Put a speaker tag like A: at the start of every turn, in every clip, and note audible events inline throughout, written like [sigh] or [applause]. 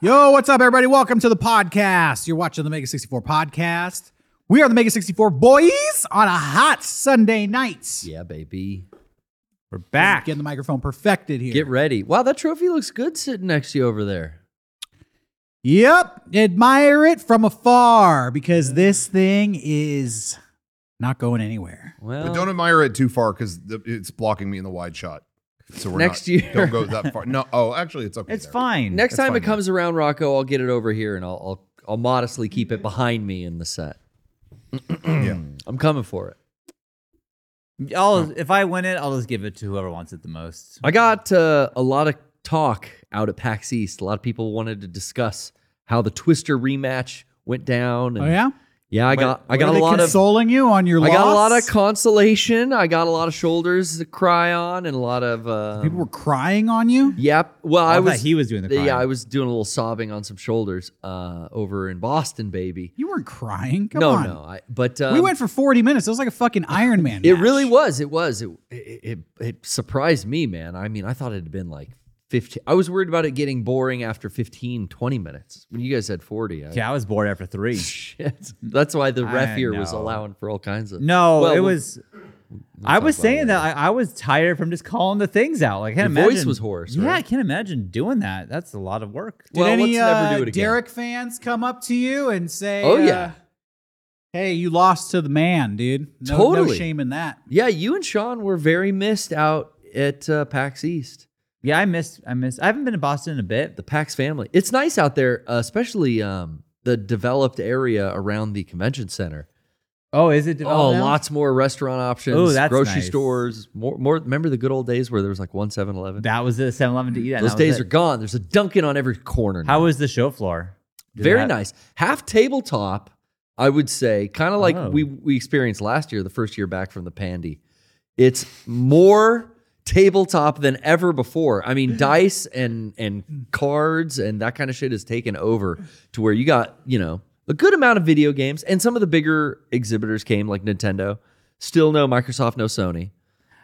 A: Yo, what's up, everybody? Welcome to the podcast. You're watching the Mega 64 podcast. We are the Mega 64 boys on a hot Sunday night.
B: Yeah, baby.
C: We're back.
A: Getting the microphone perfected here.
B: Get ready. Wow, that trophy looks good sitting next to you over there.
A: Yep. Admire it from afar because this thing is not going anywhere.
B: Well,
D: But don't admire it too far because it's blocking me in the wide shot. So we're
B: Next
D: not,
B: year.
D: don't go that far. No, oh, actually, it's okay.
C: It's
D: there.
C: fine.
B: next
D: It's
B: time
D: fine,
B: it
D: man.
B: comes around, Rocco, I'll get it over here and I'll, I'll I'll modestly keep it behind me in the set.
D: Yeah.
B: I'm coming for it.
C: I'll, if I win it, I'll just give it to whoever wants it the most.
B: I got uh, a lot of talk out at PAX East. A lot of people wanted to discuss how the Twister rematch went down. and-
A: Oh, yeah?
B: yeah. I got I got
A: Are
B: a
A: they
B: lot of
A: consoling you on your
B: I got a lot of
A: loss?
B: consolation. I got a lot of shoulders to cry on and a lot of uh,
A: People were crying on you?
B: Yep. Well,
C: I,
B: I
C: thought
B: was
C: he was doing the crying.
B: Yeah, I was doing a little sobbing on some shoulders uh, over in Boston, baby.
A: You weren't crying. Come
B: no,
A: on.
B: no, I, but um,
A: we went for 40 minutes. It was like
B: [laughs]
A: a fucking Iron Man.
B: It
A: match.
B: really was. It was. It, it it it surprised me, man. I mean, I thought it had been like 15. I was worried about it getting boring after 15, 20 minutes. When you guys had 40, I,
C: yeah, I was bored after three.
B: shit. [laughs] That's why the ref
C: I
B: here was
C: know.
B: allowing for all kinds of.
C: No,
B: Well,
C: it
B: we'll-
C: was. I was
B: about it
C: saying that I, I was tired from just calling the things out. Like, I can't
B: Your voice
C: imagine-
B: was hoarse,
C: Yeah,
B: right?
C: I can't imagine doing that. That's a lot of work.
A: Did
B: Well, let's
A: any
B: never
A: uh,
B: do it again.
A: Derek fans come up to you and say,
B: Oh,
A: uh,
B: yeah.
A: hey, you lost to the man, dude. No, no
B: Totally.
A: shame in that.
B: Yeah, you and Sean were very missed out at uh, PAX East.
C: Yeah, I missed. I missed. I haven't been to Boston in a bit.
B: the PAX family. It's nice out there, uh, especially um, the developed area around the convention center.
C: Oh, is it?
B: Oh,
C: developed now?
B: lots more restaurant options,
C: Ooh, that's
B: grocery
C: nice.
B: stores, more more remember the good old days where there was like one 7-Eleven?
C: That was the 7-Eleven to eat at. and
B: Those
C: that was
B: days
C: it.
B: are gone. There's a Dunkin' on every corner. now.
C: How was the show floor? Did
B: Very
C: that-
B: nice. Half tabletop, I would say, kind of like
C: Oh.
B: we we experienced last year, the first year back from the pandy. It's more tabletop than ever before.
C: [laughs]
B: I mean, dice and and cards and that kind of shit is taken over to where you got, you know, a good amount of video games and some of the bigger exhibitors came like Nintendo. Still no Microsoft, no Sony.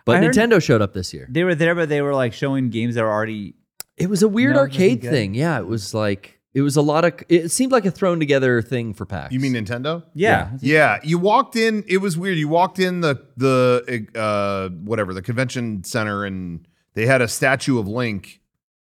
B: But
C: I heard-
B: Nintendo showed up this year.
C: They were there, but they were like showing games that were already.
B: It was a weird
C: No, it wasn't
B: arcade
C: good.
B: thing. Yeah, it was like it was a lot of it seemed like a thrown together thing for PAX.
D: You mean Nintendo?
C: Yeah.
D: Yeah, you walked in. It was weird. You walked in the the uh, whatever the convention center, and they had a statue of Link,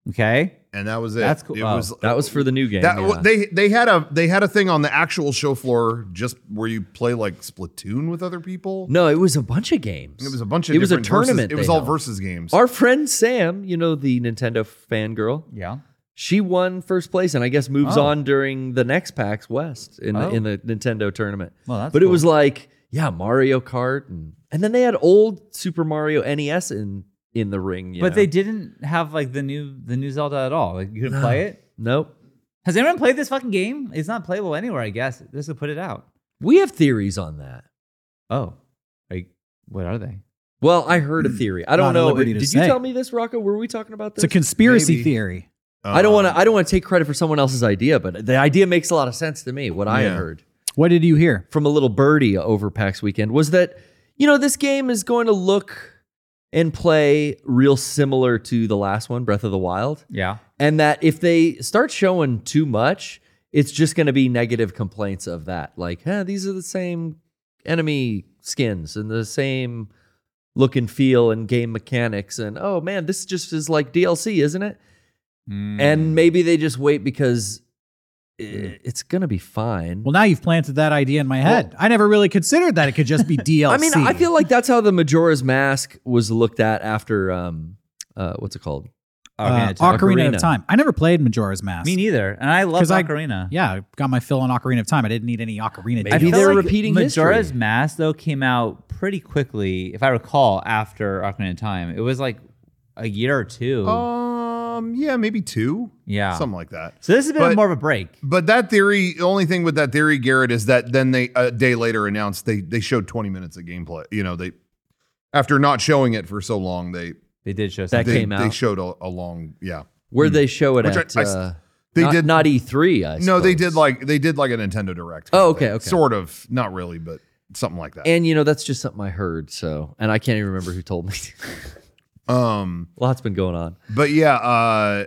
C: Okay.
D: and that was it.
C: That's cool.
D: It
C: Oh,
D: was
B: That was for the new game.
D: that
B: yeah.
D: w- they they had a they had a thing on the actual show floor just where you play like Splatoon with other people.
B: no, it was a bunch of games.
D: It was a bunch of
B: It was a
D: different versus-
B: tournament
D: it was
B: they
D: all
B: held.
D: versus games.
B: Our friend Sam, you know the Nintendo fangirl,
C: Yeah.
B: she won first place, and I guess moves
C: Oh.
B: on during the next PAX West in
C: Oh.
B: the in the Nintendo tournament.
C: Well, that's
B: but it
C: cool.
B: was like yeah, Mario Kart, and and then they had old Super Mario NES in in the ring. you
C: But
B: know?
C: they didn't have like the new the new Zelda at all. Like you couldn't play it.
B: nope.
C: Has anyone played this fucking game? It's not playable anywhere. I guess this will put it out.
B: We have theories on that.
C: Oh, like what are they?
B: Well, I heard a theory. I
A: Not
B: don't
A: at
B: know.
A: liberty to
B: Did you
A: say.
B: tell me this, Rocco? Were we talking about
A: It's a
B: this?
A: conspiracy
D: Maybe. Uh,
A: theory.
B: I don't want
D: Um,
B: to. I don't want to take credit for someone else's idea, but the idea makes a lot of sense to me. What I had
D: Yeah.
B: heard.
A: What did you hear?
B: from a little birdie over PAX weekend was that, you know, this game is going to look and play real similar to the last one, Breath of the Wild.
C: Yeah.
B: And that if they start showing too much, it's just going to be negative complaints of that. Like, eh, these are the same enemy skins and the same look and feel and game mechanics. And oh man, this just is like DLC, isn't it?
C: Mm.
B: And maybe they just wait because i- it's going to be fine.
A: Well, now you've planted that idea in my head. I never really considered that it could
B: [laughs]
A: just be DLC.
B: I mean, I feel like that's how the Majora's Mask was looked at after um, uh, what's it called?
A: uh,
C: Ocarina. of Time.
A: Ocarina,
B: Ocarina.
A: of Time. I never played Majora's Mask.
C: Me neither. And I love
A: 'Cause I-
C: Ocarina.
A: Yeah, I got my fill on Ocarina of Time. I didn't need any Ocarina.
B: I
A: DLC.
B: feel they're repeating
C: Majora's
B: history.
C: Mask though came out pretty quickly, if I recall, after Ocarina of Time. It was like a year or two.
A: Oh.
D: Um, yeah, maybe two.
C: Yeah.
D: something like that.
C: so this has been
D: but-
C: more of a break.
D: But that theory, the only thing with that theory, Garrett, is that then they a day later announced they they showed 20 minutes of gameplay. You know, they after not showing it for so long, they
C: They did show
B: That
C: something.
D: they,
B: came
D: they
B: out.
D: showed a, a long yeah.
C: Mm.
B: Where they show it
D: Which I-
B: at?
D: I s-
B: uh,
D: They
B: not,
D: did
B: not E3. I
D: no, they did
B: suppose.
D: like they did like a Nintendo Direct.
B: Oh,
D: kind of
B: okay,
D: thing.
B: okay.
D: sort of, not really, but something like that.
B: And you know that's just something I heard. So, and I can't even remember who told me.
D: Um,
B: [laughs] Lots been going on.
D: but yeah, uh,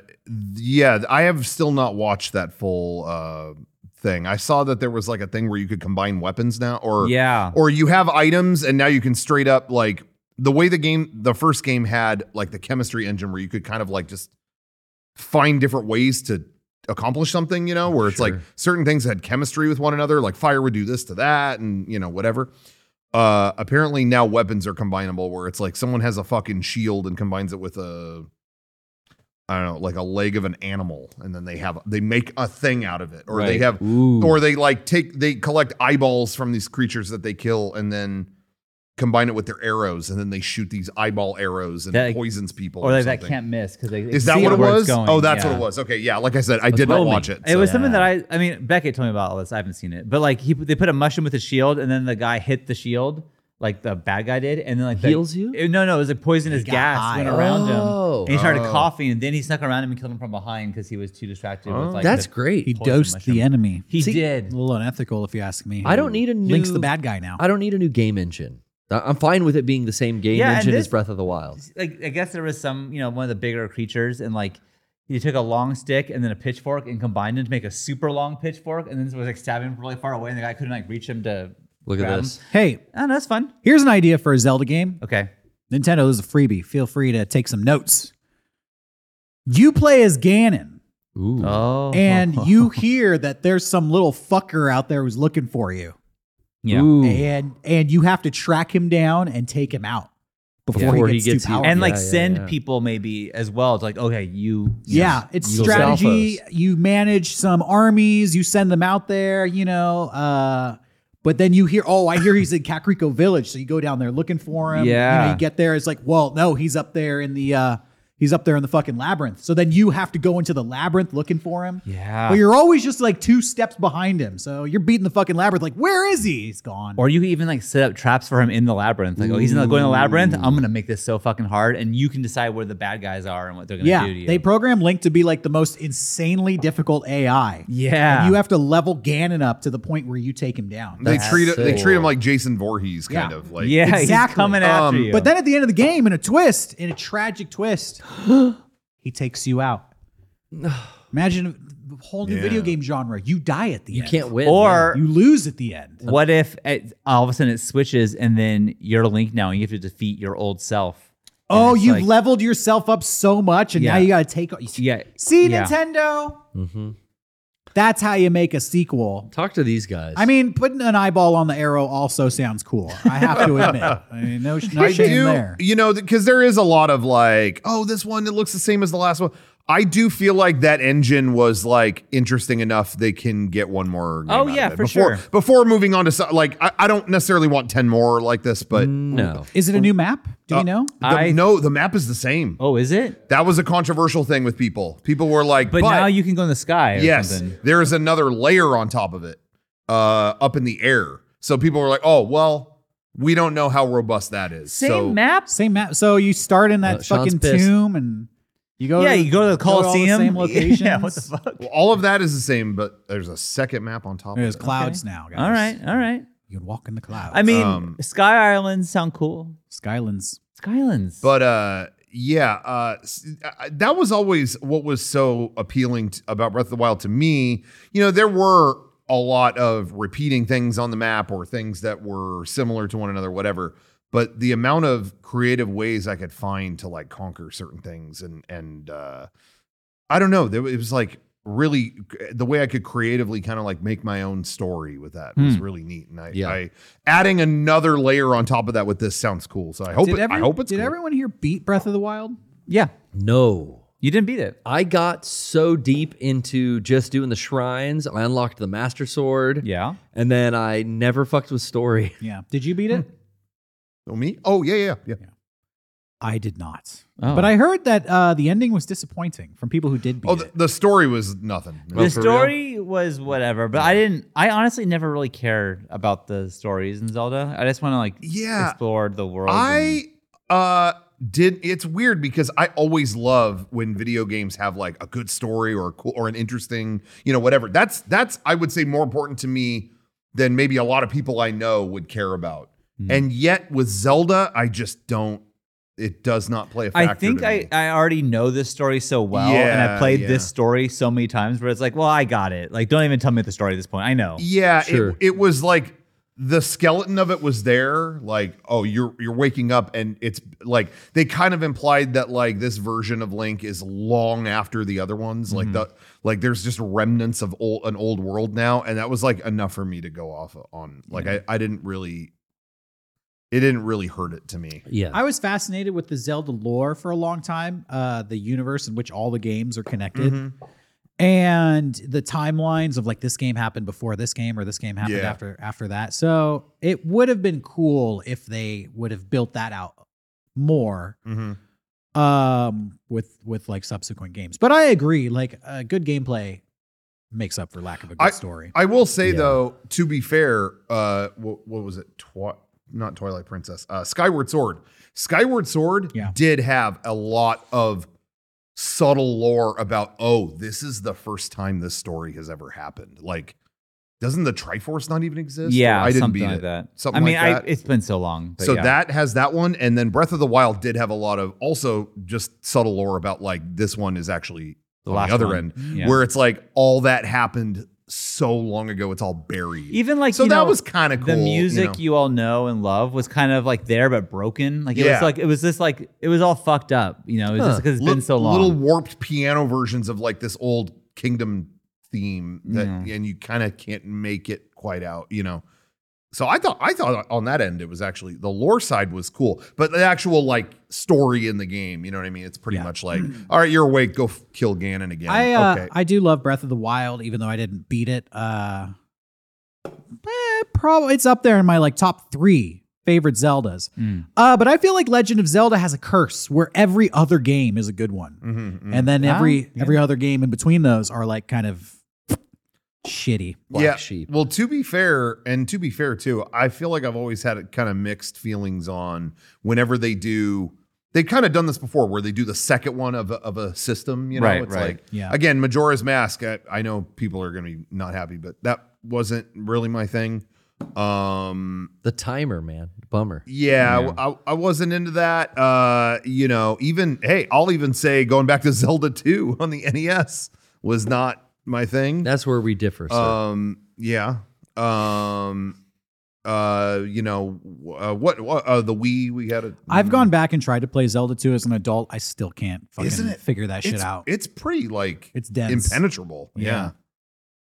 D: yeah, I have still not watched that full uh, thing. I saw that there was like a thing where you could combine weapons now, or
C: yeah.
D: or you have items and now you can straight up like the way the game, the first game had like the chemistry engine where you could kind of like just find different ways to accomplish something, you know, where it's like
B: Sure.
D: certain things had chemistry with one another, like fire would do this to that, and you know whatever. Uh, apparently now weapons are combinable where it's like someone has a fucking shield and combines it with a I don't know, like a leg of an animal, and then they have they make a thing out of it, or they
C: Right.
D: have,
B: Ooh.
D: or they like take they collect eyeballs from these creatures that they kill, and then combine it with their arrows, and then they shoot these eyeball arrows and
C: That-
D: poisons people.
C: Or like that
D: something.
C: can't miss because they they
D: Is that
C: see
D: what it
C: where it's
D: was?
C: going.
D: Oh, that's what
C: Yeah.
D: it was. Okay, yeah. Like I said, I did not
B: roaming.
D: watch it.
C: It was
D: so-
C: something that I, I mean, Beckett told me about all this. I haven't seen it, but like he, they put a mushroom with a shield, and then the guy hit the shield, like the bad guy did, and then like the-
B: Heals you?
C: It- no, no, it was like poisonous
A: He got
C: gas
A: high.
C: went around him,
B: Oh.
C: and he started
D: Oh.
C: coughing, and then he snuck around him and killed him from behind because he was too distracted.
D: Oh.
C: With, like,
B: That's
C: the-
B: great.
A: He
C: Poison
A: dosed
C: mushroom.
A: the enemy.
C: He
B: See-
A: A
C: did.
A: little unethical, if you ask me.
B: I don't need a new
A: Link's the bad guy now.
B: I don't need a new game engine. I- I'm fine with it being the same game
C: Yeah, and
B: engine
C: this-
B: as Breath of the Wild.
C: Like I guess there was some, you know, one of the bigger creatures, and like he took a long stick and then a pitchfork and combined them to make a super long pitchfork, and then it was like stabbing him really far away, and the guy couldn't like reach him to.
B: Look at
C: grab
B: this.
C: Him.
A: Hey,
C: Oh, no, that's fun.
A: here's an idea for a Zelda game.
C: Okay.
A: Nintendo, this is a freebie. Feel free to take some notes. You play as Ganon,
B: Ooh.
C: Oh. [laughs]
A: and you hear that there's some little fucker out there who's looking for you,
C: yeah.
B: Ooh.
A: and and you have to track him down and take him out before
B: Before
A: he
B: he
A: gets,
B: gets
A: too
B: you.
A: powerful.
C: and like
B: Yeah, yeah,
C: send
B: yeah.
C: people maybe as well to like okay you
A: yeah, it's
B: You'll
A: strategy.
B: self-host.
A: You manage some armies, you send them out there, you know. Uh, but then you hear, oh, I hear he's in Kakariko Village, so you go down there looking for him. you, know,
C: Yeah.
A: you get there, it's like, well, no, he's up there in the uh, he's up there in the fucking labyrinth. So then you have to go into the labyrinth looking for him.
C: yeah
A: But you're always just like two steps behind him, so you're beating the fucking labyrinth. Like, where is he? He's gone.
C: or you can even like set up traps for him in the labyrinth like oh he's not going to the labyrinth i'm gonna make this so fucking hard and you can decide where the bad guys are and what they're gonna
A: yeah,
C: do to you
A: they program Link to be like the most insanely difficult AI.
C: yeah
A: And you have to level Ganon up to the point where you take him down.
D: they
B: That's
D: treat it, they
B: so-
D: treat him like Jason Voorhees, kind
A: Yeah.
D: of like
C: [laughs] yeah
A: Exactly.
C: he's coming after
D: Um,
C: you
A: But then at the end of the game, in a twist, in a tragic
C: [gasps]
A: twist, he takes
C: [sighs]
A: you out. Imagine a whole new
D: Yeah.
A: video game genre. You die at the
B: You
A: end.
B: can't win.
C: or
A: You lose at the end.
C: what if it, all of a sudden it switches and then you're link now and you have to defeat your old self And
A: Oh,
C: it's
A: you've
C: like-
A: leveled yourself up so much, and now
C: Yeah.
A: you got to take.
C: yeah
A: See,
C: yeah. Mm-hmm.
A: Nintendo.
B: yeah. Mhm.
A: That's how you make a sequel.
B: Talk to these guys.
A: I mean, putting an eyeball on the arrow also sounds cool. I have to
C: [laughs]
A: admit. I mean, no, no
D: I
A: shame
D: do,
A: there.
D: you know, because there is a lot of like, oh, this one it looks the same as the last one. I do feel like that engine was like interesting enough they can get one more. Game
C: Oh,
D: out of
C: yeah,
D: it
C: for
D: before,
C: sure.
D: Before moving on to so- like, I, I don't necessarily want ten more like this, but
B: no.
A: Is it a new map? Do
D: Uh,
A: we know?
D: the-
C: Mm, I-
D: no, the map is the same.
C: oh is it
D: That was a controversial thing with people. People were like,
C: but, now you can go in the sky or
D: [laughs] yes,
C: something.
D: there is another layer on top of it, uh, up in the air. So people were like, oh, well, we don't know how robust that is.
C: same
D: so,
C: map
A: Same map. So you start in that
B: Uh, Sean's
A: fucking
B: pissed.
A: tomb and you go.
C: yeah you go to the
A: all the
C: coliseum [laughs] yeah
A: same
C: what the
A: locations.
C: fuck
D: Well, all of that is the same, but there's a second map on top.
A: There's
D: of it.
A: clouds
C: Okay.
A: now, guys.
C: All right, all right.
A: You can walk in the clouds.
C: I mean,
D: Um,
C: Sky Islands sound cool.
A: Skylands.
C: Skylands.
D: But uh, yeah, uh, s- I- that was always what was so appealing t about Breath of the Wild to me. You know, there were a lot of repeating things on the map or things that were similar to one another, whatever. But the amount of creative ways I could find to like conquer certain things and and uh, I don't know, there, it was like really uh, the way I could creatively kind of like make my own story with that was
C: Hmm.
D: really neat. And I,
B: Yeah.
D: I adding another layer on top of that with this sounds cool. So I hope it,
A: every-
D: I hope it's
A: Did
D: cool.
A: everyone here beat Breath of the Wild?
C: yeah,
B: No.
C: you didn't beat it.
B: I got so deep into just doing the shrines. I unlocked the Master Sword.
C: Yeah.
B: And then I never fucked with story.
A: Yeah. Did you beat
C: Hmm.
A: it?
D: Oh me? Oh yeah, yeah, yeah.
A: I did not.
C: Oh.
A: But I heard that uh, the ending was disappointing from people who did beat
D: Oh, the,
A: it.
D: the story was nothing.
B: Oh,
C: the
B: for
C: story was whatever, but I didn't. I honestly never really cared about the stories in Zelda. I just want to like
D: Yeah.
C: explore the world. and-
D: I uh did. It's weird because I always love when video games have like a good story or a cool or an interesting, you know, whatever. That's that's I would say more important to me than maybe a lot of people I know would care about.
C: Hmm.
D: And yet with Zelda, I just don't. it does not play a factor.
C: I think
D: to
C: I,
D: me.
C: I already know this story so well, and I
D: Yeah,
C: played
D: yeah.
C: this story so many times where it's like, well, I got it. Like, don't even tell me the story at this point. I know.
D: yeah,
B: Sure.
D: it, it was like the skeleton of it was there. Like, oh, you're you're waking up, and it's like they kind of implied that like this version of Link is long after the other ones. Like the like there's just remnants of old an old world now, and that was like enough for me to go off on. Like I I didn't really. It didn't really hurt it to me.
B: Yeah.
A: I was fascinated with the Zelda lore for a long time, uh, the universe in which all the games are connected,
D: Mhm.
A: and the timelines of like this game happened before this game or this game happened
D: Yeah.
A: after after that. So it would have been cool if they would have built that out more
D: Mhm.
A: um, with with like subsequent games. But I agree, like uh, good gameplay makes up for lack of a good
D: I-
A: story.
D: I will say
B: Yeah.
D: though, to be fair, uh, what, what was it? Twi- not Twilight Princess. Uh, Skyward Sword. Skyward Sword
A: Yeah.
D: did have a lot of subtle lore about. Oh, this is the first time this story has ever happened. Like, doesn't the Triforce not even exist?
C: Yeah,
D: Or I didn't
C: something
D: beat
C: like
D: it.
C: that.
D: Something
C: I mean,
D: like that.
C: I, it's been so long. But
D: So
C: yeah.
D: that has that one, and then Breath of the Wild did have a lot of also just subtle lore about like this one is actually on
C: last
D: the other
C: one.
D: end,
C: Yeah.
D: where it's like all that happened so long ago, it's all buried.
C: even like
D: so
C: you
D: that
C: know,
D: was kind of cool.
C: the music you,
D: know?
C: all know and love was kind of like there but broken. Like it
D: Yeah.
C: was like it was just like it was all fucked up. You know, it was just
B: Huh.
C: because it's
D: Lit-
C: been so long.
D: Little warped piano versions of like this old kingdom theme that,
C: Yeah.
D: and you kind of can't make it quite out, you know. So I thought I thought on that end it was actually the lore side was cool, but the actual like story in the game, you know what I mean? It's pretty
A: Yeah.
C: [clears throat]
D: much like, all right, you're awake, go f- kill Ganon again.
A: I uh,
D: okay,
A: I do love Breath of the Wild, even though I didn't beat it. Uh, probably it's up there in my like top three favorite Zeldas.
D: Hmm.
C: Mm.
A: Uh, but I feel like Legend of Zelda has a curse where every other game is a good one,
D: Mhm, mhm.
A: and then
C: Ah,
A: every
C: yeah.
A: every other game in between those are like kind of shitty.
B: Black
D: yeah.
B: sheep.
D: Well, to be fair, and to be fair too, I feel like I've always had kind of mixed feelings on whenever they do. They've kind of done this before, where they do the second one of a, of a system. You know,
C: Right,
D: it's
C: right.
D: like
A: Yeah.
D: again, Majora's Mask. I, I know people are going to be not happy, but that wasn't really my thing. Um,
B: The timer, man. Bummer.
D: yeah,
C: Yeah.
D: I, I wasn't into that. Uh, you know, even hey, I'll even say going back to [laughs] Zelda two on the NES was not my thing.
B: That's where we differ. sir.
D: Um, yeah. Um, uh, you know, w- uh, what, what, uh, the Wii, we had a,
A: I've gone back and tried to play Zelda 2 as an adult. I still can't fucking
D: Isn't it-
A: figure that shit
D: it's,
A: out.
D: It's pretty like
A: It's dense.
D: impenetrable. Yeah.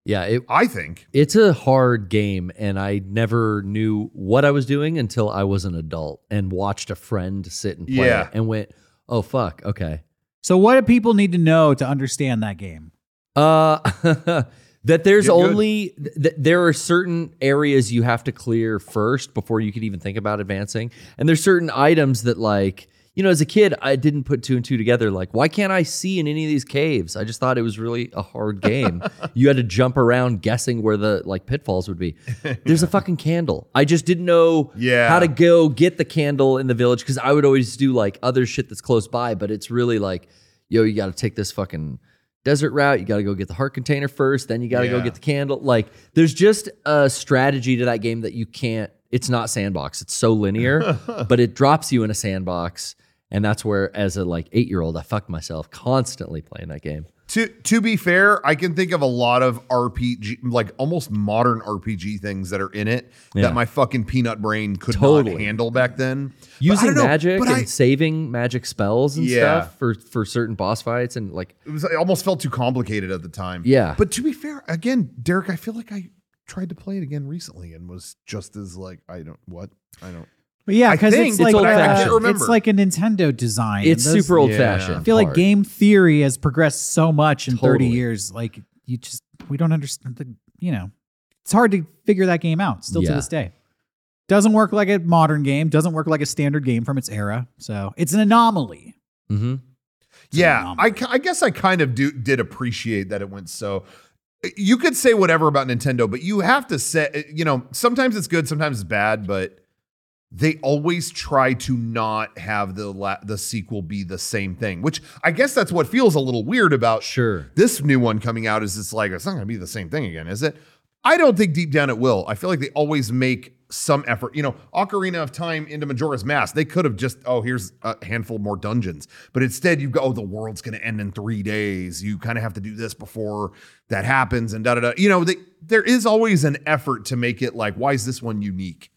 A: Yeah.
B: yeah. It,
D: I think.
B: it's a hard game, and I never knew what I was doing until I was an adult and watched a friend sit and play
D: Yeah.
B: it and went, "Oh fuck, okay."
A: So what do people need to know to understand that game?
B: Uh, [laughs] that there's
D: You're good.
B: only th- th- there are certain areas you have to clear first before you can even think about advancing, and there's certain items that like you know as a kid I didn't put two and two together. Like why can't I see in any of these caves? I just thought it was really a hard game.
D: [laughs]
B: you had to jump around guessing where the like pitfalls would be. There's a fucking candle. I just didn't know
D: [laughs] Yeah.
B: how to go get the candle in the village because I would always do like other shit that's close by, but it's really like, yo, you got to take this fucking desert route. You got to go get the heart container first, then you got to go
D: Yeah.
B: get the candle. Like, there's just a strategy to that game that you can't. It's not sandbox. It's so
D: [laughs]
B: linear, but it drops you in a sandbox, and that's where, as a like eight year old, I fucked myself constantly playing that game.
D: To, to be fair, I can think of a lot of RPG, like almost modern RPG things that are in it
B: Yeah.
D: that my fucking peanut brain could not
B: Totally.
D: handle back then. But I
B: Using
D: don't know,
B: magic
D: but
B: and
D: I-
B: saving magic spells and
D: Yeah.
B: stuff for for certain boss fights and like
D: it was it almost felt too complicated at the time.
B: Yeah.
D: But to be fair, again, Derek, I feel like I tried to play it again recently and was just as like, I don't what I don't.
A: But yeah,
D: I
A: because
D: think-
A: it's like
B: It's
A: uh,
B: old-fashioned.
D: Remember.
A: it's like a Nintendo design.
B: it's
A: and those-
B: super old
D: Yeah.
B: fashioned.
A: I feel like game theory has progressed so much in 30
B: Totally.
A: years. Like you just we don't understand the you know. It's hard to figure that game out still to
B: Yeah.
A: this day. Doesn't work like a modern game, doesn't work like a standard game from its era. So it's an anomaly.
B: hmm
D: Yeah, I,
A: anomaly.
D: ki- I guess I kind of do did appreciate that it went so. You could say whatever about Nintendo, but you have to say, eh, you know, sometimes it's good, sometimes it's bad, but they always try to not have the la- the sequel be the same thing, which I guess that's what feels a little weird about
B: Sure.
D: this new one coming out is it's like it's not going to be the same thing again, is it? I don't think deep down it will. I feel like they always make some effort. You know, Ocarina of Time into Majora's Mask, they could have just, oh, here's a handful more dungeons. But instead, you've got, oh, the world's going to end in three days. You kind of have to do this before that happens and da da da. You know, they, there is always an effort to make it like, why is this one unique?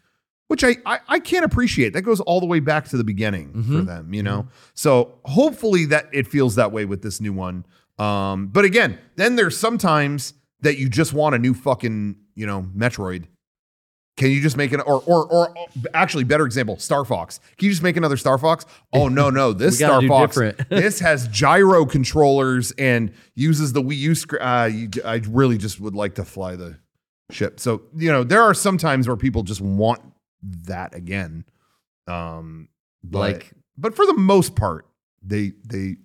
D: Which I, I, I can't appreciate. That goes all the way back to the beginning for
B: Mhm.
D: them, you know? So hopefully that it feels that way with this new one. Um, but again, then there's sometimes that you just want a new fucking, you know, Metroid. Can you just make an or or or uh, actually better example, Star Fox. Can you just make another Star Fox? Oh no, no, this
B: [laughs] We gotta
D: Star
B: do
D: Fox.
B: different.
D: this has gyro controllers and uses the Wii U. Sc- uh, you, I really just would like to fly the ship. So you know there are some times where people just want that again. Um, but,
B: like
D: but for the most part, they they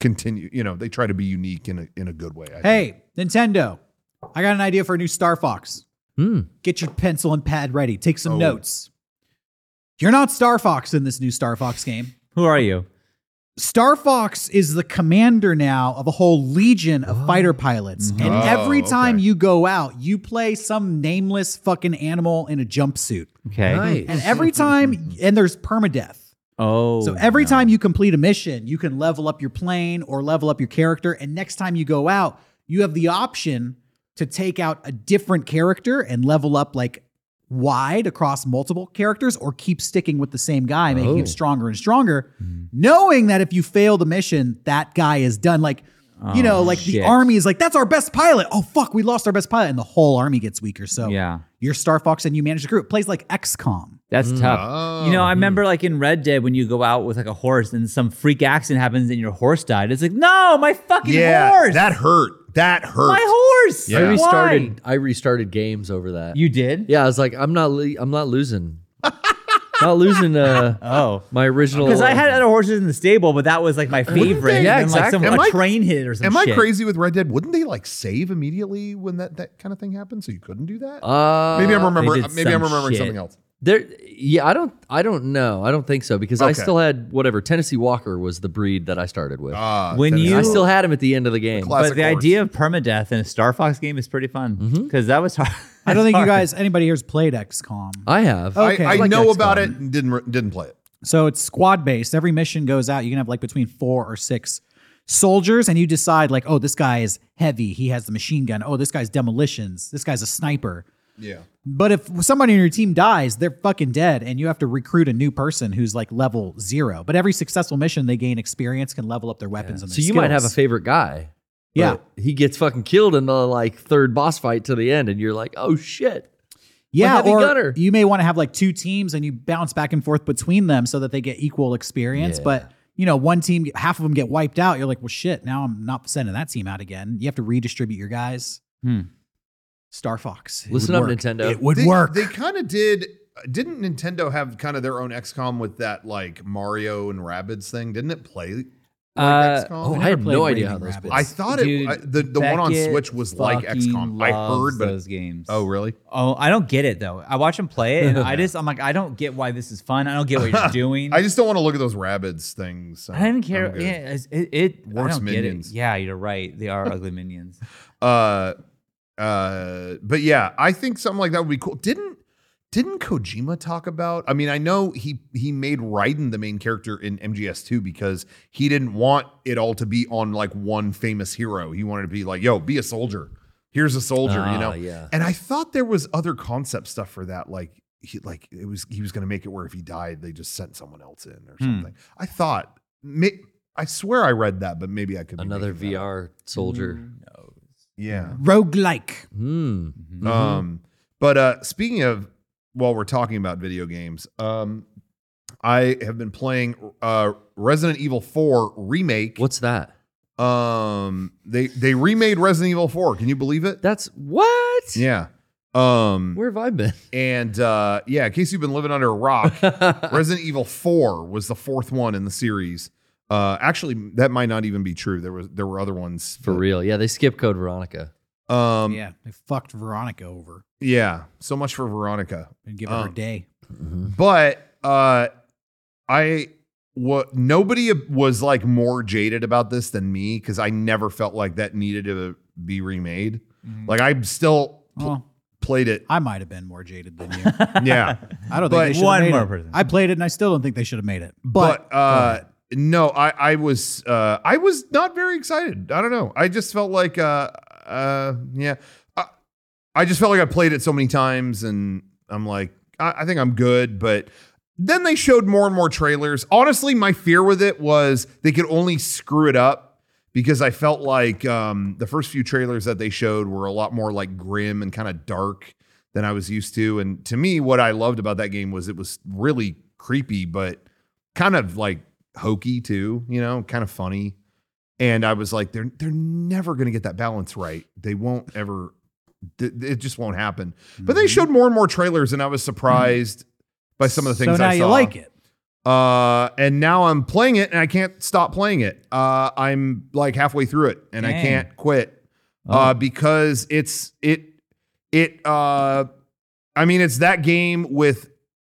D: continue. You know, they try to be unique in a in a good way. I think.
A: Hey, Nintendo, I got an idea for a new Star Fox.
B: hmm,
A: Get your pencil and pad ready. Take some
D: Oh.
A: notes. You're not Star Fox in this new Star Fox game.
C: Who are you?
A: Star Fox is the commander now of a whole legion of fighter pilots. And
D: Oh,
A: every time
D: okay.
A: you go out, you play some nameless fucking animal in a jumpsuit.
C: Okay.
B: nice.
A: And every time, and there's permadeath.
C: Oh.
A: So every
C: no.
A: time you complete a mission, you can level up your plane or level up your character. And next time you go out, you have the option to take out a different character and level up like wide across multiple characters or keep sticking with the same guy, making
B: Oh.
A: him stronger and stronger,
C: Hmm.
A: knowing that if you fail the mission, that guy is done. Like, you know,
C: Oh,
A: like the
C: shit.
A: army is like, that's our best pilot. Oh, fuck, we lost our best pilot. And the whole army gets weaker. So
C: Yeah.
A: you're Star Fox and you manage the crew. It plays like XCOM.
C: That's tough.
D: Oh.
C: uh, You know, I remember like in Red Dead when you go out with like a horse and some freak accident happens and your horse died. It's like, no, my fucking
D: Oh. yeah,
C: horse.
D: that hurt. That hurt.
C: my horse.
D: Yeah.
B: I
D: I
C: Why?
B: restarted. I restarted games over that.
C: You did?
B: yeah, I was like, I'm not. Le- I'm not losing. not losing. Uh,
C: Oh.
B: my original.
C: Because I had other horses in the stable, but that was like my favorite.
B: Yeah,
C: and, like, some,
B: exactly.
D: Am
C: a
D: I-
C: train hit it or
D: Am
C: something.
D: I crazy with Red Dead? Wouldn't they like save immediately when that, that kind of thing happened? So you couldn't do that?
B: Uh,
D: maybe I'm remembering.
C: did
D: Maybe I'm
C: some
D: remembering
C: shit.
D: something else.
B: There, yeah, I don't, I don't know, I don't think so because I
D: Okay.
B: still had whatever Tennessee Walker was the breed that I started with.
D: Ah,
C: When
D: that is-
C: you-
B: I still had him at the end of the game.
D: classic
C: But the
D: horse.
C: idea of permadeath in a Star Fox game is pretty fun because that was hard. [laughs]
A: I don't think you
C: hard.
A: guys, anybody here's played XCOM.
B: I have.
A: Oh.
D: I,
A: okay.
D: I
A: I
B: like
D: know
B: XCOM.
D: about it. And didn't re- didn't play it.
A: So it's squad based. Every mission goes out. You can have like between four or six soldiers, and you decide like, oh, this guy is heavy. He has the machine gun. Oh, this guy's demolitions. This guy's a sniper.
D: Yeah.
A: But if somebody in your team dies, they're fucking dead, and you have to recruit a new person who's like level zero. But every successful mission, they gain experience, can level up their weapons. And
B: so
A: their
B: you might have a
A: skills.
B: favorite guy.
A: yeah,
B: but he gets fucking killed in the like third boss fight to the end, and you're like, oh shit.
A: yeah.
B: heavy
A: Or
B: gunner.
A: you may want to have like two teams, and you bounce back and forth between them so that they get equal experience.
B: Yeah.
A: But you know, one team, half of them get wiped out. You're like, well, shit. Now I'm not sending that team out again. You have to redistribute your guys.
C: Hmm.
A: Star Fox. It
B: Listen
A: would
B: up,
A: work.
B: Nintendo.
A: It would
D: they,
A: work.
D: They kind of did. Didn't Nintendo have kind of their own XCOM with that like Mario and Rabbids thing? Didn't it play like
C: Uh,
D: XCOM?
B: oh,
A: never
B: I had
A: played
B: no idea how
A: Raving
B: those.
A: Rabbits.
B: Books.
D: I thought it
C: Dude,
D: I, the the one on
C: Beckett
D: Switch was like
C: fucking
D: XCOM. I
C: loves
D: heard, but
C: those games.
D: oh really?
C: Oh, I don't get it though. I watch him play it, and I just I'm like, I don't get why this is fun. I don't get what you're doing.
D: I just don't want to look at those Rabbids things. so
C: I don't even
D: I'm
C: care.
D: good.
C: Yeah, it's- it, it I
D: Worse
C: don't
D: minions.
C: Get it. Yeah, you're right. They are ugly minions.
D: Uh, uh, but yeah, I think something like that would be cool. Didn't didn't Kojima talk about? I mean, I know he he made Raiden the main character in MGS2 because he didn't want it all to be on like one famous hero. He wanted to be like, yo, be a soldier. Here's a soldier, you
B: Ah,
D: know.
B: yeah.
D: And I thought there was other concept stuff for that, like he like it was he was gonna make it where if he died, they just sent someone else in or
C: Hmm.
D: something. I thought, may, I swear I read that, but maybe I could be
B: Another
D: making that up.
B: VR soldier.
C: No.
D: Yeah.
A: Roguelike.
B: Hmm.
C: Mhm.
B: Mhm.
D: Um, but uh, speaking of, while we're talking about video games, um, I have been playing uh, Resident Evil 4 remake.
B: What's that?
D: Um, they they remade Resident Evil 4. Can you believe it?
B: That's what?
D: Yeah. Um,
B: Where have I
D: [laughs]
B: been?
D: and uh, yeah, in case you've been living under
B: [laughs]
D: a rock, Resident Evil 4 was the fourth one in the series. Uh, actually, that might not even be true. There was there were other ones
B: For real. Yeah, they skip code Veronica.
D: real. Um, yeah.
A: yeah, they fucked Veronica over
D: So much for Veronica.
A: and give her her
D: Um,
A: day.
D: but uh i what nobody was like more jaded about this than me because i never felt like that needed to be remade
C: Mhm.
D: like i'm still pl-
A: Well,
D: played it.
A: I might have been more jaded than
D: [laughs]
A: you.
D: Yeah.
A: I don't think
D: But-
A: they should
C: One
A: have made
C: more
A: it.
C: person.
A: I played it and I still don't think they should have made it. But,
D: but, uh no, I I was uh I was not very excited. I don't know. I just felt like uh uh yeah. I, I just felt like I played it so many times and I'm like I, I think I'm good, but then they showed more and more trailers. Honestly, my fear with it was they could only screw it up because I felt like um, the first few trailers that they showed were a lot more like grim and kind of dark than I was used to. And to me, what I loved about that game was it was really creepy, but kind of like hokey too, you know, kind of funny. And I was like, they're they're never going to get that balance right. They won't ever. th- th- it just won't happen. But
A: Mm-hmm.
D: they showed more and more trailers, and I was surprised by some of the things
A: so now
D: I saw.
A: you like it.
D: Uh, and now I'm playing it, and I can't stop playing it. Uh, I'm like halfway through it, and I
C: Dang.
D: can't quit. Uh, because it's it it uh, I mean it's that game with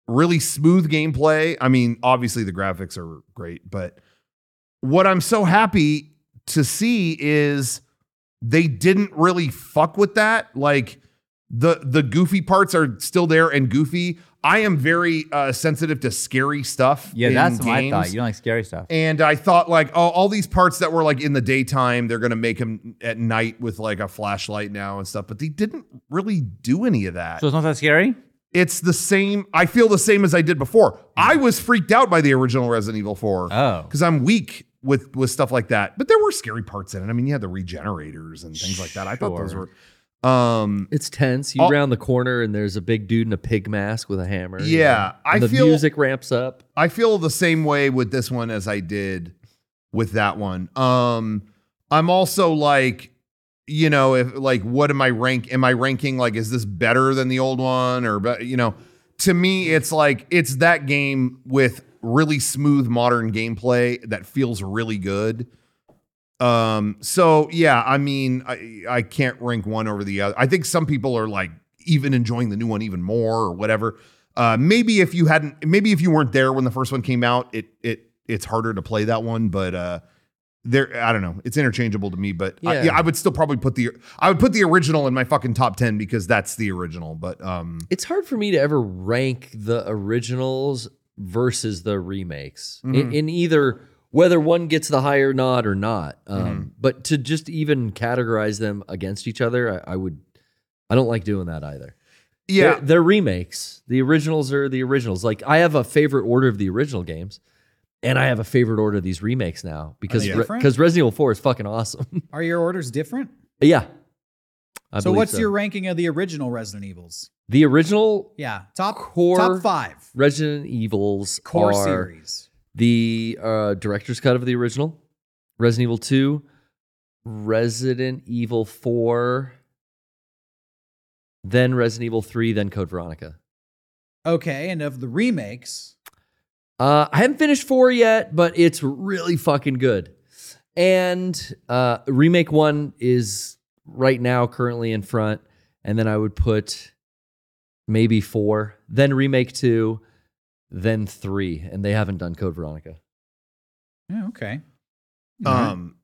D: really smooth gameplay. I mean, obviously the graphics are great, but what I'm so happy to see is they didn't really fuck with that. Like the the goofy parts are still there and goofy. I am very uh, sensitive to scary stuff.
C: [laughs] yeah,
D: in
C: that's what I
D: games.
C: thought. You don't like scary stuff.
D: And I thought like, oh, all these parts that were like in the daytime, they're gonna make them at night with like a flashlight now and stuff. But they didn't really do any of that.
C: So it's not that scary.
D: it's the same. I feel the same as I did before. I was freaked out by the original Resident Evil Four
C: Oh,
D: because I'm weak with with stuff like that. But there were scary parts in it. I mean, you had the regenerators and things like that. I thought those
C: Sure.
D: were. Um,
B: It's tense. You
D: Oh.
B: round the corner and there's a big dude in a pig mask with a hammer. you
D: Yeah,
B: know,
D: I
B: and the
D: feel-
B: music ramps up.
D: I feel the same way with this one as I did with that one. Um, I'm also like, you know, if like, what am I rank? Am I ranking like, is this better than the old one or, but you know, to me, it's like it's that game with really smooth modern gameplay that feels really good. Um, so yeah, I mean, I I can't rank one over the other. I think some people are like even enjoying the new one even more or whatever. Uh, maybe if you hadn't, maybe if you weren't there when the first one came out, it it it's harder to play that one. But uh, there, I don't know, it's interchangeable to me. But I,
B: Yeah.
D: yeah, I would still probably put the I would put the original in my fucking top ten because that's the original. But um,
B: It's hard for me to ever rank the originals versus the remakes I- in,
D: Mhm.
B: either whether one gets the higher nod or not. Um,
D: Mhm.
B: But to just even categorize them against each other, I, I would. I don't like doing that either.
D: yeah,
B: They're, they're remakes. The originals are the originals. Like I have a favorite order of the original games, and I have a favorite order of these remakes now because
A: they
B: Re-
A: different?
B: because Resident Evil Four is fucking awesome. [laughs]
A: Are your orders different?
B: yeah. I
A: so
B: believe
A: what's your ranking of the original Resident Evils?
B: the original
A: Yeah, top
B: Core-
A: top five
B: Resident Evils
A: core
B: are
A: series.
B: the uh, director's cut of the original, Resident Evil Two, Resident Evil Four, then Resident Evil Three, then Code Veronica.
A: Okay, and of the remakes,
B: Uh, I haven't finished four yet, but it's really fucking good. And uh, remake one is right now currently in front, and then I would put maybe four, then remake two, then three, and they haven't done Code Veronica.
A: yeah, okay,
D: um,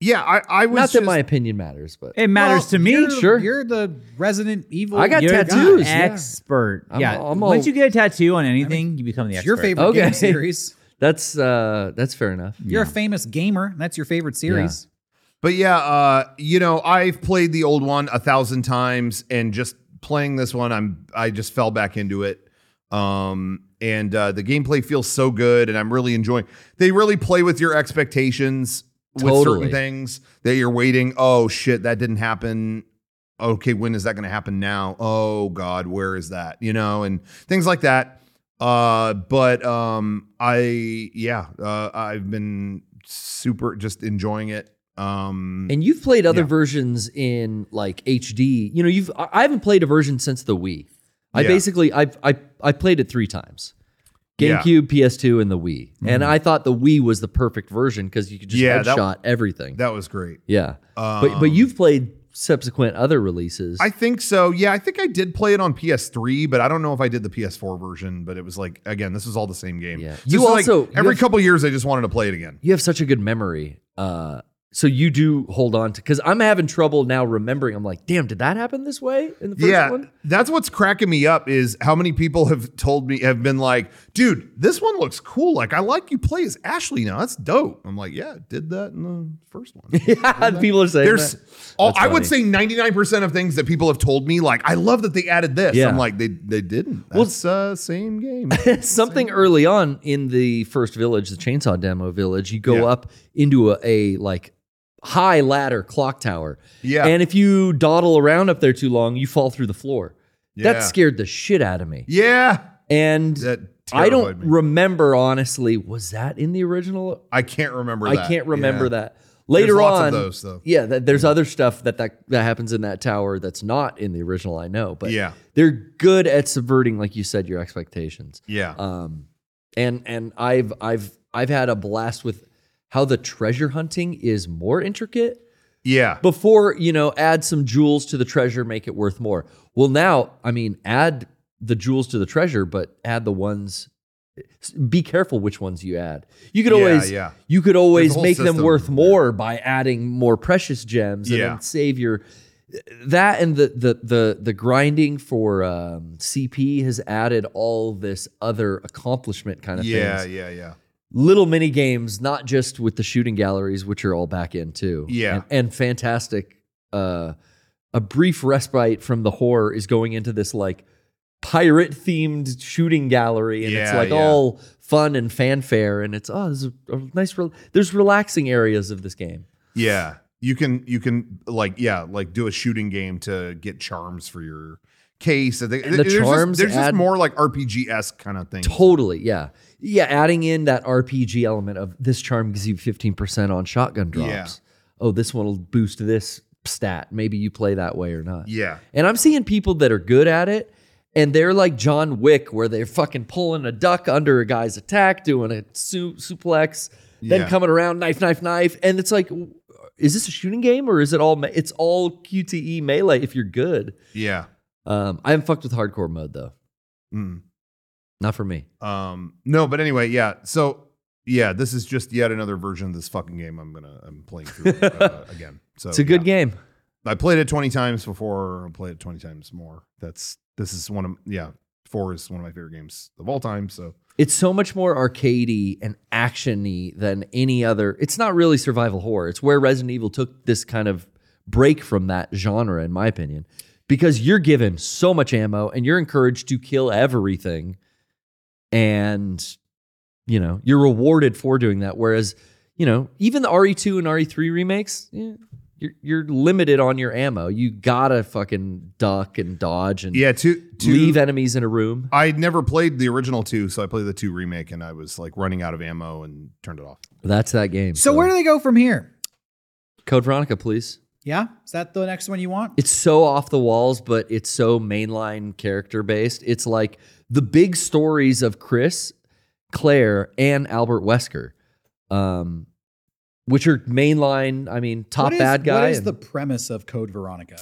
D: yeah, I I was
B: Mm-hmm. Not that
D: just-
B: my opinion matters, but
C: it matters
A: Well,
C: to me.
A: You're,
B: Sure.
A: you're the Resident Evil.
B: I got
A: you're
C: You're
A: the
C: the
B: tattoos, yeah.
C: Expert.
B: I'm
C: yeah.
B: all- I'm
C: Once
B: all-
C: you get a tattoo on anything, you become the
A: It's
C: expert.
A: your favorite
B: Okay. [laughs]
A: game series.
B: that's uh, that's fair enough.
A: You're a famous gamer. and That's your favorite series.
D: But yeah, uh, you know, I've played the old one a thousand times, and just playing this one, I'm I just fell back into it. Um, and uh, the gameplay feels so good, and I'm really enjoying. They really play with your expectations with certain
B: Totally.
D: things that you're waiting. Oh shit, that didn't happen. Okay, when is that going to happen now? Oh God, where is that? You know, and things like that. Uh, but um, I yeah, uh, I've been super just enjoying it. Um,
B: And you've played other
D: Yeah.
B: versions in like HD. You know, you've I I haven't played a version since the Wii. I
D: Yeah.
B: basically I I I played it three times.
D: Yeah. Mm-hmm.
B: GameCube, PS2, and the Wii. And I thought the Wii was the perfect version because you could just
D: Yeah, that-
B: headshot everything.
D: that was great.
B: yeah.
D: Um,
B: But but you've played subsequent other releases.
D: I think so. Yeah, I think I did play it on PS3, but I don't know if I did the PS4 version. But it was like again, this is all the same game.
B: Yeah.
D: This
B: You
D: is like
B: also- you
D: every
B: have-
D: couple years, I just wanted to play it again.
B: you have such a good memory. Uh so you do hold on to because I'm having trouble now remembering. I'm like, damn, did that happen this way in the first
D: yeah,
B: one? [laughs]
D: that's what's cracking me up is how many people have told me have been like, "Dude, this one looks cool. Like, I like you play as Ashley now. That's dope." I'm like, "Yeah, did that in the first
B: [laughs]
D: one."
B: Yeah, people are saying
D: There's,
B: that.
D: oh,
B: That's
D: I would
B: funny.
D: say 99% of things that people have told me, like, "I love that they added this."
B: Yeah.
D: I'm like, "They they didn't."
B: Well-
D: That's uh, same game.
B: [laughs] something early on in the first village, the chainsaw demo village, you go
D: Yeah.
B: up into a, a like high ladder clock tower.
D: Yeah.
B: And if you dawdle around up there too long, you fall through the floor.
D: Yeah.
B: That scared the shit out of me.
D: yeah,
B: And
D: that
B: I
D: terrified
B: don't
D: me.
B: remember honestly, was that in the original?
D: I can't remember.
B: I
D: that.
B: can't remember
D: Yeah.
B: that. Later
D: lots of
B: on,
D: those, though.
B: yeah, th- there's other stuff that, that that happens in that tower that's not in the original. I know, but
D: Yeah.
B: they're good at subverting, like you said, your expectations.
D: Yeah,
B: um and and i've i've i've had a blast with how the treasure hunting is more intricate
D: yeah.
B: before you know add some jewels to the treasure make it worth more well now i mean add the jewels to the treasure but add the ones be careful which ones you add you could
D: Yeah,
B: always
D: yeah.
B: you could always
D: There's a whole
B: make them
D: system
B: worth
D: there.
B: more by adding more precious gems and
D: Yeah.
B: then save your that and the the the the grinding for um, CP has added all this other accomplishment kind of
D: yeah,
B: things.
D: yeah, yeah.
B: Little mini games, not just with the shooting galleries, which are all back in too.
D: Yeah.
B: and, and fantastic. Uh, a brief respite from the horror is going into this like pirate themed shooting gallery, and it's
D: Yeah,
B: like
D: yeah.
B: all fun and fanfare, and it's oh, there's a, a nice. Re- there's relaxing areas of this game.
D: Yeah. You can you can like yeah, like do a shooting game to get charms for your case. I think
B: And the
D: there's just-
B: charms
D: there's just
B: add-
D: more like RPG esque kind of thing.
B: Totally, yeah. Yeah, adding in that RPG element of this charm gives you 15% on shotgun drops.
D: Yeah.
B: Oh, this one will boost this stat. Maybe you play that way or not.
D: Yeah.
B: And I'm seeing people that are good at it and they're like John Wick where they're fucking pulling a duck under a guy's attack, doing a su- suplex,
D: Yeah.
B: then coming around knife knife knife and it's like is this a shooting game or is it all me- it's all QTE melee if you're good.
D: Yeah.
B: Um I haven't fucked with hardcore mode though.
D: Mm.
B: Not for me.
D: Um no, but anyway, yeah. So yeah, this is just yet another version of this fucking game I'm gonna I'm playing through
B: [laughs]
D: uh, again. So
B: It's a good
D: yeah.
B: game.
D: I played it 20 times before, I'll play it 20 times more. That's this is one of yeah, four is one of my favorite games of all time. So
B: it's so much more arcadey and actiony than any other. It's not really survival horror. It's where Resident Evil took this kind of break from that genre, in my opinion, because you're given so much ammo and you're encouraged to kill everything, and you know you're rewarded for doing that. Whereas, you know, even the RE2 and RE3 remakes, yeah, you're you're limited on your ammo. You gotta fucking duck and dodge and
D: yeah, two two
B: leave enemies in a room.
D: I had never played the original two, so I played the two remake, and I was like running out of ammo and turned it off.
B: That's that game.
A: So where do they go from here?
B: Code Veronica, please.
A: Yeah, is that the next one you want?
B: It's so off the walls, but it's so mainline character based. It's like the big stories of Chris, Claire, and Albert Wesker, um, which are mainline. I mean, top
A: What is-
B: bad guy.
A: What is
B: and
A: the premise of Code Veronica?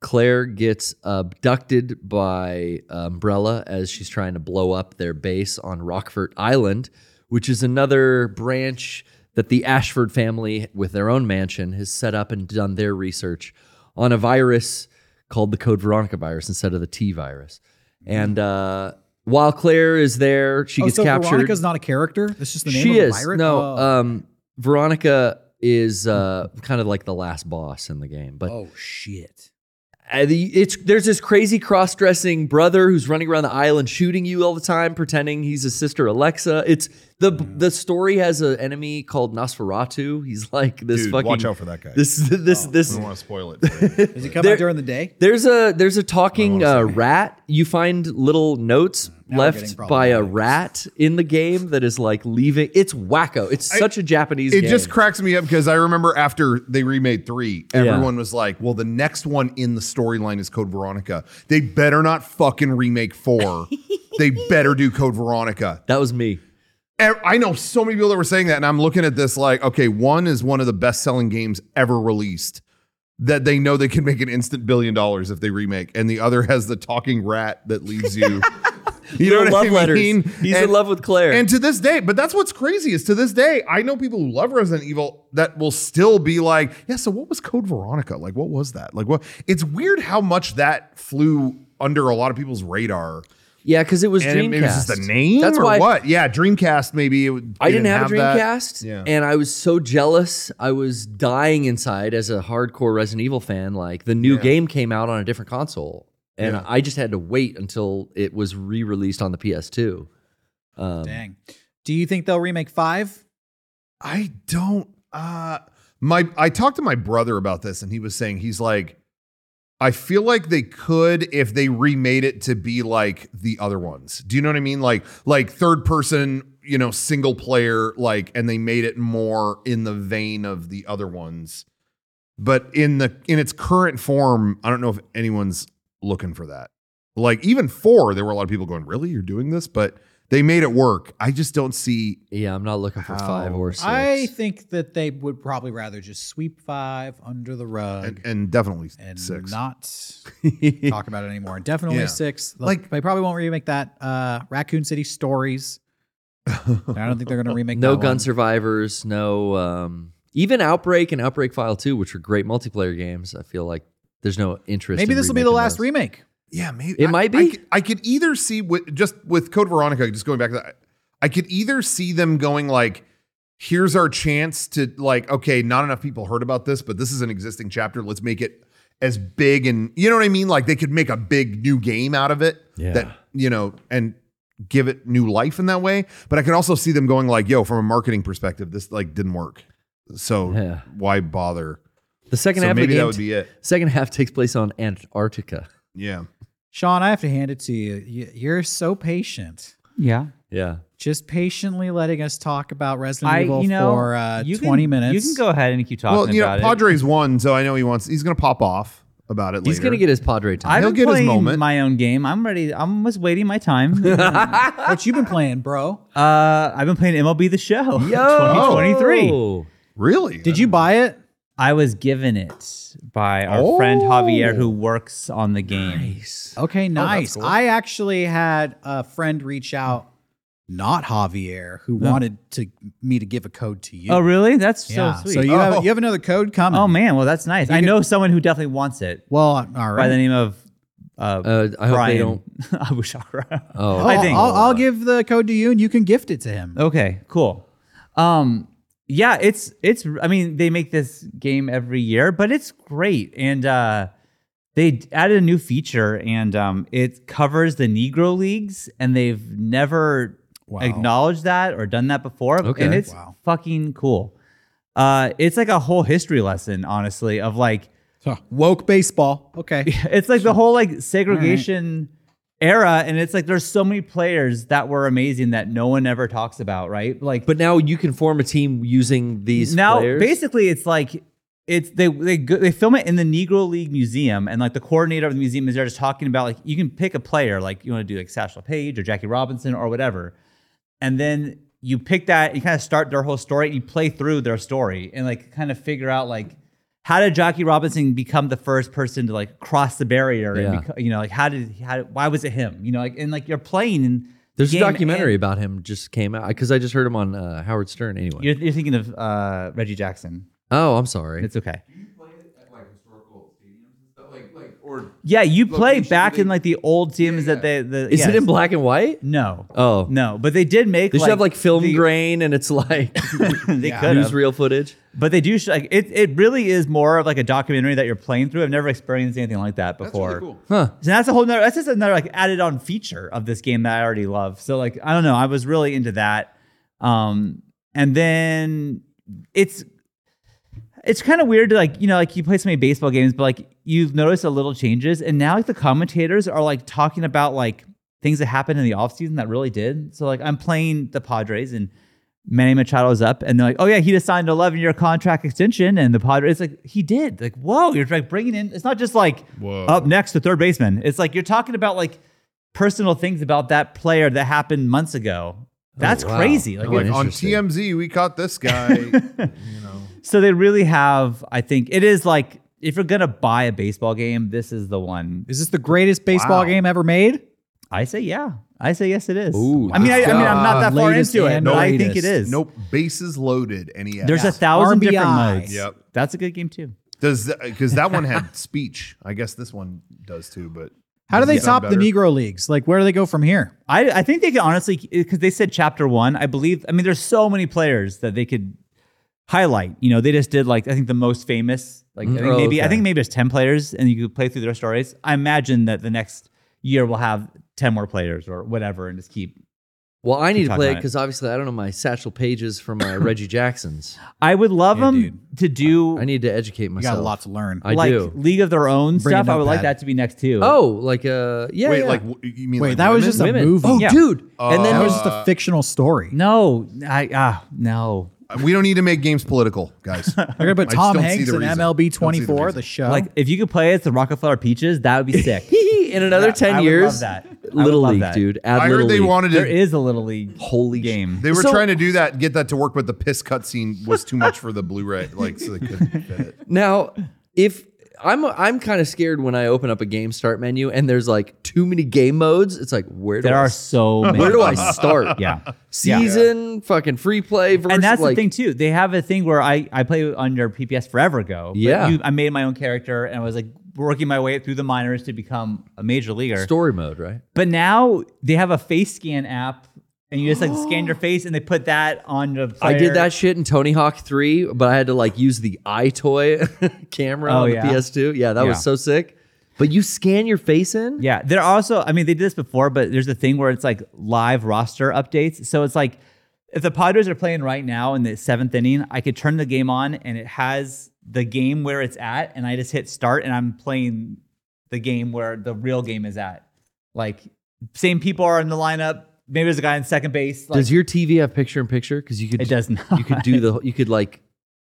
B: Claire gets abducted by Umbrella as she's trying to blow up their base on Rockfort Island, which is another branch that the Ashford family, with their own mansion, has set up and done their research on a virus called the Code Veronica virus instead of the T virus. And uh, while Claire is there, she
A: oh,
B: gets
A: so
B: captured.
A: Veronica's not a character. It's just the name
B: she
A: of
B: is
A: a pirate.
B: no
A: Oh.
B: um, Veronica is uh, kind of like the last boss in the game, but
A: oh shit.
B: uh, the- it's there's this crazy cross-dressing brother who's running around the island shooting you all the time, pretending he's his sister Alexa. It's the
A: Mm.
B: the story has an enemy called Nosferatu. He's like this
D: Dude,
B: fucking.
D: watch out for that guy.
B: This
A: Oh,
B: this
D: I
B: this. [laughs]
D: don't want to spoil it. for you.
A: Does it come
B: There-
A: out during the day?
B: There's a there's a
D: I
B: talking
D: don't
B: uh,
D: wanna say.
B: rat. You find little notes
A: Now we're getting
B: left by a
A: problematic.
B: rat in the game that is like leaving. It's wacko. It's
D: I-
B: such a Japanese.
D: it
B: game.
D: just cracks me up because I remember after they remade three, everyone was like, "Well, the next one in the storyline is Code Veronica. They better not fucking
B: [laughs]
D: remake four. they better do Code Veronica."
B: that was me.
D: Ev- E, I know so many people that were saying that, and I'm looking at this like, okay, one is one of the best-selling games ever released. That they know
B: [laughs]
D: they can make an instant billion dollars if they remake, and the other has the talking rat that leaves you You know
B: Little
D: what
B: love
D: I
B: letters.
D: mean?
B: He's in
D: And-
B: love with Claire.
D: And to this day, but that's what's crazy is to this day, I know people who love Resident Evil that will still be like, yeah, so what was Code Veronica? Like, what was that? Like, what? It's weird how much that flew under a lot of people's radar.
B: yeah, because it was
D: And
B: Dreamcast.
D: it, it was just the name
B: That's
D: or
B: why
D: what? Yeah, Dreamcast maybe. It, would-
B: I
D: they
B: didn't have, a
D: that.
B: Dreamcast,
D: Yeah.
B: and I was so jealous. I was dying inside as a hardcore Resident Evil fan. Like the new game came out on a different console, and
D: Yeah.
B: I just had to wait until it was re-released on the PS2. Um,
A: Dang. Do you think they'll remake five?
D: I don't uh my I talked to my brother about this and he was saying he's like I feel like they could if they remade it to be like the other ones. Do you know what I mean? Like like third person, you know, single player like and they made it more in the vein of the other ones. But in the in its current form, I don't know if anyone's looking for that. Like even 4 there were a lot of people going, "Really? You're doing this?" But they made it work. I just don't see
B: Yeah, I'm not looking for five
D: How?
B: or six.
A: I think that they would probably rather just sweep five under the rug
D: and,
A: and,
D: and definitely six. [laughs]
A: not talk about it anymore. Definitely
D: Yeah.
A: six. They'll-
D: Like-
A: they probably won't remake that. Uh, Raccoon City Stories. I don't think they're going
D: [laughs]
A: to remake
B: no
A: that
B: gun
A: one.
B: survivors. No, um, even Outbreak and Outbreak File Two, which are great multiplayer games. I feel like there's no interest.
A: Maybe
B: in
A: this will be the
B: remaking
A: last
B: those.
A: remake.
D: Yeah, maybe
B: It
D: I-
B: might
D: I
B: be.
D: could, I could either see with just with Code Veronica. Just going back to that, I could either see them going like, "Here's our chance to like, okay, not enough people heard about this, but this is an existing chapter. Let's make it as big and you know what I mean. Like they could make a big new game out of it
B: Yeah.
D: that you know and give it new life in that way. But I could also see them going like, "Yo, from a marketing perspective, this like didn't work. So
B: Yeah.
D: why bother?
B: The second
D: so
B: half of the
D: maybe
B: game.
D: that would be it.
B: second half takes place on Antarctica.
D: Yeah,
A: Sean, I have to hand it to you. You- You're so patient.
C: Yeah.
B: Yeah.
A: Just patiently letting us talk about Resident
C: I-
A: Evil
C: you know,
A: for uh,
C: you
A: 20
C: can,
A: minutes.
C: You can go ahead and keep talking
D: well, you know,
C: about it.
D: Padres won, so I know he wants. He's gonna pop off about it.
B: He's
D: later.
B: gonna get his Padre time.
C: I've
D: He'll
C: been
D: get his
C: playing
D: moment.
C: my own game. I'm ready. I'm just waiting my time. uh,
A: What you been
C: [laughs]
A: playing, bro?
C: I've been playing MLB The Show.
B: Yo!
C: [laughs] 2023.
B: Oh.
D: really.
A: Did you buy it?
C: I was given it by our
D: Oh.
C: friend Javier, who works on the game.
A: Okay, nice. I actually had a friend reach out, not Javier, who wanted to me to give a code to you.
C: Oh, really? That's
A: yeah.
C: so sweet.
A: you have you have another code coming.
C: oh man, well that's nice. I know someone who definitely wants it
A: Well, all right.
C: by the name of uh,
B: Uh, I hope they
C: Brian.
B: don't.
C: [laughs] I wish I were.
B: Oh,
A: I'll,
C: I think- Oh.
A: I'll, I'll give the code to you, and you can gift it to him.
C: Okay, cool. Um, yeah, it's it's. I mean, they make this game every year, but it's great, and uh, they d- added a new feature, and um, it covers the Negro leagues, and they've never acknowledged that or done that before,
B: Okay.
C: and it's
A: Wow.
C: fucking cool. Uh, it's like a whole history lesson, honestly, of like
A: Woke baseball. Okay.
C: it's like the whole like segregation era, and it's like there's so many players that were amazing that no one ever talks about, right? Like,
B: but now you can form a team using these
C: now
B: players?
C: basically it's like it's they they go, they film it in the Negro League Museum and like the coordinator of the museum is there just talking about like you can pick a player like you want to do like Satchel Paige or Jackie Robinson or whatever, and then you pick that you kind of start their whole story and you play through their story and like kind of figure out like how did Jackie Robinson become the first person to like cross the barrier
B: Yeah.
C: and beco- you know like how did how did, why was it him you know like and like you're playing and
B: There's a
C: game
B: documentary
C: and-
B: about him just came out because I just heard him on uh, Howard Stern. Anyway.
C: You're, you're thinking of uh, Reggie Jackson.
B: oh, I'm sorry.
C: It's okay.
E: like like or
C: Yeah, you play
E: location
C: back
E: they-
C: in like the old teams that they. The,
B: Is it
C: yes.
B: in black and white?
C: No,
B: Oh,
C: no. But they did make.
B: they should have like film
C: the-
B: grain, and
C: [laughs]
B: it's like [laughs]
C: they could have.
B: newsreel footage.
C: But they do. Sh- like it. It really is more of like a documentary that you're playing through. I've never experienced anything like that
E: that's really
C: before.
E: cool.
B: Huh.
C: So that's a whole nother, that's just another like added on feature of this game that I already love. So like I don't know, I was really into that. Um and then it's it's kind of weird to like, you know, like you play so many baseball games, but like you've noticed a little changes and now like the commentators are like talking about like things that happened in the offseason that really did. So like I'm playing the Padres and Manny Machado's up and they're like, oh yeah, he just signed an 11 year contract extension and the Padres, it's like, he did. Like, whoa, you're like bringing in, it's not just like
D: Whoa.
C: up next to third baseman. It's like you're talking about like personal things about that player that happened months ago. That's
B: wow.
C: crazy. Like,
B: Oh,
D: like on
B: Interesting.
D: TMZ, we caught this guy. you know,
C: so they really have, I think it is like, if you're going to buy a baseball game, this [laughs] is the one.
A: Is this the greatest baseball
D: Wow.
A: game ever made?
C: I say, yeah. I say yes, it is.
B: Ooh,
C: I mean, I, I mean, I'm not that far
A: Latest
C: into it,
A: and
C: but I
B: greatest.
C: think it is.
D: Nope, bases loaded. NES.
C: There's a
A: Yes.
C: thousand different
A: RBI.
C: modes.
D: Yep.
C: That's a good game too.
D: does because that one had speech. I guess this one does too. But
A: How do
D: does
A: they
D: it sound
A: top the
D: better?
A: Negro leagues? Like, where do they go from here?
C: I, I think they could honestly because they said chapter one. I believe. I mean, there's so many players that they could highlight. You know, they just did like I think the most famous. Like I
B: Mm.
C: think
B: Oh,
C: maybe I
B: okay.
C: think maybe it's ten players, and you could play through their stories. I imagine that the next year we'll have ten more players or whatever, and just keep.
B: Well, I need to
C: talking
B: play it
C: about it.
B: because obviously I don't know my satchel pages from my Reggie Jacksons.
C: I would love
A: Yeah,
C: them
A: dude.
C: to do
B: I need to educate
A: You
B: myself.
A: got a lot to learn.
B: I
C: like
B: do.
C: League of Their Own
A: Bring a
C: stuff. I would like
A: notepad.
C: that to be next too.
B: Oh, like uh, yeah.
D: wait,
B: yeah.
D: like w- you mean
A: Wait,
D: like
A: that was
D: women?
A: just a movie.
B: Oh,
A: Yeah.
B: dude. and [laughs] then
A: that
D: Uh,
A: was just a fictional story.
D: [laughs]
C: no, I ah no.
D: we don't need to make games political, guys.
A: They're gonna
D: I
A: put
D: just
A: Tom
D: don't see
A: Hanks
D: the
A: in
D: reason.
A: MLB
D: Don't see the
A: 24, the,
D: reason.
A: show.
C: Like if you could play as the Rockefeller Peaches, that
B: [laughs]
C: would be sick.
B: in another ten
C: I would love
B: years,
C: that. I
B: little
C: would love
B: league,
C: that.
B: dude. Add
D: I
B: little
D: heard they
B: league.
D: wanted
C: There
D: to.
C: is a little league
B: holy shit.
C: game.
D: They were
B: So-
D: trying to do that, get that to work, but the piss cut scene was too much for the Blu-ray. Like, so they couldn't fit it.
B: Now, if I'm I'm kind of scared when I open up a game start menu and there's like too many game modes. It's like where do
C: There
B: I,
C: are so many.
B: where do I
C: [laughs]
B: start? [laughs]
C: Yeah.
B: season fucking free play versus
C: And that's
B: like
C: the thing too. They have a thing where I I play under PPS forever ago. but
B: Yeah.
C: you- I made my own character and I was like working my way through the minors to become a major leaguer.
B: story mode, right?
C: But now they have a face scan app, and you just like scan
B: [gasps]
C: your face, and they put that on the.
B: I
C: player.
B: did that shit in Tony Hawk 3, but I had to like use the eye toy [laughs] camera
C: Oh,
B: on the
C: yeah.
B: PS2. Yeah, that
C: Yeah.
B: was so sick. But you scan your face in?
C: Yeah, there are also. I mean, they did this before, but there's a thing where it's like live roster updates. So it's like if the Padres are playing right now in the seventh inning, I could turn the game on and it has the game where it's at, and I just hit start, and I'm playing the game where the real game is at. Like same people are in the lineup. Maybe there's a guy in second base. Like,
B: Does your TV have picture in picture? Because [laughs] you could
C: it does not.
B: you could do the you could like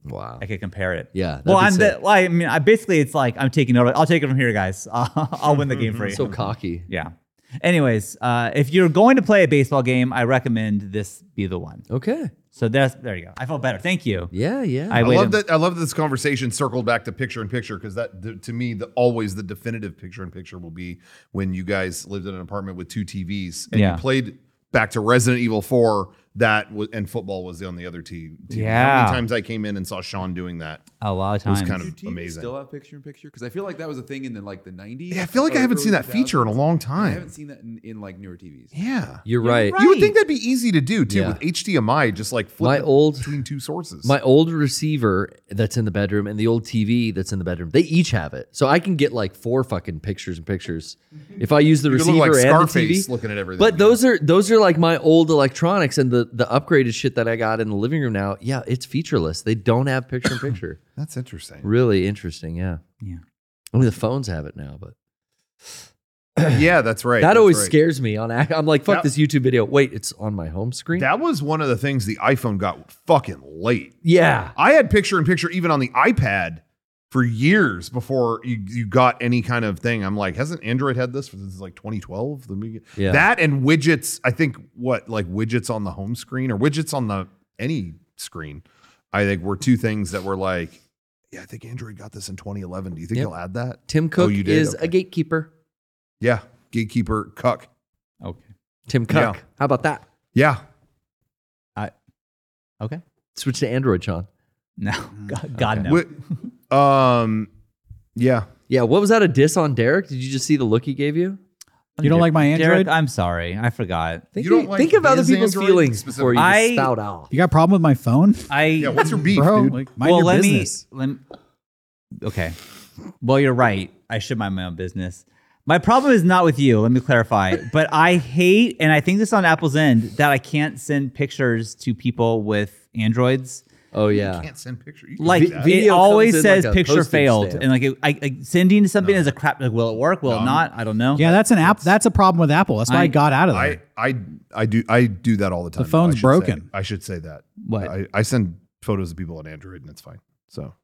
B: wow.
C: I could compare it.
B: Yeah. that'd
C: Well,
B: be
C: I'm
B: sick.
C: the, well, I mean, I basically it's like I'm taking over. I'll take it from here, guys. [laughs] I'll win the game for you.
B: [laughs] so cocky.
C: Yeah. Anyways, uh, if you're going to play a baseball game, I recommend this be the one.
B: Okay.
C: So that's there you go. I felt better. Thank you.
B: Yeah, yeah.
C: I,
D: I
C: waited.
D: love that. I love that this conversation circled back to picture in picture because that, th- to me, the, always the definitive picture in picture will be when you guys lived in an apartment with two TVs and
C: Yeah.
D: you played back to Resident Evil Four. That was and football was on the other t- TV. How
C: Yeah.
D: many times I came in and saw Sean doing that?
C: a lot of
D: It was
C: times.
D: kind of
E: Do TV
D: amazing.
E: Still have picture in picture because I feel like that was a thing in the like the nineties.
D: Yeah, I feel like I haven't seen that feature in a long
E: I
D: time.
E: haven't seen that in, in like newer TVs.
D: Yeah.
B: You're right.
D: You would think that'd be easy to do too
B: Yeah.
D: with HDMI, just like
B: My
D: flip it
B: old
D: between two sources.
B: my old receiver that's in the bedroom and the old TV that's in the bedroom, they each have it. So I can get like four fucking pictures and pictures if I use the
D: you could
B: receiver
D: look like
B: and the
D: Scarface
B: TV.
D: looking at everything.
B: But those are those are like my old electronics and the the upgraded shit that I got in the living room now. Yeah, it's featureless. They don't have picture
D: [coughs]
B: in picture.
D: that's interesting.
B: Really interesting. Yeah.
C: Yeah.
B: I mean, the phones have it now, but
D: yeah, that's right.
B: that
D: that's
B: always
D: right.
B: scares me. On ac- I'm like, fuck
D: That-
B: this YouTube video. Wait, it's on my home screen.
D: That was one of the things the iPhone got fucking late.
B: yeah.
D: I had picture in picture even on the iPad for years before you, you got any kind of thing. I'm like, hasn't Android had this since like 2012? Let me get-
B: Yeah.
D: That and widgets, I think what like widgets on the home screen or widgets on the any screen, I think were two things that were like, yeah, I think Android got this in 2011. Do you think
B: Yep.
D: they'll add that?
B: Tim Cook
D: Oh, you did?
B: is
D: Okay.
B: a gatekeeper.
D: Yeah. Gatekeeper cuck.
C: okay.
B: Tim Cook.
D: Yeah.
B: How about that?
D: Yeah.
C: Okay.
B: Switch to Android, Sean.
C: No.
D: Mm,
C: God, God no.
D: Wi- [laughs] um yeah.
B: Yeah. What was that a diss on Derek? Did you just see the look he gave you?
A: you don't like my Android?
C: Derek, I'm sorry. I forgot.
B: Think,
D: You don't like
B: think of other
D: his
B: people's
D: Android
B: feelings before you just
C: specifically? I-
B: spout out.
A: you got a problem with my phone,
C: I
D: Yeah, what's your beef,
A: bro?
D: dude?
A: Like, mind
C: well,
A: your
C: let
A: business.
C: me. Let me, okay. Well, you're right. I should mind my own business. My problem is not with you. Let me clarify. but I hate, and I think this on Apple's end, that I can't send pictures to people with Androids.
B: Oh yeah.
D: Can't send picture. You can
C: Like
D: do that.
B: video
C: it
B: comes
C: always
B: in
C: says
B: like a
C: picture
B: postage
C: failed,
B: stamp.
C: and like, it, I, like sending to something is a crap. Like, will it work?
B: Um,
C: Will it not? I don't know.
A: Yeah, that's an app. That's a problem with Apple. That's why I,
C: I-
A: got out of there.
D: I, I I do I do that all the time. though.
A: phone's
D: I should
A: broken.
D: say- I should say that.
C: What?
D: I, I send photos of people on Android and it's fine. So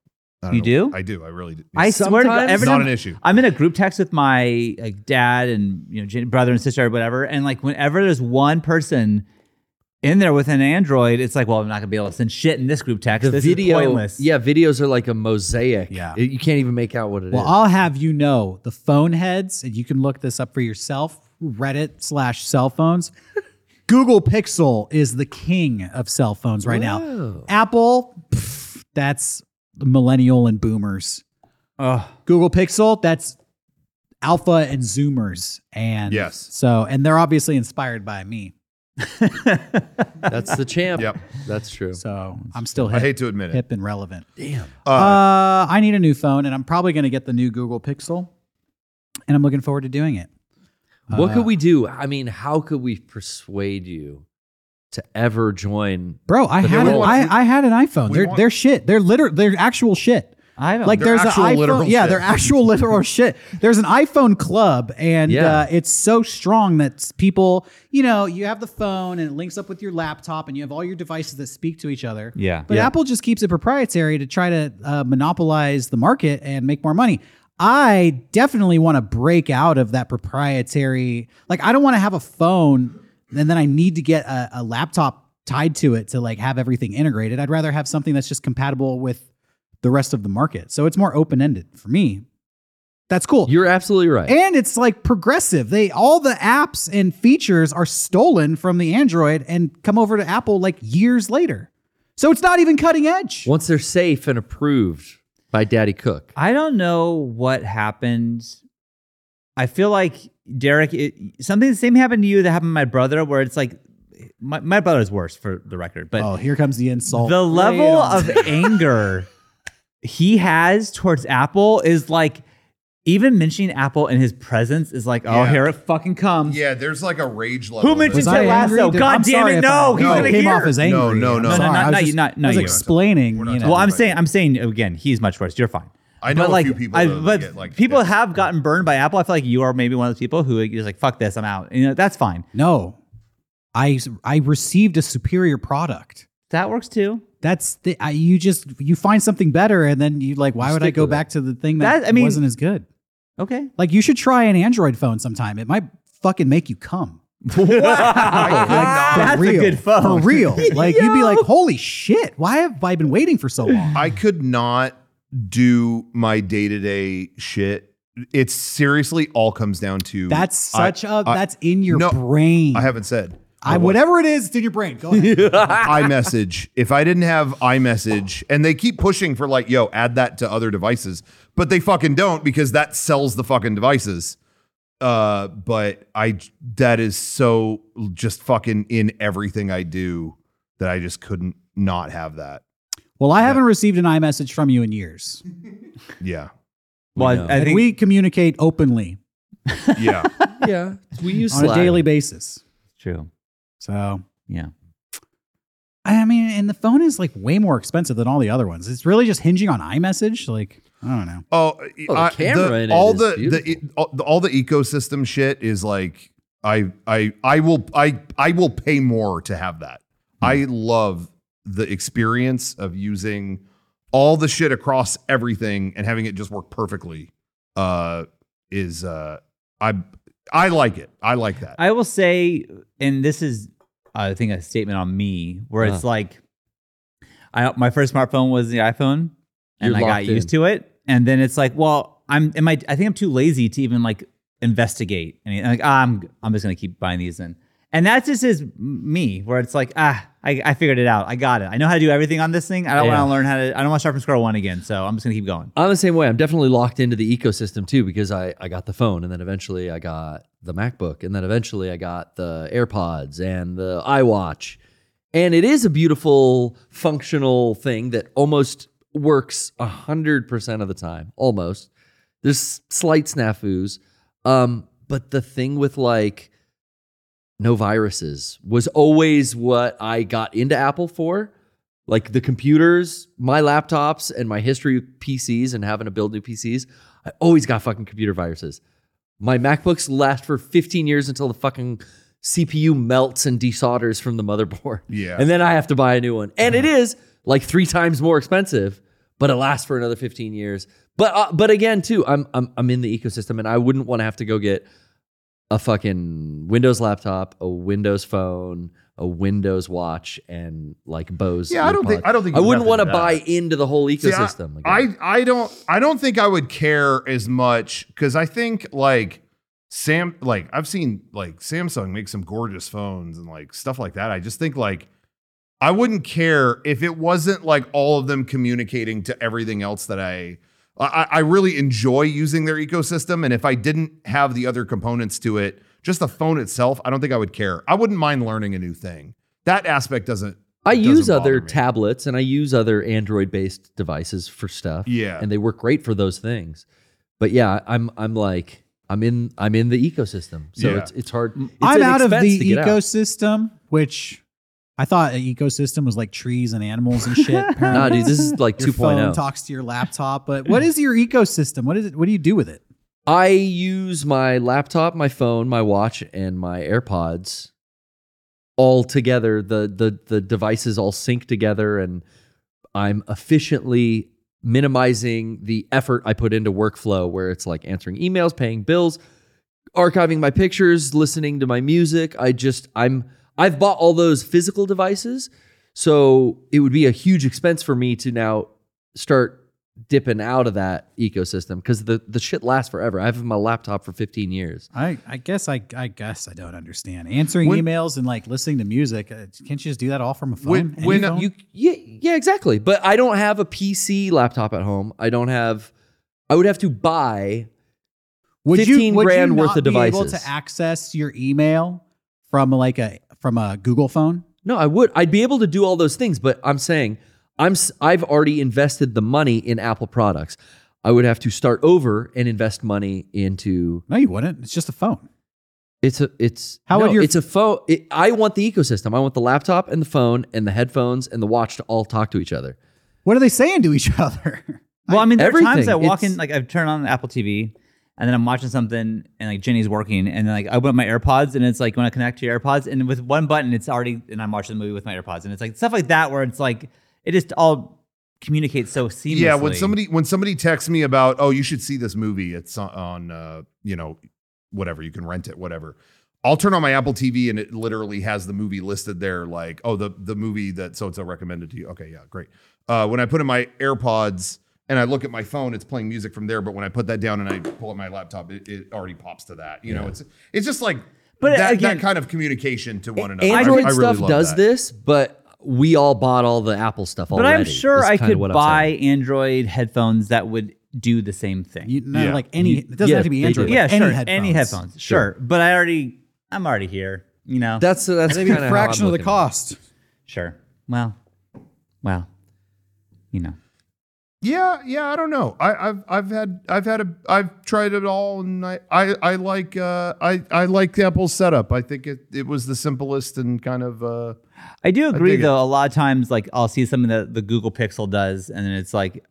D: I don't
C: You
D: know.
C: do?
D: I do. I really do.
C: I
D: it's
C: swear to God,
B: Sometimes-
C: every
D: not
C: time
D: an issue.
C: I'm in a group text with my like, dad and you know gen- brother and sister or whatever, and like whenever there's one person in there with an Android, it's like, well, I'm not gonna be able to send shit in this group text.
B: The
C: this
B: video,
C: is pointless.
B: yeah, videos are like a mosaic.
A: Yeah.
B: It- you can't even make out what it is.
A: Well, I'll have you know the phone heads, and you can look this up for yourself. Reddit slash cell phones. Google Pixel is the king of cell phones right now.
B: Whoa.
A: Apple, pff, that's millennial and boomers.
C: Ugh.
A: Google Pixel, that's alpha and zoomers. And
D: Yes.
A: so, and they're obviously inspired by me.
B: That's the champ.
D: Yep.
B: That's true.
A: So I'm still
D: I
A: hip,
D: hate to admit it.
A: hip and relevant.
B: Damn.
D: Uh,
A: Uh, I need a new phone, and I'm probably going to get the new Google Pixel, and I'm looking forward to doing it.
B: What
A: Uh,
B: could we do? I mean, how could we persuade you to ever join?
A: Bro,
B: But
A: I
B: they
A: had
B: would
A: an,
D: want-
A: I, I had an iPhone.
D: We
A: They're
D: want-
A: they're shit. They're literal. They're actual shit.
C: I haven't
A: Like
D: They're
A: there's an
D: actual
A: iPhone.
D: literal
A: yeah,
D: shit.
A: they're
D: [laughs]
A: actual literal shit. There's an iPhone club, and
B: Yeah.
A: uh, it's so strong that s- people, you know, you have the phone and it links up with your laptop, and you have all your devices that speak to each other.
C: Yeah.
A: But
C: Yeah.
A: Apple just keeps it proprietary to try to uh, monopolize the market and make more money. I definitely want to break out of that proprietary. Like, I don't want to have a phone and then I need to get a, a laptop tied to it to like have everything integrated. I'd rather have something that's just compatible with the rest of the market. So it's more open ended for me. That's cool.
B: You're absolutely right.
A: and it's like progressive. They all the apps and features are stolen from the Android and come over to Apple like years later. So it's not even cutting edge.
B: Once they're safe and approved by Daddy Cook.
C: I don't know what happened. I feel like Derek, it, something the same happened to you that happened to my brother, where it's like my, my brother's worse for the record, but
A: Oh, here comes the insult.
C: the level
A: Lay it on.
C: of
D: [laughs]
C: anger he has towards Apple is like even mentioning Apple in his presence is like, oh,
D: Yeah.
C: here it fucking comes.
D: yeah, there's like a rage level.
C: Who mentioned
A: Was
C: Ted
A: I angry?
C: Lasso?
A: Did-
C: God
A: I'm
C: damn
A: sorry
C: it,
A: if
C: no,
A: I-
C: he's
A: it
C: gonna
A: came
C: hear.
A: off as angry.
D: No, no,
A: I'm
D: no.
A: sorry.
D: No, no,
A: I
C: not
A: was just-
C: you, not-
A: I
C: not
A: was
C: you.
A: explaining.
D: We're not
A: you know.
D: talking
C: Well, I'm
D: Right.
C: saying, I'm saying again, he's much worse. You're fine.
D: I know
C: but
D: a
C: like,
D: few people.
C: I-
D: though, that
C: but
D: get, like,
C: people
D: pissed.
C: have gotten burned by Apple. I feel like you are maybe one of the people who is like, fuck this, I'm out. You know, that's fine.
A: no, I I received a superior product.
C: That works too.
A: That's the I, you just you find something better and then you like why would I
B: stick
A: go
B: with it.
A: back to the thing that,
C: That- I mean-
A: wasn't as good?
C: Okay.
A: Like you should try an Android phone sometime. It might fucking make you come.
C: Wow.
A: [laughs] Like, for
C: Uh-huh. That's a
A: real.
C: good phone.
A: For real. [laughs] Like you'd be like, holy shit, why have I been waiting for so long?
D: I could not do my day to day shit. It's seriously all comes down to
A: That's
D: I-
A: such a
D: I-
A: that's in your
D: No,
A: brain.
D: I haven't said.
A: I, whatever it is, it's in your brain. Go
D: [laughs]
A: ahead.
D: iMessage. If I didn't have iMessage, and they keep pushing for like, yo, add that to other devices, but they fucking don't because that sells the fucking devices. Uh, but I that is so just fucking in everything I do that I just couldn't not have that.
A: Well, I haven't received an iMessage from you in years.
D: Yeah,
B: We
C: Well,
B: know.
C: I
A: And
C: think
A: we communicate openly
D: yeah.
B: yeah. We use
A: on a
B: Slack.
A: daily basis.
C: true.
A: So
C: Yeah.
A: I mean, and the phone is like way more expensive than all the other ones. It's really just hinging on iMessage. Like, I don't know.
D: Oh,
B: the
D: I-
B: camera in it
D: all
B: is
D: the the, e,
B: beautiful.
D: all the all the ecosystem shit is like I I I will I I will pay more to have that.
B: Hmm.
D: I love the experience of using all the shit across everything and having it just work perfectly. Uh, is uh, I I like it. I like that.
C: I will say, and this is, I think, a statement on me, where
B: Uh-huh.
C: it's like, I my first smartphone was the iPhone, and
B: You're
C: I got
B: locked
C: used to it, and then it's like, well, I'm, am I? I think I'm too lazy to even like investigate. I mean, like, ah, I'm, I'm just gonna keep buying these, and and that just is me, where it's like, ah, I, I figured it out, I got it, I know how to do everything on this thing. I don't
B: Yeah.
C: want to learn how to, I don't want to start from square one again, so I'm just gonna keep going.
B: I'm the same way. I'm definitely locked into the ecosystem too because I, I got the phone and then eventually I got the MacBook and then eventually I got the AirPods and the iWatch. And it is a beautiful functional thing that almost works 100% of the time, almost. There's slight snafus. Um, but the thing with like no viruses was always what I got into Apple for like the computers, my laptops, and my history PCs, and having to build new PCs, I always got fucking computer viruses. My MacBooks last for 15 years until the fucking CPU melts and desolders from the motherboard.
D: Yeah.
B: And then I have to buy a new one. And
D: Mm-hmm.
B: it is like three times more expensive, but it lasts for another 15 years. But uh, but again, too, I'm, I'm I'm in the ecosystem and I wouldn't want to have to go get a fucking Windows laptop, a Windows phone, a Windows watch, and like Bose.
D: Yeah, I don't think-
B: earpods.
D: I don't think
B: I wouldn't
D: nothing
B: want to
D: of that.
B: buy into the whole
D: See, I-
B: ecosystem. again.
D: I, I don't I don't think I would care as much because I think like Sam like I've seen like Samsung make some gorgeous phones and like stuff like that. I just think like I wouldn't care if it wasn't like all of them communicating to everything else that I I, I really enjoy using their ecosystem. And if I didn't have the other components to it, just the phone itself, I don't think I would care. I wouldn't mind learning a new thing. That aspect doesn't
B: I
D: doesn't
B: use
D: bother
B: other
D: me.
B: tablets and I use other Android based devices for stuff.
D: Yeah.
B: And they work great for those things. But yeah, I'm I'm like I'm in I'm in the ecosystem. So
D: Yeah.
B: it's it's hard. It's
A: I'm
B: an
A: out of
B: expense to
A: the
B: get out.
A: ecosystem, which I thought an ecosystem was like trees and animals
B: [laughs]
A: and shit.
B: Nah,
A: Apparently,
B: dude, this is oh. like
A: [laughs] your phone
B: 2.0.
A: talks to your laptop, but what is your ecosystem? What is it? What do you do with it?
B: I use my laptop, my phone, my watch, and my AirPods all together. The the the devices all sync together, and I'm efficiently minimizing the effort I put into workflow, where it's like answering emails, paying bills, archiving my pictures, listening to my music. I just I'm I've bought all those physical devices, so it would be a huge expense for me to now start dipping out of that ecosystem because the, the shit lasts forever. I have my laptop for 15 years.
A: I, I guess I, I guess I don't understand answering
D: When-
A: emails and like listening to music. uh, Can't you just do that all from a phone?
D: When-
A: Any
D: when-
A: phone?
B: You yeah, yeah, exactly. But I don't have a PC laptop at home. I don't have I would have to buy 15 grand worth
A: not
B: of
A: Be able
B: devices.
A: to access your email from like a from a Google phone.
B: No, I would I'd be able to do all those things, but I'm saying I'm s- I've already invested the money in Apple products. I would have to start over and invest money into
A: No, you wouldn't. It's just a phone.
B: It's a it's
A: How
B: no,
A: would your-
B: it's a phone. It, I want the ecosystem. I want the laptop and the phone and the headphones and the watch to all talk to each other.
A: What are they saying to each [laughs] other?
C: Well, I mean, there are times
B: Everything.
C: I walk in,
B: It's-
C: like I turn on Apple TV, and then I'm watching something, and like Jenny's working, and then like I open up my AirPods, and it's like when I connect to your AirPods, and with one button, it's already, and I'm watching the movie with my AirPods, and it's like stuff like that where it's like it just all communicates so seamlessly.
D: Yeah, when somebody when somebody texts me about, oh, you should see this movie. It's on, on uh, you know, whatever you can rent it, whatever. I'll turn on my Apple TV and it literally has the movie listed there, like, oh, the the movie that so and so recommended to you. Okay, yeah, great. Uh, when I put in my AirPods and I look at my phone, it's playing music from there. But when I put that down and I pull up my laptop, it, it already pops to that. You know, it's it's just like
C: But
D: that, that
C: again-
D: kind of communication to one another. I-
B: uh, Android
D: I really
B: stuff
D: love
B: does
D: that.
B: this, but we all bought all the Apple stuff
C: but
B: already.
C: I'm sure
B: is
C: I
B: kinda
C: could
B: what I'm
C: buy
B: saying.
C: Android headphones that would do the same thing.
A: You no,
D: Yeah.
A: like any.
B: You-
A: It doesn't
B: yeah,
A: have to be
B: they
A: Android.
B: do.
A: like
C: yeah,
A: any
C: sure,
A: headphones.
C: any headphones, sure. But I already, I'm already here. You know,
B: That's that's
A: Maybe
B: kind of
A: a fraction of the cost.
C: sure. Well, well, you know.
D: Yeah, yeah, I don't know. I, I've I've had I've had a I've tried it all, and I I, I like uh, I I like the Apple setup. I think it it was the simplest and kind of uh,
C: I do agree
D: dig it.
C: though. A lot of times, like I'll see something that the Google Pixel does, and then it's like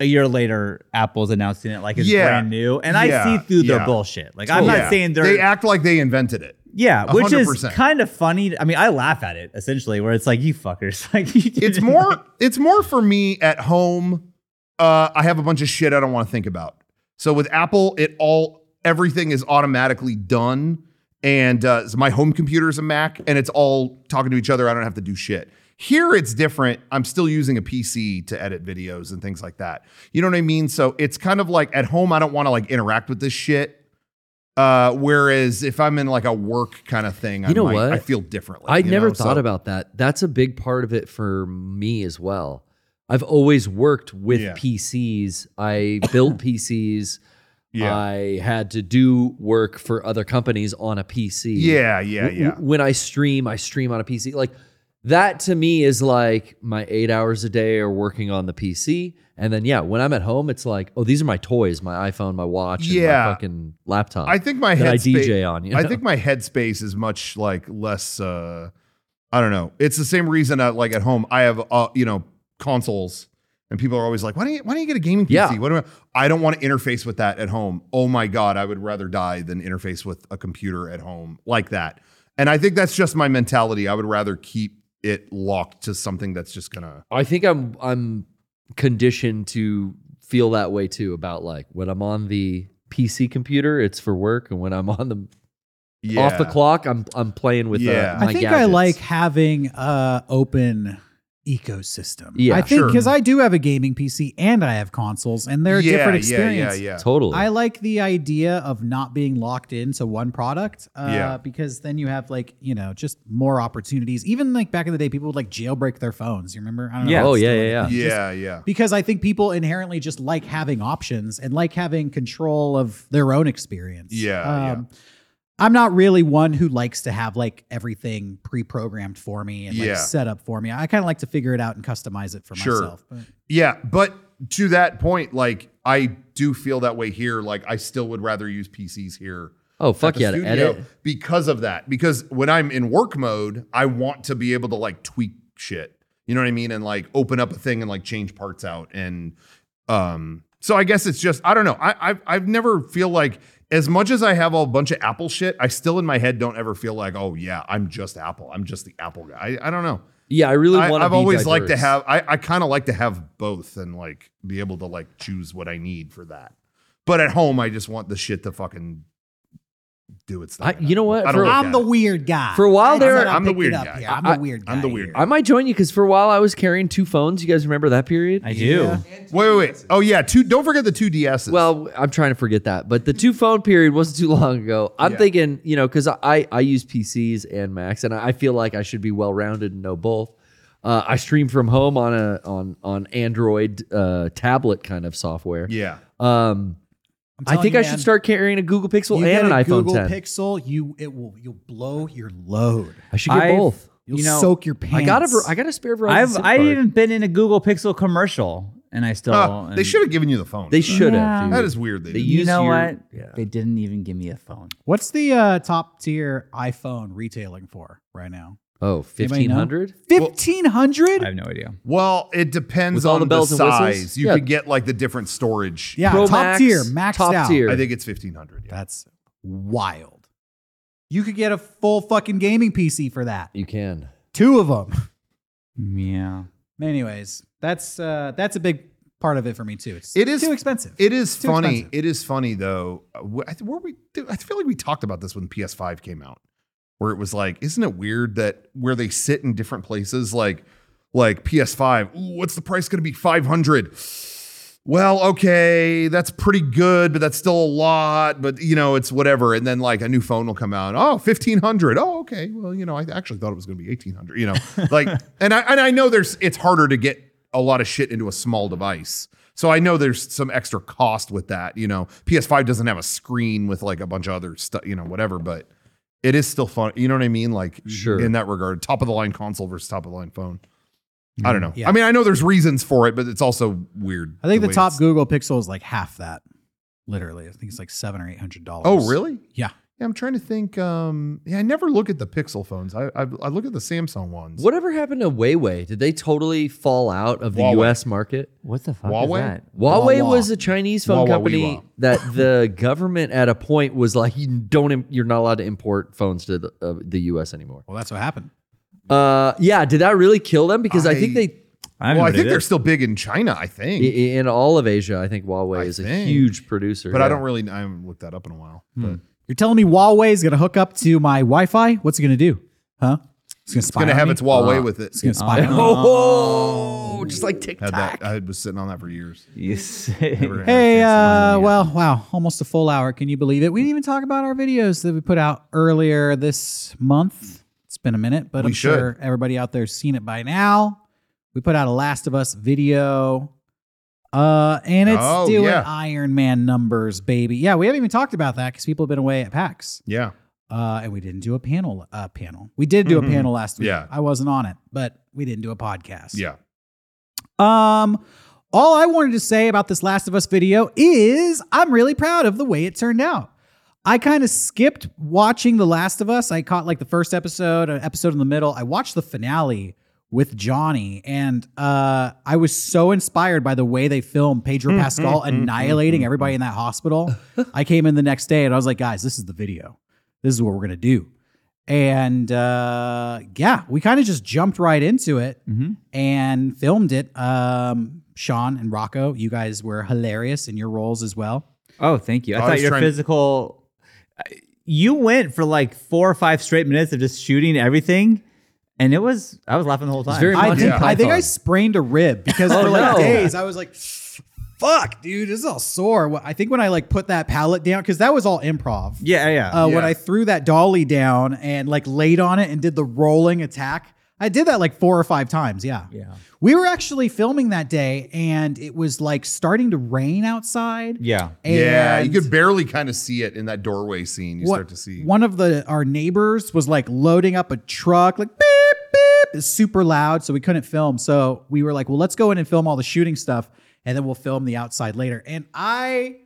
C: a year later, Apple's announcing it like it's
D: Yeah.
C: brand new, and I
D: Yeah.
C: see through
D: Yeah.
C: their bullshit. Like I'm not
D: yeah.
C: saying they're
D: they act like they invented it.
C: yeah, which is
D: 100%.
C: kind of funny. I mean, I laugh at it essentially, where it's like you fuckers. [laughs] Like you
B: [laughs]
D: It's
C: didn't-
D: more it's more for me at home. Uh, I have a bunch of shit I don't want to think about. So with Apple, it all everything is automatically done, and uh, so my home computer is a Mac, and it's all talking to each other. I don't have to do shit. Here it's different. I'm still using a PC to edit videos and things like that. You know what I mean? So it's kind of like at home, I don't want to like interact with this shit. Uh, whereas if I'm in like a work kind of thing, I
B: You know
D: might,
B: what?
D: I feel differently.
B: I
D: you
B: never
D: know? So-
B: thought about that. That's a big part of it for me as well. I've always worked with
D: Yeah.
B: PCs. I
C: [coughs]
B: built PCs. I had to do work for other companies on a PC.
D: yeah,
B: W-
D: yeah, Uh, yeah.
B: w- When I stream, I stream on a PC. Like that to me is like my eight hours a day are working on the PC. And then yeah, when I'm at home, it's like, oh, these are my toys, my iPhone, my watch, and
D: Yeah.
B: my fucking laptop.
D: I think my
B: that I
D: headspace.
B: DJ on. You
D: I
B: know?
D: think my headspace is much like less. uh I don't know. It's the same reason. I, like at home, I have uh, you know consoles, and people are always like, "Why don't you Why don't you get a gaming PC?
B: Yeah.
D: What do I, I don't want to interface with that at home. Oh my god, I would rather die than interface with a computer at home like that. And I think that's just my mentality. I would rather keep it locked to something that's just gonna.
B: I think I'm I'm conditioned to feel that way too about like when I'm on the PC computer, it's for work, and when I'm on the
D: Yeah.
B: off the clock, I'm I'm playing with uh,
D: Yeah.
B: my
D: I
A: I think I
B: gadgets.
A: like having uh, open ecosystem.
B: Yeah,
A: I think
D: sure.
A: because I do have a gaming PC and I have consoles, and they're a
D: yeah,
A: different
D: yeah,
A: experience.
D: yeah, yeah.
B: Totally. Oh,
A: I like the idea of not being locked into one product. Uh,
D: Yeah.
A: Because then you have like you know just more opportunities. Even like back in the day, people would like jailbreak their phones. You remember? I don't know.
C: Yeah.
A: if
B: oh
A: it's
B: yeah,
A: still
B: yeah,
A: a
B: yeah.
D: Yeah, yeah.
A: because I think people inherently just like having options and like having control of their own experience. Um,
D: Yeah,
A: I'm not really one who likes to have like everything pre-programmed for me and
D: Yeah.
A: like set up for me. I kind of like to figure it out and customize it for
D: Sure.
A: myself. But
D: Yeah, but to that point, like I do feel that way here. Like I still would rather use PCs here.
B: Oh
D: at
B: fuck
D: the
B: yeah, to
D: studio
B: edit.
D: because of that. Because when I'm in work mode, I want to be able to like tweak shit. You know what I mean? And like open up a thing and like change parts out. And um, so I guess it's just I don't know. I I've, I've never feel like as much as I have a bunch of Apple shit, I still in my head don't ever feel like oh yeah, I'm just Apple. I'm just the Apple guy. I, I don't know.
B: Yeah, I really want
D: I,
B: to.
D: I've always liked to have. I, I kind of like to have both and like be able to like choose what I need for that. But at home, I just want the shit to fucking do its thing.
B: I- you know what?
D: I don't
B: For-
D: look
A: I'm
D: at
A: the
D: it.
A: weird guy.
B: For a while
A: That's
B: there-
A: what I
D: I'm the
A: picked it
D: weird
A: up
D: guy.
A: here. I'm
B: I-
A: the weird guy.
D: I'm the weird
A: here.
B: I might join you because for a while I was carrying two phones. You guys remember that period?
C: I do.
D: Wait, wait, wait. Oh yeah, two. Don't forget the two DSs.
B: Well, I'm trying to forget that, but the two phone period wasn't too long ago. I'm
D: Yeah.
B: thinking, you know, because I I use PCs and Macs, and I feel like I should be well rounded and know both. Uh, I stream from home on a on on Android uh, tablet kind of software.
D: yeah,
B: Um,
A: I'm
B: I
A: telling
B: think
A: you,
B: I should
A: man,
B: start carrying a Google Pixel
A: You get
B: and an
A: a
B: iPhone
A: Google
B: 10.
A: Pixel, you it will you'll blow your load.
B: I should get
C: I've-
B: both.
A: You'll
C: You know,
A: soak your pants.
B: I got a ver- I got a spare Verizon.
C: I've
B: SIM
C: I've
B: card.
C: even been in a Google Pixel commercial, and I still
D: Uh, they
C: and-
D: should have given you the phone.
B: They should
C: Yeah.
B: have. Dude.
D: That is weird. They
B: They
D: didn't.
B: use
C: You know
B: your-
C: what?
B: Yeah.
C: They didn't even give me a phone.
A: What's the uh, top tier iPhone retailing for right now?
B: Oh,
A: Anybody know?
B: 1500
A: Fifteen
C: I
A: hundred.
C: have no idea.
D: well, it depends
B: With all
D: on
B: the
D: the,
B: bells and whistles?
D: size. You
B: Yeah.
D: could get like the different storage.
A: Yeah,
B: Pro
A: top
B: Max,
A: tier, maxed
B: top
A: out.
B: tier.
D: I think it's fifteen hundred. Yeah.
A: That's wild. You could get a full fucking gaming PC for that.
B: you can.
A: Two of them.
C: Yeah.
A: Anyways, that's uh, that's a big part of it for me too. It's
D: It is-
A: too expensive.
D: It is
A: Too
D: funny.
A: expensive.
D: It is funny though. Uh, wh- I th- Were we? dude, I feel like we talked about this when PS5 came out, where it was like, isn't it weird that where they sit in different places, like like PS5. Ooh, what's the price going to be? Five hundred. Well, okay, that's pretty good, but that's still a lot. But you know, it's whatever. And then like a new phone will come out. Oh, 1500. Oh, okay. Well, you know, I actually thought it was going to be 1800. You know, like, and I and I know there's it's harder to get a lot of shit into a small device. So I know there's some extra cost with that. You know, PS5 doesn't have a screen with like a bunch of other stuff. You know, whatever. But it is still fun. You know what I mean? Like,
B: Sure.
D: In that regard, top of the line console versus top of the line phone. I
C: Mm-hmm.
D: don't know.
A: Yeah.
D: I mean, I know there's reasons for it, but it's also weird.
A: I think the,
D: way
A: top
D: it's-
A: Google Pixel is like half that. Literally, I think it's like seven or eight hundred dollars.
D: Oh, really?
A: Yeah.
D: Yeah, I'm trying to think. Um, yeah, I never look at the Pixel phones. I I, I look at the Samsung ones.
B: Whatever happened to Huawei? Did they totally fall out of the
D: Huawei.
B: US market?
C: What the fuck
D: Huawei?
C: is that?
B: Huawei
A: Wawa.
B: was a Chinese phone
D: Wawa,
B: company
D: weewa.
B: that [laughs] the government at a point was like, you don't, im- you're not allowed to import phones to the, uh, the U.S. anymore.
A: Well, that's what happened.
B: Uh, yeah, did that really kill them? Because I, think
D: I-
B: they
C: don't
D: Well,
C: know
D: I
C: what
D: think
C: it
D: they're
C: is.
D: still big in China. I
B: i-
D: think,
B: in all of Asia, I think Huawei
D: I
B: is a
D: think.
B: huge producer.
D: but I
B: yeah.
D: don't really. I haven't looked that up in a while.
A: Hmm.
D: But it's
A: You're telling me Huawei is going to hook up to my Wi-Fi? What's it going to do? Huh? It's going to spy.
D: gonna
A: on
D: have
A: me?
D: its Huawei with it. [laughs]
A: It's going to spy. on me.
B: Oh, just like
D: Had
B: TikTok.
D: that, I was sitting on that for years.
C: [laughs] Yes.
D: Never had a
A: Hey,
D: chance
A: uh,
D: to-
A: well, wow, almost a full hour. Can you believe it? We didn't even talk about our videos that we put out earlier this month. It's been a minute, but
D: We
A: I'm sure everybody out there's seen it by now. We put out a Last of Us video. Uh, and it's
D: Oh,
A: doing
D: yeah.
A: Iron Man numbers, baby. Yeah, we haven't even talked about that because people have been away at PAX.
D: yeah,
A: Uh, and we didn't do a panel. Uh, panel. We did do
D: Mhm.
A: a panel last week.
D: Yeah.
A: I wasn't on it, but we didn't do a podcast.
D: yeah.
A: Um, all I wanted to say about this Last of Us video is I'm really proud of the way it turned out. I kind of skipped watching The Last of Us. I caught like the first episode, an episode in the middle. I watched the finale with Johnny, and uh, I was so inspired by the way they filmed Pedro Pascal annihilating everybody in that hospital. I came in the next day and I was like, guys, this is the video. This is what we're gonna do. And uh, yeah, we kind of just jumped right into it
B: Mm-hmm.
C: Mhm.
A: and filmed it. Um, Sean and Rocco, you guys were hilarious in your roles as well.
C: Oh, thank you. I,
D: I
C: thought
D: was
C: your
D: trying to-
C: physical. uh, You went for like four or five straight minutes of just shooting everything, and it was I was laughing the whole time.
B: very
A: I
B: Monty
A: think, I think
B: Python.
A: I sprained a
B: [laughs]
A: rib because
B: Oh,
A: for like
B: no.
A: days I was like, "Fuck, dude, this is all sore." Wh- I think when I like put that pallet down because that was all improv.
C: yeah, yeah.
A: Uh, When
D: Yeah.
A: I threw that dolly down and like laid on it and did the rolling attack, I did that like four or five times. Yeah.
C: Yeah.
A: We were actually filming that day and it was like starting to rain outside.
C: yeah.
D: yeah, you
A: and-
D: could barely kind of see it in that doorway scene. You
A: what-
D: start to see.
A: one of the our neighbors was like loading up a truck like beep beep it's super loud so we couldn't film so we were like well let's go in and film all the shooting stuff and then we'll film the outside later and i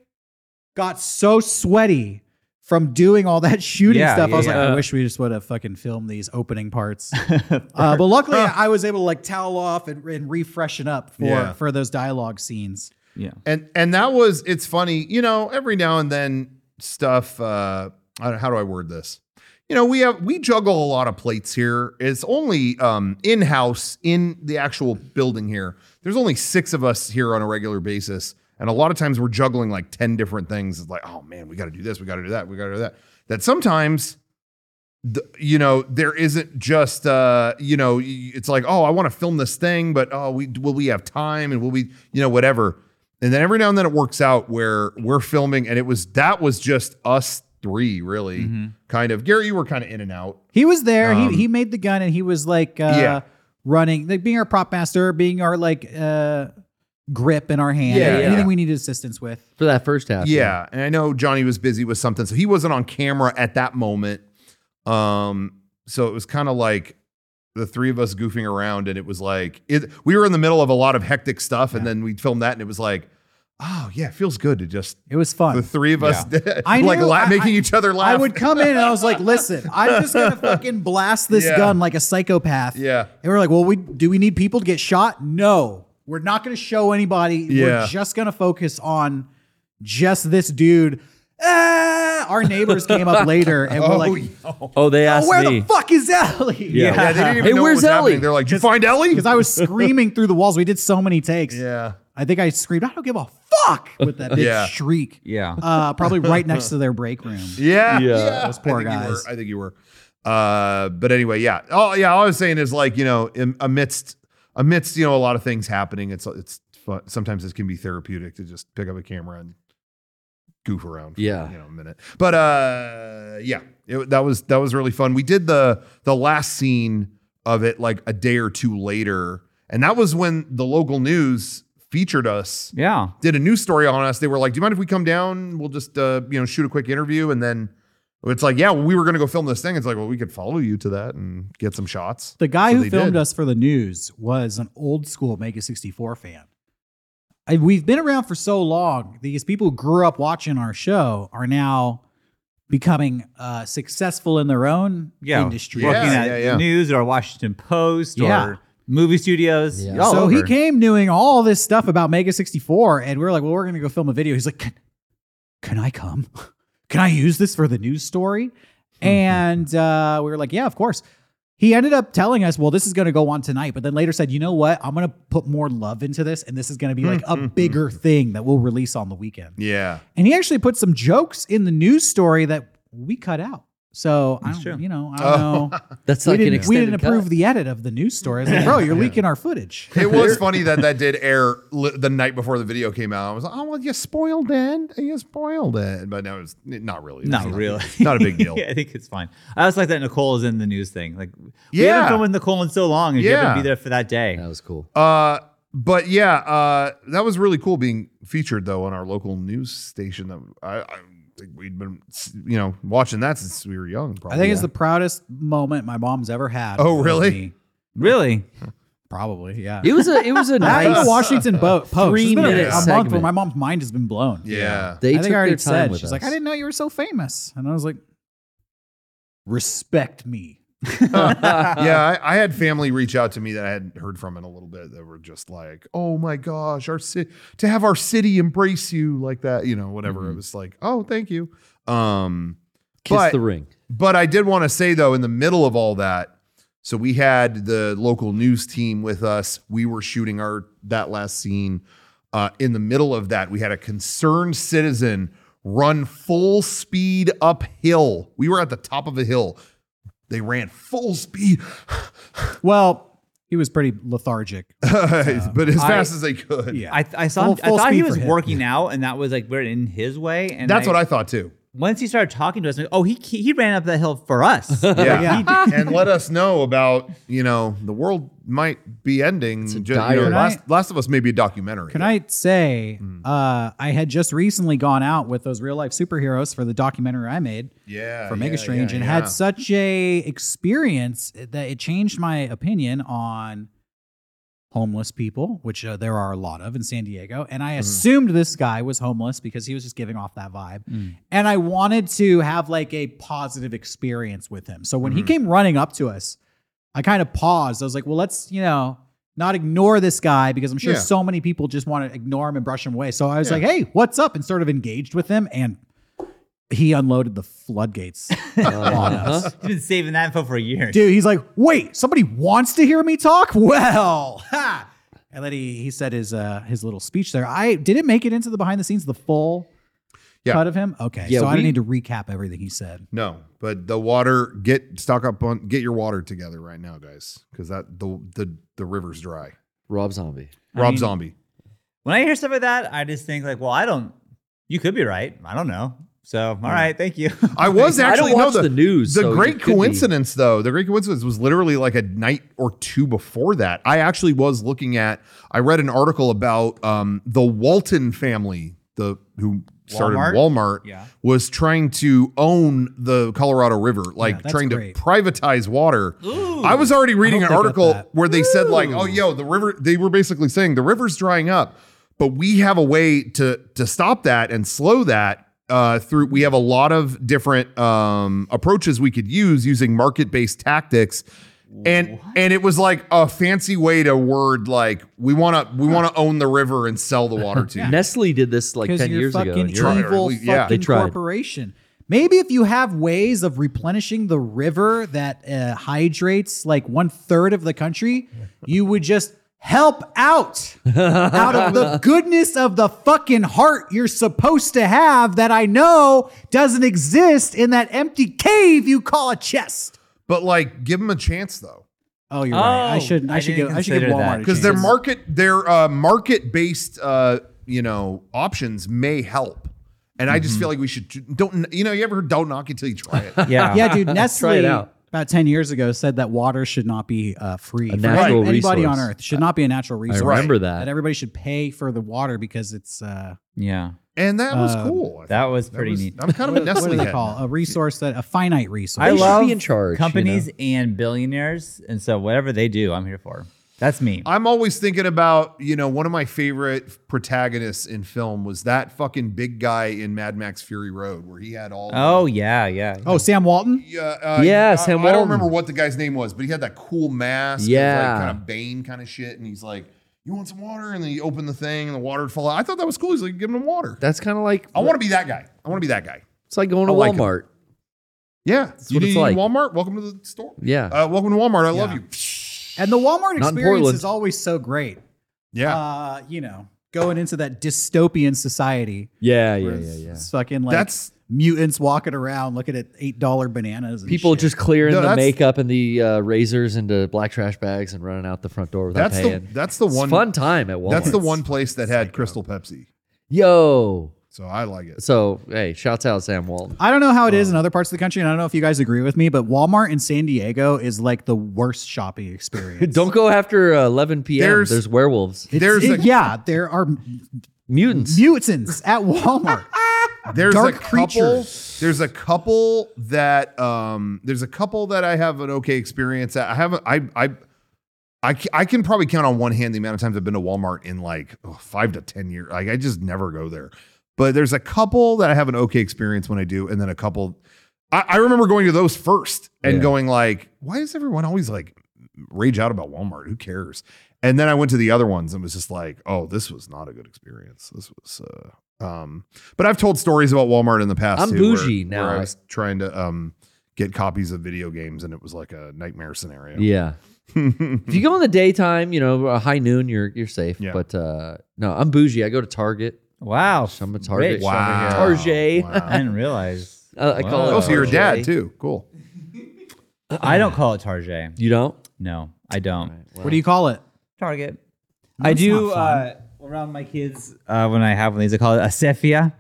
A: got so sweaty from doing all that [laughs] shooting
C: Yeah,
A: stuff i was
C: yeah,
A: like
B: yeah.
A: i wish we just would have fucking filmed these
D: [laughs]
A: opening parts uh, but luckily i was able to like towel off and, and refreshen up for
D: Yeah.
A: for those dialogue scenes
C: yeah.
D: and and that was it's funny you know every now and then stuff uh I don't- how do i word this you know we have we juggle a lot of plates here it's only um in-house in the actual building here there's only six of us here on a regular basis and a lot of times we're juggling like 10 different things it's like oh man we got to do this we got to do that we got to do that that sometimes the, you know there isn't just uh you know y- it's like oh i want to film this thing but oh we will we have time and will we you know whatever and then every now and then it works out where we're filming and it was that was just us three really kind of gary you were kind of in and out
A: He was there.
D: Um,
A: he he made the gun and he was like uh
D: Yeah.
A: running, like being our prop master, being our like uh grip in our hand.
D: Yeah,
A: anything
D: yeah.
A: we needed assistance with.
B: for that first half.
D: yeah and i know johnny was busy with something so he wasn't on camera at that moment um so it was kind of like the three of us goofing around and it was like it, we were in the middle of a lot of hectic stuff and then we filmed that and it was like oh yeah it feels good to just
A: It was
B: Uh,
D: the
A: fun.
D: three of us [laughs]
A: I
D: like
A: knew-
D: la-
A: I-
D: making
A: I-
D: each other laugh
A: I would come in and I was like, "Listen, I'm just
D: [laughs]
A: gonna fucking blast this
D: Yeah.
A: gun like a psychopath."
D: Yeah.
A: and we're like, "Well, we do we need people to get shot? No, we're not gonna show anybody.
D: Yeah.
A: We're just gonna focus on just this dude." Ah! Our neighbors came
D: [laughs]
A: up later and we're
D: oh,
A: like,
D: yeah.
B: Oh, they asked
A: "Where
B: me.
A: the fuck is Ellie?"
B: Yeah.
D: Yeah, they didn't even
B: Hey,
D: know what
B: where's
D: was happening.
B: Ellie?
D: They're like, did you find Ellie?
A: because I was screaming through the walls. We did so many takes.
D: Yeah.
A: I think I screamed, I don't give a fuck with that big
D: Yeah.
A: shriek.
C: Yeah.
D: [laughs]
A: Uh, probably right next to their break room.
D: Yeah.
B: Yeah.
A: Those poor
D: I think You
A: guys.
D: were, I think you were. Uh, but anyway, yeah. Oh, yeah. All I was saying is like, you know, in, amidst amidst you know a lot of things happening, it's it's fun. Sometimes it can be therapeutic to just pick up a camera and goof around. For,
B: Yeah.
D: You know, a minute. But uh, yeah, it, that was that was really fun. We did the the last scene of it like a day or two later, and that was when the local news featured us
C: Yeah.
D: did a news story on us. They were like, "Do you mind if we come down? We'll just uh, you know shoot a quick interview." And then it's like, "Yeah, we were going to go film this thing." It's like, "Well, we could follow you to that and get some shots."
A: The guy
D: So
A: who
D: they
A: filmed
D: did.
A: us for the news was an old school Mega 64 fan. And we've been around for so long. These people who grew up watching our show are now becoming uh, successful in their own
C: Yeah.
A: industry.
D: Yeah,
C: Working at
D: yeah, yeah.
C: news or Washington Post
A: Yeah.
C: or movie studios.
B: Yeah.
C: all
A: so
C: over.
A: he came knowing all this stuff about Mega 64, and we were like, well, we're going to go film a video. He's like, can, can I come? [laughs] Can I use this for the news story? and uh, we were like, yeah, of course. He ended up telling us, well, this is going to go on tonight, but then later said, you know what? I'm going to put more love into this, and this is going to be like a bigger thing that we'll release on the weekend.
D: Yeah,
A: And he actually put some jokes in the news story that we cut out. So I
C: That's
A: don't,
C: true.
A: you know, I don't
D: Oh.
A: know.
B: That's
A: we,
B: like an
A: didn't, we
B: extended
A: didn't approve
B: cut.
A: the edit of the news story. I was like, bro, you're leaking our footage.
D: it was funny that that did air li- the night before the video came out. I was like, "Oh well, you spoiled it. You spoiled it." But no, it's not really. It
C: Not
D: was
C: really.
D: [laughs] Not a big
C: [laughs]
D: deal.
C: I think it's fine. I always like that Nicole is in the news thing. Like, we
D: Yeah.
C: haven't filmed with Nicole in so long, and she
D: Yeah.
C: happened to be there for that day.
B: That was cool.
D: Uh, but yeah, uh, that was really cool being featured though on our local news station. That I, I think we'd been, you know, watching that since we were young. Probably.
A: I think it's the proudest moment my mom's ever had.
D: Oh,
A: with
D: really?
A: me.
C: Really?
A: Probably, yeah.
B: It was a it
D: [laughs]
B: was a
A: That and the
B: nice. uh,
A: Washington Bo- Post.
B: Three
A: It's been a-
B: minute
A: a month
B: segment.
A: where my mom's mind has been blown.
D: yeah.
B: They
A: I
B: took
A: think I already
B: their time
A: said
B: with
A: she's
B: us.
A: like, I didn't know you were so famous, and I was like, respect me.
D: yeah, I, I had family reach out to me that I hadn't heard from in a little bit that were just like, "Oh my gosh, our city to have our city embrace you like that," you know, whatever. It was like, "Oh, thank you." Um,
B: Kiss
D: but
B: the
D: [laughs]
B: ring.
D: but I did want to say though, in the middle of all that, so we had the local news team with us. We were shooting our that last scene. Uh, in the middle of that, we had a concerned citizen run full speed uphill. We were at the top of a hill, They ran full speed,
A: Well, he was pretty lethargic.
D: [laughs] but as fast as they could.
A: Yeah.
C: I, I saw.
A: Full-
C: him, I
A: full
C: thought he
A: speed
C: was
A: for him.
C: working out, and that was like we're in his way. And
D: That's what I thought too.
C: Once he started talking to us, I'm like, oh, he he ran up that hill for us. Like,
D: Yeah.
A: Yeah.
D: and let us know about, you know, the world might be ending. Ju- you know,
B: dire-
D: Last,
A: Can
D: Last of Us may be a documentary.
A: Can I say,
D: Mm.
A: uh, I had just recently gone out with those real life superheroes for the documentary I made
D: Yeah.
A: for
D: yeah,
A: Mega
D: yeah,
A: Strange, and
D: yeah.
A: had such a experience that it changed my opinion on homeless people, which uh, there are a lot of in San Diego. And I
D: Mm-hmm.
A: assumed this guy was homeless because he was just giving off that vibe.
D: Mm.
A: And I wanted to have like a positive experience with him. So when
D: Mm-hmm.
A: he came running up to us, I kind of paused. I was like, well, let's, you know, not ignore this guy because I'm sure
D: Yeah.
A: so many people just want to ignore him and brush him away. So I was
D: Yeah.
A: like, hey, what's up? And sort of engaged with him. And he unloaded
B: [laughs]
A: the floodgates
D: Oh,
A: on
B: Uh-huh.
A: us.
C: He's been saving that info for years.
A: Dude, he's like, wait, somebody wants to hear me talk? [laughs] Well, ha. And then he, he said his uh, his little speech there. I did it make it into the behind the scenes, the full
D: Yeah.
A: cut of him? Okay.
B: Yeah,
A: so I
B: we-
A: don't need to recap everything he said.
D: No, but the water get stock up on get your water together right now, guys, because that the the the river's dry.
B: Rob Zombie.
D: Rob Zombie.
C: When I hear stuff like that, I just think like, well, I don't. You could be right. I don't know. So, all right, thank you. [laughs]
D: I was
B: I don't
D: actually no
B: watch
D: the,
B: the news,
D: The
B: so
D: great
B: it could be.
D: coincidence, though, the great coincidence was literally like a night or two before that. I actually was looking at. I read an article about um, the Walton family, the who started
C: Walmart?
D: Walmart.
C: Yeah.
D: was trying to own the Colorado River, like
A: that's
D: trying
A: great.
D: to privatize water. I was already reading
A: hope
D: an
A: they got
D: article
A: that.
D: where they said like, "Oh, yo, the river." They were basically saying the river's drying up, but we have a way to to stop that and slow that uh, through. We have a lot of different um, approaches we could use using market based tactics. And and it was like a fancy way to word like we want to we want to own the river and sell the water
A: [laughs]
D: to you.
B: Nestle did this like
A: Because
B: 10
A: you're
B: years ago.
A: fucking
B: in Europe.
A: evil
D: Right, yeah.
A: fucking
B: They tried.
A: corporation. Maybe if you have ways of replenishing the river that uh, hydrates like one third of the country, you would just help out out of the goodness of the fucking heart you're supposed to have that I know doesn't exist in that empty cave you call a chest.
D: But like give them a chance though.
A: Oh, you're right. I
C: Oh,
A: should
C: I
A: I should
C: didn't
A: give I should give
C: consider that.
A: Walmart
D: because their
A: market.
D: market their uh, market based uh, you know options may help. And I
C: Mm-hmm.
D: just feel like we should don't you know you ever heard don't knock it till you try it. [laughs]
A: [laughs]
C: Yeah.
B: [laughs]
A: yeah, dude. Nestle
B: Uh-huh. it out.
A: about ten years ago said that water should not be uh, free. for
B: natural
A: any- anybody
B: resource.
A: on Earth should not be a natural
B: I
A: resource.
B: remember
A: That
B: that.
A: everybody should pay for the water because it's uh,
C: Yeah.
D: And that was
A: Uh,
D: cool. I
C: That
D: thought.
C: was pretty
D: was-
C: neat.
D: I'm kind of
A: what,
D: a
A: what
D: Nestle
A: do they
D: head.
A: call a resource that a finite resource?
C: I
B: They
C: love
B: should be in charge. you know?
C: companies and billionaires, and so whatever they do, I'm here for. That's me.
D: I'm always thinking about you know one of my favorite protagonists in film was that fucking big guy in Mad Max Fury Road where he had all.
C: Oh yeah, yeah.
A: oh, Sam Walton.
D: Yeah, uh,
B: Yeah,
D: I-
B: Sam
D: I, don't
B: Walton.
D: remember what the guy's name was, but he had that cool mask. and,
B: Yeah.
D: like, kind of Bane kind of shit, and he's like, "You want some water?" And then you open the thing, and the water would fall out. I thought that was cool. He's like, "Give him water."
B: That's kind of like
D: I want to be that guy. I want to be that guy.
B: it's like going to
D: I like 'em.
B: Walmart.
D: Yeah, you
B: what
D: need
B: it's like.
D: Walmart. Welcome to the store.
B: Yeah.
D: uh, welcome to Walmart. I love
A: Yeah.
D: you. [laughs]
A: And the Walmart
B: Not in
A: experience
B: Portland.
A: is always so great.
D: Yeah,
A: Uh, you know, going into that dystopian society.
B: yeah, yeah,
A: where
B: yeah,
A: it's-
B: yeah.
A: It's fucking like
D: that's
A: mutants walking around looking at eight dollar bananas. And
B: People
A: shit.
B: just clearing
D: No,
B: the
D: that's-
B: makeup and the uh, razors into black trash bags and running out the front door without
D: that's the
B: paying.
D: that's the
B: It's
D: one
B: fun time at Walmart.
D: that's the one place that had Crystal Pepsi.
B: Yo.
D: So I like it.
B: So hey, shouts out Sam Walton.
A: I don't know how it is in other parts of the country, and I don't know if you guys agree with me, but Walmart in San Diego is like the worst shopping experience.
B: Don't go after uh, 11 p.m. There's,
D: There's-
B: werewolves,
A: It's-
D: There's
A: it-
D: a-
A: yeah, there are
B: mutants.
A: mutants at Walmart.
D: There's
A: dark
D: a couple.
A: creatures.
D: There's a couple that um. There's a couple that I have an okay experience at. I haven't. I I. I, c- I can probably count on one hand the amount of times I've been to Walmart in like oh, five to ten years. Like I just never go there. But there's a couple that I have an okay experience when I do, and then a couple. I, I remember going to those first and
B: Yeah.
D: going like, why does everyone always like rage out about Walmart? Who cares? And then I went to the other ones and was just like, oh, this was not a good experience. This was uh, um, but I've told stories about Walmart in the past.
B: I'm
D: too, where-
B: bougie now.
D: Where I was trying to um get copies of video games, and it was like a nightmare scenario.
B: Yeah. if you go in the daytime, you know, uh, high noon, you're you're safe.
D: Yeah.
B: But uh, no, I'm bougie. I go to Target.
C: Wow.
B: I'm a target.
C: Rich
D: Wow.
C: over here. [laughs]
B: Target.
D: Wow.
C: I didn't realize.
B: I- I call it
D: Oh, so you're a
B: Target.
D: dad too. Cool.
C: I don't call it Target.
B: You don't?
C: No, I don't.
A: What do you call it?
C: Target. I do uh, around my kids uh, when I have one of these. I call it a Cephia,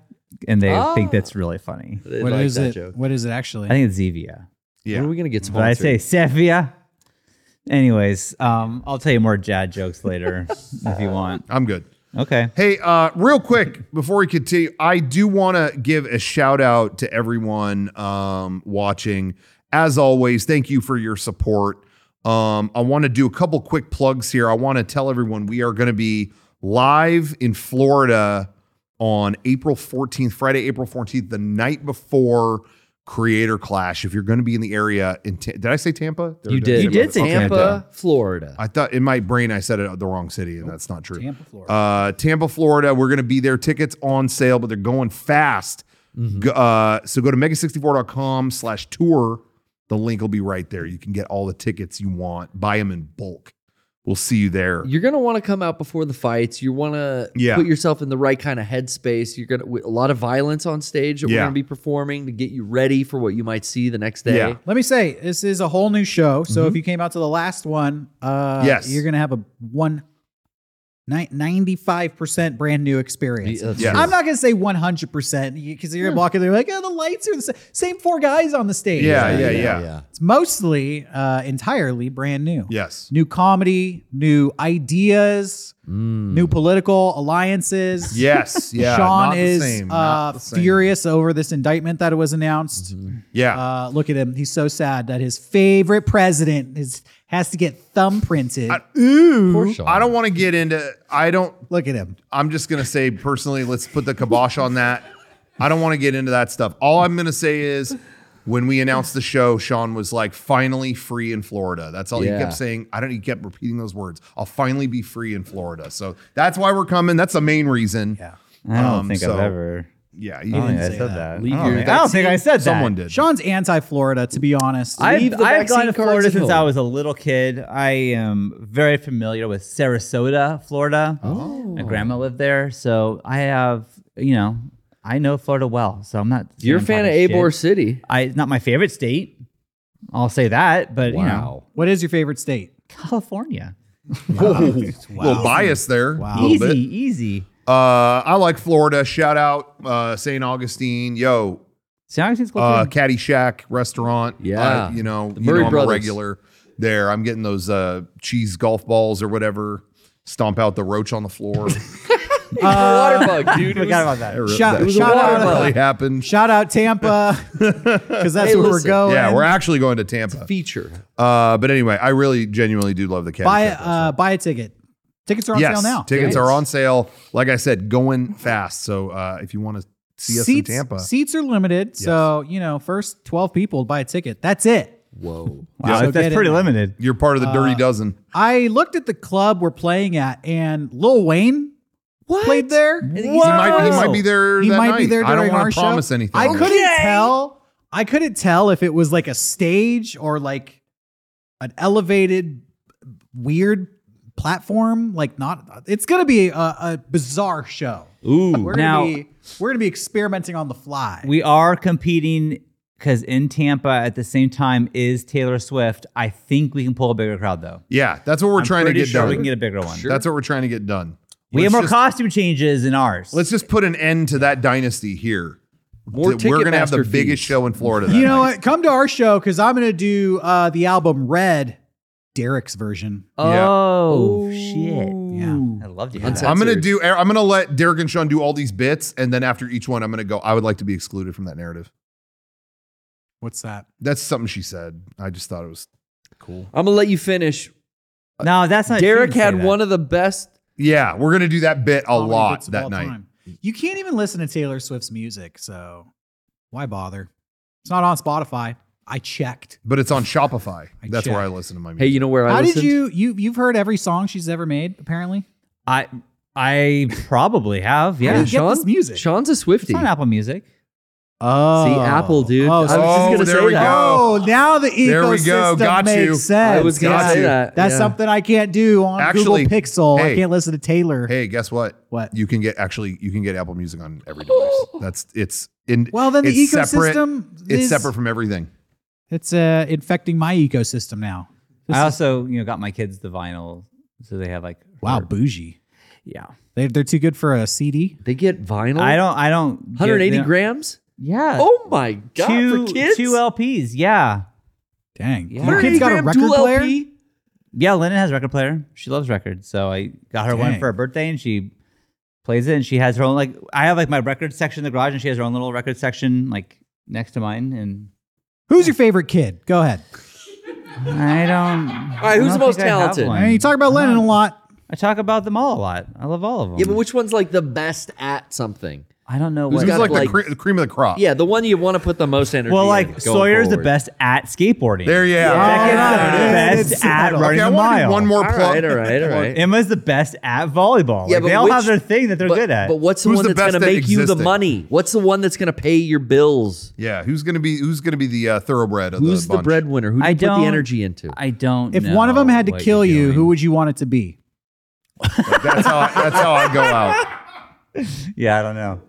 C: and they think that's really funny.
B: They
A: What is
B: like that
A: it?
B: joke.
A: What is it
C: I
A: actually?
C: think it's Zevia.
B: When
D: Yeah.
B: are we gonna get
C: But I
B: sponsored?
C: say Cephia. Anyways, um, I'll tell you more Jad jokes
D: [laughs]
C: later if you want.
D: I'm good.
C: Okay.
D: Hey, uh, real quick before we continue, I do want to give a shout out to everyone um, watching. As always, thank you for your support. Um, I want to do a couple quick plugs here. I want to tell everyone we are going to be live in Florida on April 14th, Friday, April 14th, the night before Creator Clash. If you're going to be in the area, in Ta- did I say Tampa? There
B: you
D: it
B: did.
D: is.
C: You did say
B: Tampa,
C: Tampa.
B: Florida.
D: I thought in my brain I said it the wrong city, and that's not true.
A: Tampa, Florida.
D: Uh, Tampa, Florida. We're going to be there. Tickets on sale, but they're going fast. Go- uh, so go to mega64.com slash tour. The link will be right there. You can get all the tickets you want. Buy them in bulk. We'll see you there.
B: You're gonna want to come out before the fights. You want to
D: Yeah.
B: put yourself in the right kind of headspace. You're gonna with a lot of violence on stage that we're
D: Yeah.
B: gonna be performing to get you ready for what you might see the next day.
D: Yeah.
A: Let me say this is a whole new show. So if you came out to the last one, uh,
D: Yes.
A: you're gonna have a one ni- 95% brand new experience.
B: Yeah, that's
D: Yeah. true.
A: I'm not gonna say 100% because you're gonna walking there like, oh, the lights are the same. Same four guys on the stage.
D: Yeah, yeah, yeah.
A: It's mostly uh, entirely brand new.
D: Yes.
A: New comedy, new ideas, new political alliances.
D: Mm.
A: [laughs]
D: Yes. Yeah.
A: Sean
D: Not the
A: is
D: same, not
A: uh,
D: the same. Mm-hmm.
A: furious over this indictment that was announced.
D: Yeah.
A: Uh, look at him. He's so sad that his favorite president is has to get thumbprinted.
B: Poor Sean.
D: I don't want to get into. I don't.
A: look at him.
D: I'm just gonna say personally, let's put the kibosh on that. I don't want to get into that stuff. All I'm gonna say is when we announced the show, Sean was like, finally free in Florida. That's all
B: Yeah.
D: he kept saying. I don't he kept repeating those words. I'll finally be free in Florida. So that's why we're coming. That's the main reason. Yeah.
C: I don't
D: Um,
C: think
D: so-
C: I've ever.
D: Yeah. you
C: I don't
D: didn't
C: think I
D: say
C: said that.
B: Leave
C: I don't,
B: your
C: think, I don't think I said that.
D: someone did.
A: Sean's anti-Florida, to be honest.
C: I've,
B: Leave the
C: I've gone
B: vaccine
C: to
B: cards
C: Florida
B: at
C: since I
B: home.
C: was a little kid. I am very familiar with Sarasota, Florida.
B: Oh.
C: My grandma lived there, so I have you know I know Florida well. So I'm not.
B: You're a
C: I'm
B: fan of
C: talking
B: Abor
C: shit.
B: City.
C: I it's not my favorite state. I'll say that, but you know
B: Wow.
A: what is your favorite state?
C: California,
D: A little bias there. A little
C: easy,
D: bit.
C: easy.
D: Uh, I like Florida. Shout out uh, St. Augustine. Yo,
C: San Augustine's cool.
D: uh,
C: too.
D: Caddy Shack restaurant.
B: Yeah.
D: Uh, you know,
B: The
D: you
B: Murray
D: know I'm
B: Brothers.
D: a regular there. I'm getting those uh, cheese golf balls or whatever. Stomp out the roach on the
A: [laughs]
D: floor.
B: [laughs] water bug, dude.
C: Forgot about that.
A: Shout,
D: that
A: shout
B: water
A: out,
B: bug.
D: really happened.
A: shout
D: [laughs]
A: out Tampa, [laughs] because that's
B: Hey,
A: where
B: listen.
A: we're going.
D: Yeah, we're actually going to Tampa.
B: feature.
D: Uh, but anyway, I really genuinely do love the Caddy
A: buy
D: Shack.
A: uh, buy a ticket. Tickets are on
D: yes,
A: sale now.
D: tickets
B: Great.
D: are on sale. Like I said, going fast. So uh, if you want to see us
A: seats,
D: in Tampa,
A: seats are limited, so you know, first twelve people buy a ticket. That's it.
B: Whoa.
C: Wow,
A: So get
C: that's
A: in
C: pretty
A: there.
C: limited.
D: you're part of the
A: Uh,
D: Dirty Dozen.
A: I looked at the club we're playing at, and Lil Wayne played there.
D: He might, he might be there.
A: He
D: that
A: might be
D: night.
A: there
D: I
A: during
D: don't
A: our
D: want to promise
A: show.
D: anything.
A: I couldn't tell. I couldn't tell if it was like a stage or like an elevated, weird platform. Like not. It's gonna be a, a bizarre show.
B: Ooh.
A: We're
C: Now-
A: gonna be we're gonna be experimenting on the fly.
C: We are competing because in Tampa at the same time is Taylor Swift. I think we can pull a bigger crowd though.
D: Yeah, that's what we're
C: I'm
D: trying to
C: pretty
D: get
C: sure
D: done.
C: We can get a bigger one.
D: That's what we're trying to get done.
C: We have more
D: Let's just-
C: costume changes in ours.
D: Let's just put an end to that dynasty here.
B: More
D: Th- we're gonna have the
B: Ticketmaster
D: biggest
B: fees.
D: show in Florida. That
A: you know
D: night.
A: what? Come to our show because I'm gonna do uh, the album Red, Derek's version.
D: Yeah.
C: Oh shit!
A: Yeah.
C: I love to hear that.
D: I'm gonna do. er, I'm gonna let Derek and Sean do all these bits, and then after each one, I'm gonna go. I would like to be excluded from that narrative.
A: What's that?
D: That's something she said. I just thought it was cool.
B: I'm gonna let you finish.
C: No, that's not.
B: Derek had one of the best.
D: Yeah, we're gonna do that bit a
A: Comedy
D: lot
A: bits of all
D: that night.
A: time. You can't even listen to Taylor Swift's music, so why bother? It's not on Spotify. I checked.
D: But it's on Shopify.
A: I
D: That's where I
A: checked.
D: listen to my
B: Hey,
D: music.
B: you know where I
A: How
B: listened?
A: did you you you've heard every song she's ever made? Apparently,
C: I I probably have.
A: How do
C: Yeah,
A: you
C: it's
A: get
B: Sean?
A: this music?
B: Sean's a Swifty.
C: on Apple Music.
A: Oh,
B: See, Apple, dude.
A: Oh,
B: I was just
D: Oh,
B: gonna
D: there
B: say
D: we
B: that.
D: go.
A: oh, now the ecosystem
D: There we go. Got
A: makes
D: you.
B: I
A: sense.
B: was gonna
D: Got
B: say
D: you.
B: that.
A: That's
B: yeah.
A: something I can't do on
D: Actually,
A: Google Pixel. I
D: hey.
A: can't listen to Taylor.
D: Hey, guess what?
A: What?
D: you can get actually you can get Apple Music
A: [gasps]
D: on every device. That's it's in.
A: Well, then the
D: it's
A: ecosystem
D: Separate, it's
A: is-
D: separate from everything.
A: It's uh, infecting my ecosystem now. This
C: I
A: is-
C: also, you know, got my kids the vinyl, so they have like
A: wow,
C: her-
A: bougie.
C: yeah.
A: They, they're too good for a CD.
B: They get vinyl.
C: I don't, I don't. get-
B: 180
C: they don't-
B: grams.
C: Yeah.
B: Oh my god!
C: two
B: for kids,
C: two LPs. Yeah,
A: Dang.
C: Yeah.
A: Your
B: 180
A: kid's got a
B: gram
A: record
B: dual
A: player?
B: LP?
C: yeah. Lennon has a record player. She loves records, so I got her
A: Dang.
C: one for her birthday, and she plays it. And she has her own like I have like my record section in the garage, and she has her own little record section like next to mine. And
A: Who's your favorite kid? Go ahead.
C: I don't. All
B: right, who's the most talented?
A: Hey, you talk about Lennon a lot.
C: I talk about them all a lot. I love all of them.
B: Yeah, but which one's like the best at something?
C: I don't know
D: Who's
C: what.
B: got-
D: like,
B: like-
D: the, cre- the cream of the crop?
B: Yeah, the one you want to put the most energy.
C: well,
B: in
C: like
B: going
C: Sawyer's the
B: forward.
C: best at skateboarding.
D: There you are.
C: Becca's
A: All right.
C: the best
A: It's
C: at
A: settled.
C: running
D: Okay, I
C: a
D: want to do
C: mile.
D: one more
B: All
D: plug.
B: right, all right, all right.
C: Emma's the best at volleyball.
B: Yeah,
C: Like,
B: but
C: they all have their
B: which-
C: thing that they're
B: but,
C: good at.
B: But what's the
D: Who's
B: one
D: the
B: that's
D: best
B: going to
D: at
B: make you the
D: existing?
B: money? What's the one that's going to pay your bills?
D: [laughs] Yeah, who's gonna be who's gonna be the uh, thoroughbred of
B: Who's the,
D: bunch?
B: breadwinner? Who do
C: I
B: you put the
C: don't-
B: energy into?
C: I don't.
A: If
C: know
A: one of them had to
C: what
A: kill
C: you're
A: you,
C: doing.
A: who would you want it to be?
D: That's how that's how I go out.
C: Yeah, I don't know.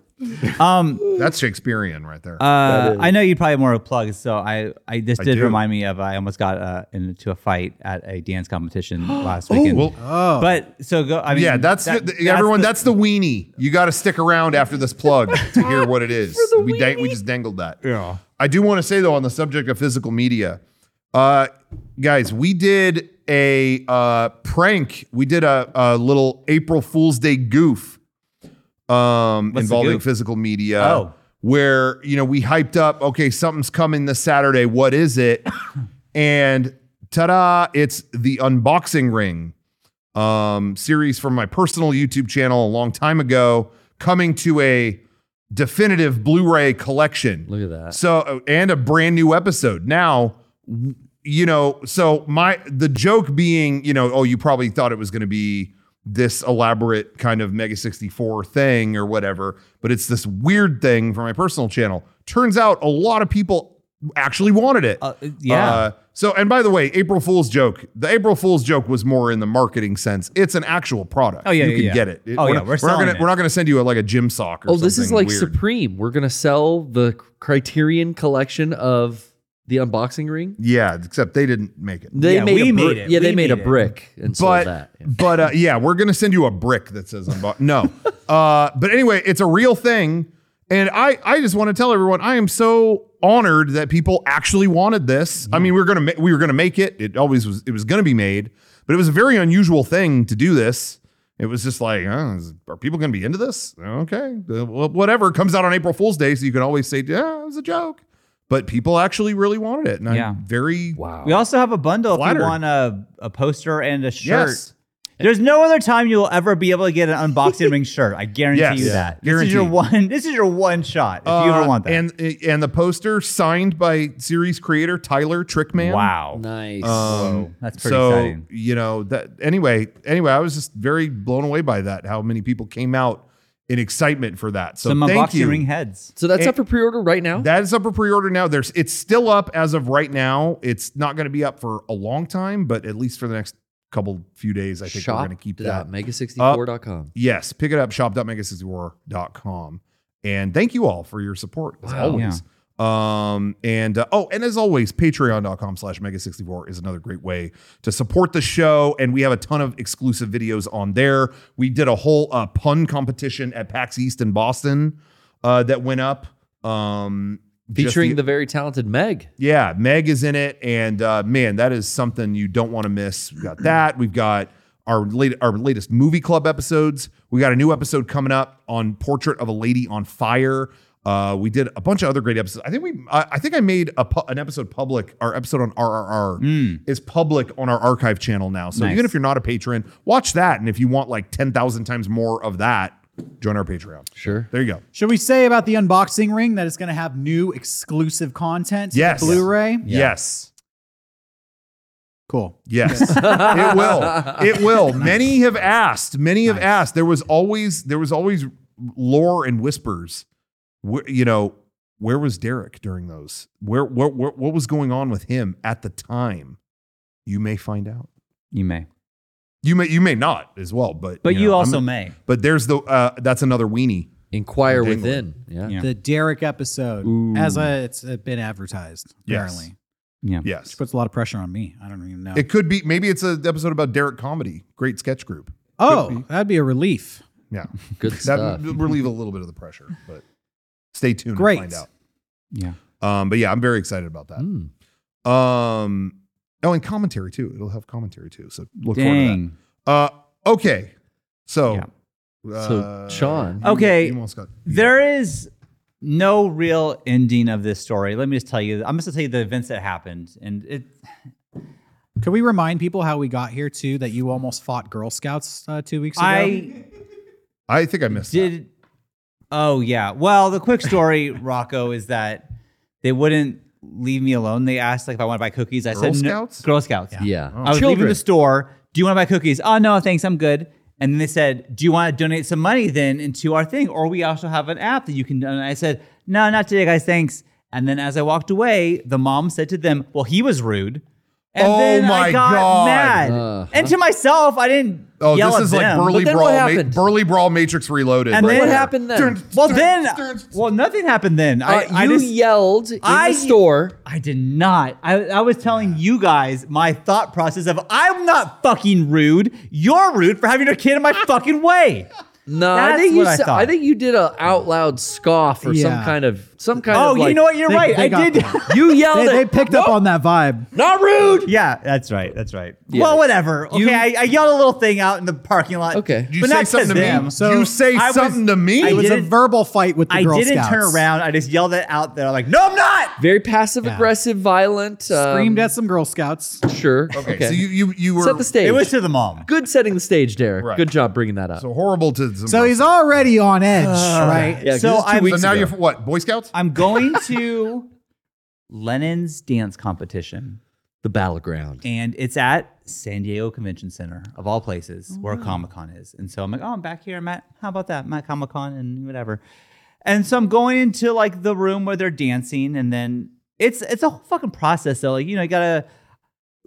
C: Um,
D: That's Shakespearean right there.
C: uh, I know you probably more of plugs, so I, I this
D: I
C: did
D: do.
C: remind me of I almost got uh, into a fight at a dance
D: [gasps]
C: competition last
D: oh,
C: weekend.
D: well,
A: Oh,
C: but so go. I mean,
D: yeah, that's,
C: that-
D: the, everyone. That's the weenie. You got to stick around after this plug
C: [laughs]
D: to hear what it is. We dang, we just dangled that.
C: yeah.
D: I do want to say though, on the subject of physical media, uh, guys, we did a uh, prank. We did a, a little April Fool's Day goof um,
C: What's the
D: involving
C: goof?
D: physical media.
C: Oh.
D: Where you know we hyped up, okay, something's coming this Saturday. What
C: [coughs]
D: is it? and ta-da! It's the unboxing ring um, series from my personal YouTube channel a long time ago, coming to a definitive Blu-ray collection.
B: Look at that.
D: So uh, and a brand new episode. Now, you know, so my the joke being, you know, oh, you probably thought it was going to be this elaborate kind of Mega 64 thing or whatever, but it's this weird thing for my personal channel. Turns out a lot of people actually wanted it.
C: Uh, yeah.
D: Uh, so, and by the way, April Fool's joke. The April Fool's joke was more in the marketing sense. It's an actual product.
C: Oh, yeah,
D: you
C: yeah,
D: can
C: yeah.
D: get it. It-
C: Oh,
D: we're
C: yeah,
D: not,
C: we're
D: not
C: selling
D: gonna
C: it.
D: we're not gonna send you a, like a gym sock or
B: Oh, this is
D: something
B: like
D: weird.
B: Supreme. We're going to sell the Criterion collection of the unboxing ring.
D: Yeah, except they didn't make it.
B: They
C: Yeah,
B: made
C: we
B: a
C: made
B: bri-
C: it.
B: Yeah, they
C: We
B: made a
C: made it.
B: brick and sold
D: but
B: that. Yeah.
D: but uh, yeah, we're gonna send you a brick that says unbox. No,
B: [laughs]
D: uh, but anyway, it's a real thing, and I I just want to tell everyone I am so honored that people actually wanted this. I mean, we were gonna ma- we were gonna make it. It always was. It was gonna be made, but it was a very unusual thing to do this. It was just like, oh, is- are people going to be into this? Okay, uh, wh- whatever. It comes out on April Fool's Day, so you can always say, yeah, it was a joke. But people actually really wanted it, and
C: Yeah.
D: I'm very
B: wow.
C: we also have a bundle if
D: Flattered.
C: you want a, a poster and a shirt.
D: Yes.
C: There's no other time you'll ever be able to get an unboxing ring shirt. I guarantee
D: Yes.
C: you
D: Yeah.
C: that. This is your one. This is your one shot if you ever
D: Uh,
C: want that.
D: And and the poster signed by series creator Tyler Trickman.
C: wow,
B: nice.
D: Um,
C: That's pretty
D: so,
C: exciting.
D: you know that. Anyway, anyway, I was just very blown away by that. How many people came out in excitement for that? So
C: some
D: thank
C: unboxing
D: you.
C: ring heads.
B: so that's
D: it-
B: up for pre-order right now.
D: That is up for pre-order now. There's it's still up as of right now. It's not going to be up for a long time, but at least for the next couple few days, I think we're going to keep that.
B: Mega64.com.
D: Yes, pick it up shop.mega64.com. And thank you all for your support as
B: Wow.
D: always. Um and uh, oh and as always patreon.com slash mega64 is another great way to support the show and we have a ton of exclusive videos on there. We did a whole uh, pun competition at PAX East in Boston uh, that went up um just
B: Featuring the very talented Meg.
D: yeah, Meg is in it, and uh, man, that is something you don't want to miss. We've got that. We've got our late, our latest movie club episodes. We got a new episode coming up on Portrait of a Lady on Fire. Uh, we did a bunch of other great episodes. I think we, I, I think I made a pu- an episode public. Our episode on RRR is public on our archive channel now. So
C: Nice.
D: even if you're not a patron, watch that, and if you want like ten thousand times more of that, join our Patreon.
B: Sure.
D: There you go.
A: should we say about the unboxing ring that it's going to have new exclusive content? to the
D: Yes.
A: Blu-ray.
D: Yes.
A: Cool.
D: Yes, it will.
C: [laughs]
D: It will. Many have asked. Many have
C: Nice.
D: asked. There was always there was always lore and whispers. Where, you know, where was Derek during those? Where, where, where what was going on with him at the time? You may find out.
C: You may,
D: You may you may not as well. But
C: but you,
D: know,
C: also
D: I'm-
C: may.
D: But there's the uh, that's another weenie.
B: Inquire
D: Dangling.
B: Within. Yeah.
C: Yeah.
A: The Derek episode, as uh it's uh, been advertised
D: Yes.
A: apparently.
C: Yeah.
D: Yes.
A: Puts a lot of pressure on me. I don't even know.
D: It could be maybe it's an episode about Derek Comedy, great sketch group.
A: oh, that'd be a relief.
D: Yeah.
B: Good
D: That
B: stuff.
D: would relieve a little bit of the pressure, but stay tuned
A: Great.
D: to find out.
C: Yeah.
D: Um, but yeah, I'm very excited about that.
B: Mm.
D: Um, oh, and commentary too. It'll have commentary too. So look forward
C: Dang.
D: to that. Uh, okay. So,
B: So, Sean.
D: you-
C: Okay.
D: you almost got-
C: There is no real ending of this story. Let me just tell you. I'm just gonna tell you the events that happened, and it.
A: Could we remind people how we got here too? That you almost fought Girl Scouts uh, two weeks ago.
C: I
D: I think I missed that.
C: did. Oh yeah. Well, the quick story, [laughs] Rocco, is that they wouldn't leave me alone. They asked like if I want to buy cookies. I
D: Girl
C: said no-
D: Scouts? Oh.
C: Girl Scouts.
B: Yeah.
C: I was leaving
B: Children.
C: the store. Do you want to buy cookies? Oh no, thanks, I'm good. And then they said, Do you want to donate some money then into our thing? Or we also have an app that you can. And I said, No, not today, guys. Thanks. And then as I walked away, the mom said to them, Well, he was rude. And
D: Oh
C: then
D: my
C: I got
D: God.
C: mad.
B: Uh-huh.
C: and to myself, I didn't.
D: Oh,
C: yell
D: this
C: at
D: is
C: them.
D: like Burly
B: But then what
D: Brawl, Ma-
B: happened?
D: Burly Brawl Matrix Reloaded.
C: And then-
D: there.
B: What happened then?
D: Dun-
C: Well,
D: dun-
C: then,
D: dun-
C: well, nothing happened then.
B: Uh,
C: I, I
B: you
C: just,
B: yelled in
C: I-
B: the store.
C: I did not. I, I was telling you guys my thought process of I'm not fucking rude. You're rude for having your kid in
B: [laughs]
C: my fucking way.
B: No, I
C: That's
B: think you.
C: what I
B: sa- I,
C: thought.
B: think you did a out loud scoff or some
A: Yeah.
B: kind of some kind
C: Oh,
B: of.
C: you
B: like-
C: know what? You're
A: They-
C: right.
A: they
C: I [laughs]
A: got
C: did.
A: that.
B: You yelled.
A: they, they
B: at,
A: picked up on that vibe.
B: Not rude.
C: yeah, that's right. That's right.
B: Yeah.
C: Well, whatever. Okay,
B: You-
C: I, I yelled a little thing out in the parking lot.
B: Okay.
D: You
C: but
D: say
C: not to
D: something to
C: them.
D: me.
A: So
D: you say
C: I was-
D: something to me.
C: I
A: It was a
C: didn't-
A: verbal fight with the
C: I
A: Girl
C: didn't
A: Scouts.
C: turn around. I just yelled it out there. I'm like, no, I'm not.
B: Very passive aggressive, violent. Um,
A: Screamed at some Girl Scouts.
B: Sure. Okay.
D: okay, so you you you were
B: set the stage.
C: It was to the mom.
B: good setting the stage, Derek.
D: Right.
B: Good job bringing that up.
D: so horrible to
A: So he's already on edge,
C: Uh,
A: right?
B: yeah, 'cause
C: so
B: it's two
C: I'm-
D: so
B: weeks
D: now
B: ago.
D: you're what Boy Scouts?
C: I'm going to Lennon's dance competition,
B: the battleground.
C: and it's at San Diego Convention Center, of all places, where Comic Con is. And so I'm like, oh, I'm back here. I'm at, how about that? I'm at Comic Con and whatever. And so I'm going into like the room where they're dancing, and then it's it's a whole fucking process though. Like you know, you gotta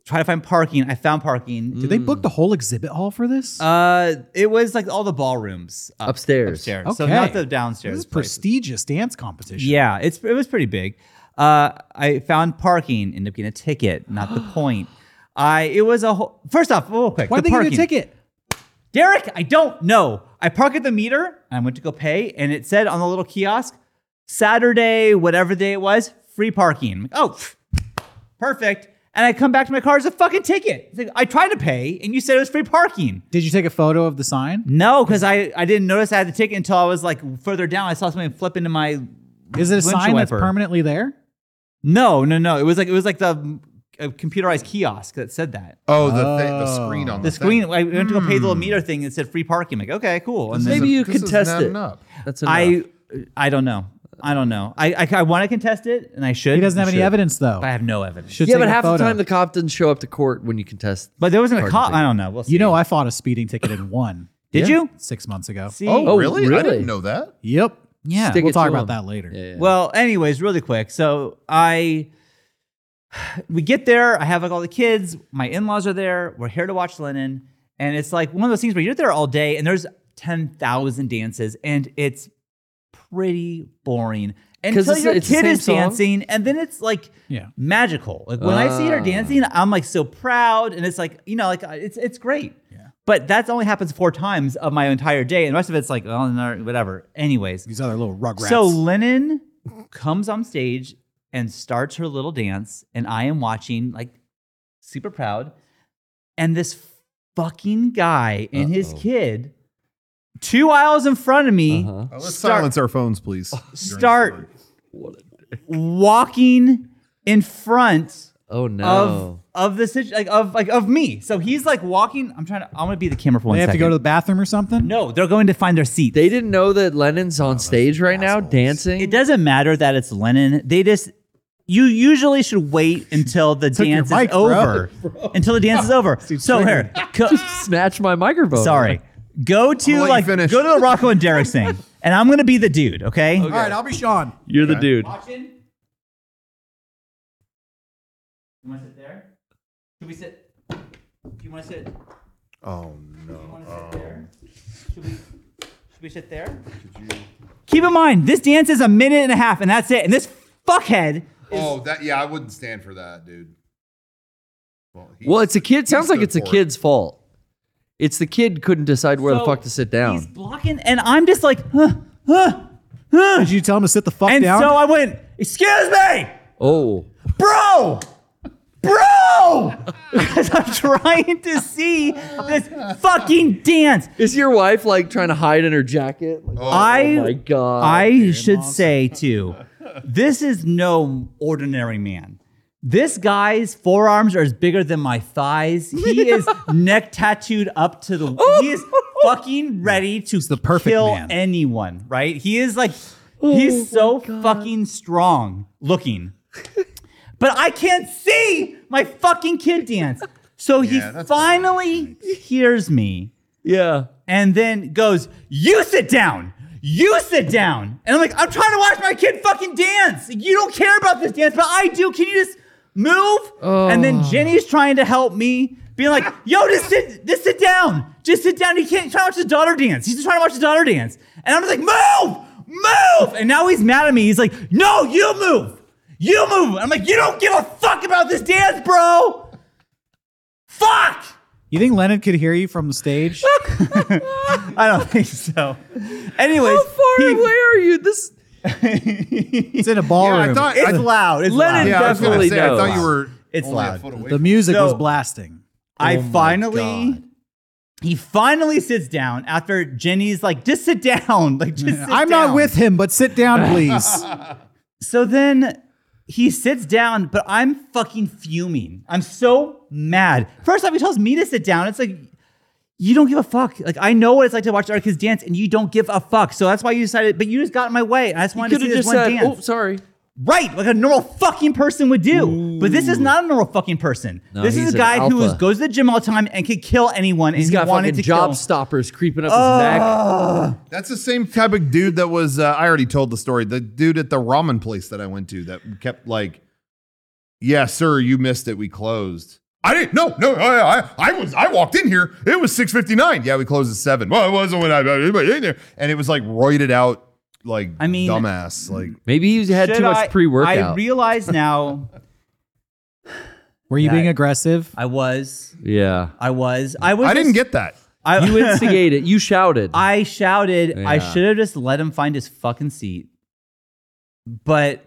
C: try to find parking. I found parking.
A: Did they book the whole exhibit hall for this?
C: mm. Uh, it was like all the ballrooms up-
B: Upstairs.
C: upstairs. So
A: Okay.
C: not the downstairs.
A: this is
C: places.
A: prestigious dance competition.
C: Yeah, it's it was pretty big. Uh, I found parking, ended up getting a ticket, not
A: [gasps]
C: the point. I it was a whole, first off, real quick.
A: Why
C: the
A: did they get a
C: parking.
A: ticket?
C: Derek, I don't know. I park at the meter and I went to go pay, and it said on the little kiosk, Saturday, whatever day it was, free parking. Oh, pff, perfect. And I come back to my car as a fucking ticket. It's like, I tried to pay, and you said it was free parking.
A: Did you take a photo of the sign?
C: No, because I, I didn't notice I had the ticket until I was like further down. I saw something flip into my
A: Is it a
C: Windshield
A: sign that's
C: wiper.
A: permanently there?
C: No, no, no. It was like it was like the mm, uh, computerized kiosk that said that.
D: Oh, the thi- the
A: Oh.
D: screen on the,
C: The screen.
D: Thing.
C: I went to go pay the little
A: Hmm.
C: meter thing and it said free parking. Like, okay, cool. And
D: This
C: then
B: Maybe
D: isn't-
B: you
D: this isn't
B: contest it.
D: adding up.
B: That's enough.
C: I, I don't know. I don't know. I I, I want to contest it, and I should.
A: He doesn't have any
C: Should.
A: evidence though.
C: But I have no evidence.
A: Should
B: yeah,
A: take
B: but
A: a
B: half the
A: photo.
B: time the cop doesn't show up to court when you contest.
C: But there wasn't a
B: Parking
C: cop.
B: ticket.
C: I don't know. We'll see.
A: you know, I fought a speeding ticket and won
C: did
B: Yeah.
C: you
A: six months ago.
C: see?
D: Oh,
B: Oh,
D: really? I
B: really?
D: didn't know that.
A: Yep.
C: yeah.
B: Stick
A: We'll
B: it
A: talk
B: to
A: about
B: him.
A: that later.
B: Yeah, yeah.
C: Well, anyways, really quick. So I we get there, I have like all the kids, my in-laws are there, we're here to watch Lennon, and it's like one of those things where you're there all day and there's 10,000 dances and it's pretty boring.
B: 'Cause
C: Until
B: it's-
C: your
B: it's the
C: kid
B: same
C: is
B: song?
C: dancing and then it's like
A: Yeah.
C: magical. Like when I see her
B: Ah.
C: dancing, I'm like so proud and it's like, you know, like I- it's it's great. Yeah. But that only happens four times of my entire day and the rest of it's like, oh, no, whatever. Anyways.
A: These other little rugrats.
C: So Lennon comes on stage and starts her little dance, and I am watching, like, super proud. And this fucking guy and his
B: Uh-oh.
C: kid, two aisles in front of me,
B: Uh-huh.
A: Oh,
D: Uh, let's
C: Start-
D: silence our phones, please.
C: start walking in front
B: Oh no.
C: of of the situ- like of like of me. So he's like walking. I'm trying to. I'm gonna be the camera for one
A: they have to go to
C: second.
A: the bathroom or something.
C: no, they're going to find their seat.
B: they didn't know that Lennon's
D: Oh,
B: on stage right now dancing.
C: It doesn't matter that it's Lennon. They just you usually should wait until the
A: your
C: dance is
A: mic, bro.
C: over. Until the dance is over. so here, go,
B: Snatch my microphone.
C: sorry, go
D: I'll
C: to
D: let you
C: like go
D: finish.
C: to the Rocco and Derek thing, and I'm gonna be the dude. Okay.
A: All right, I'll be Sean.
B: You're the dude.
C: Watching. You want to sit there? Should we sit? Do you want to sit? Do
D: Oh
C: you
D: no.
C: want to sit there? Should we? Should we sit there? Keep in mind, this dance is a minute and a half, and that's it. And this fuckhead
D: oh, that yeah, I wouldn't stand for that, dude. Well, he-
B: Well, it's a kid. Sounds like
D: stood
B: it's a
D: for it.
B: kid's fault. It's the kid couldn't decide where the
C: So,
B: fuck to sit
C: He's
B: down.
C: blocking, and I'm just like, huh, huh, huh.
A: Did you tell him to sit the fuck
C: And
A: down?
C: so I went, excuse me,
B: Oh,
C: bro, bro, [laughs] because I'm trying to see this fucking dance.
B: is your wife like trying to hide in her jacket? Like, oh,
C: I
B: my god!
C: I should say too, this is no ordinary man. This guy's forearms are as bigger than my thighs. He is neck tattooed up to the. He is fucking ready to
A: the perfect
C: kill
A: man.
C: anyone. Right? He is like, he's so fucking strong looking. but I can't see my fucking kid dance. So
D: Yeah,
C: he
D: that's-
C: finally hears me
B: yeah.
C: and then goes, "You sit down. You sit down." And I'm like, "I'm trying to watch my kid fucking dance. You don't care about this dance, but I do. Can you just move?" And then Jenny's trying to help me, being like, "Yo, just sit, just sit down. Just sit down. He can't he's trying to watch his daughter dance. He's just trying to watch his daughter dance." And I'm just like, "Move, move!" And now he's mad at me. He's like, "No, you move." You move. I'm like, you don't give a fuck about this dance, bro. Fuck.
A: you think Leonard could hear you from the stage?
C: I don't [laughs] think so. Anyways,
B: How far
C: he-
B: away are you? This
A: it's in a
D: yeah,
A: ballroom.
D: I thought I,
C: It's loud. It's
B: Let
C: loud.
B: it
D: yeah, I was gonna
B: Definitely
D: say, I thought
B: knows.
D: you were
C: It's
D: only
C: loud.
D: A foot away
A: the music
C: So-
A: was blasting.
C: I
B: Oh my
C: finally,
B: God.
C: he finally sits down after Jenny's like, just sit down, [laughs] like just. Sit
A: I'm
C: down."
A: not with him, but sit down,
C: [laughs]
A: please.
C: So then he sits down, but I'm fucking fuming. I'm so mad. First off, he tells me to sit down. It's like, you don't give a fuck. Like, I know what it's like to watch our kids dance, and you don't give a fuck. So that's why you decided, but you just got in my way. And I just
B: you
C: wanted to
B: could have
C: see this one
B: just said,
C: dance.
B: "Oh, sorry."
C: Right, like a normal fucking person would do. But this is not a normal fucking person.
B: No,
C: this
B: he's
C: is a
B: an
C: guy who is,
B: alpha.
C: goes to the gym all the time and could kill anyone. and
B: He's
C: he
B: got
C: wanted to
B: fucking job
C: kill.
B: stoppers creeping up
D: That's the same type of dude that was. Uh, I already told the story. The dude at the ramen place that I went to that kept like, "Yeah, sir, you missed it. We closed." I didn't. No, no. I, I, I was. I walked in here. It was six fifty nine. Yeah, we closed at seven. Well, it wasn't when I anybody in there, and it was like roided out, like
C: I mean-
D: dumbass. Like
B: his neck. Maybe he had
C: Should
B: too
C: I-
B: much pre-workout.
C: I realize now
A: Were you
C: Yeah.
A: being aggressive?
C: I was,
B: yeah,
C: I was, I was.
D: I didn't
C: just-
D: get that.
C: I,
B: you instigated. You shouted.
C: [laughs] I shouted. I
B: Yeah.
C: should have just let him find his fucking seat, but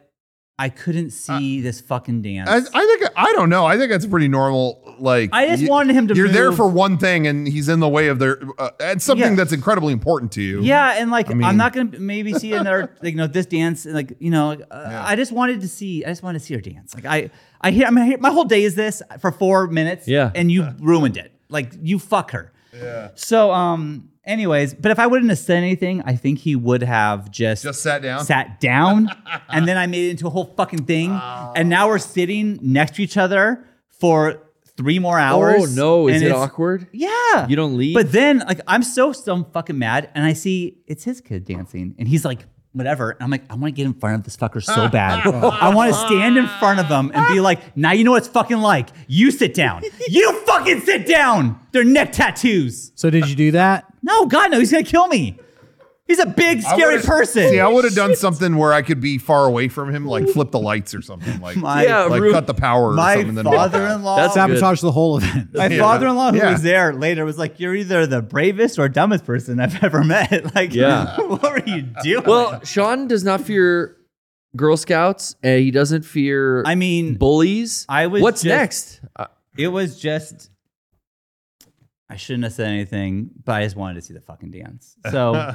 C: I couldn't
D: Uh,
C: see this fucking dance.
D: I, I think I don't know. I think that's pretty normal. Like
C: I just wanted him to
D: You're there
C: move.
D: for one thing, and he's in the way of their. Uh, and something
C: Yeah.
D: that's incredibly important to you.
C: Yeah, and like I
D: mean-
C: am not gonna maybe see another [laughs] like you know this dance and like you know like, uh, I just wanted to see I just wanted to see her dance like I I hear I mean, I hear- my whole day is this for four minutes
B: Yeah.
C: and you ruined it like you fuck her yeah so um anyways but if I wouldn't have said anything I think he would have just
D: Just sat down?
C: sat down and then I made it into a whole fucking thing and now we're sitting next to each other for three more hours
B: oh no, is
C: and
B: it
C: it's-
B: awkward?
C: yeah.
B: You don't leave?
C: But then like I'm so dumb fucking mad and I see it's his kid dancing and he's like whatever and I'm like I want to get in front of this fucker
D: [laughs]
C: so bad. I want to stand in front of him and be like now you know what it's fucking like. You sit
D: [laughs]
C: down. You fucking sit down. They're neck tattoos.
A: So did you
C: [laughs]
A: do that?
C: No, god no, he's going to kill me. He's a big
D: I
C: scary
D: would've-
C: person.
D: See, I would have done something where I could be far away from him, like flip the lights or something, like
C: my
B: Yeah,
D: like
B: Ru-
D: cut the power or
C: my
D: something. and then walk out.
C: father-in-law
B: That's
A: Sabotage the whole event.
C: my
D: Yeah.
C: father-in-law who
D: Yeah.
C: was there later was like you're either the bravest or dumbest person I've ever met. [laughs] Like
B: Yeah.
C: what are you doing?
B: Well, Sean does not fear Girl Scouts, and he doesn't fear.
C: I mean
B: bullies.
C: I was
B: What's
C: just-
B: next? Uh,
C: It was just I shouldn't have said anything, but I just wanted to see the fucking dance.
B: [laughs]
C: So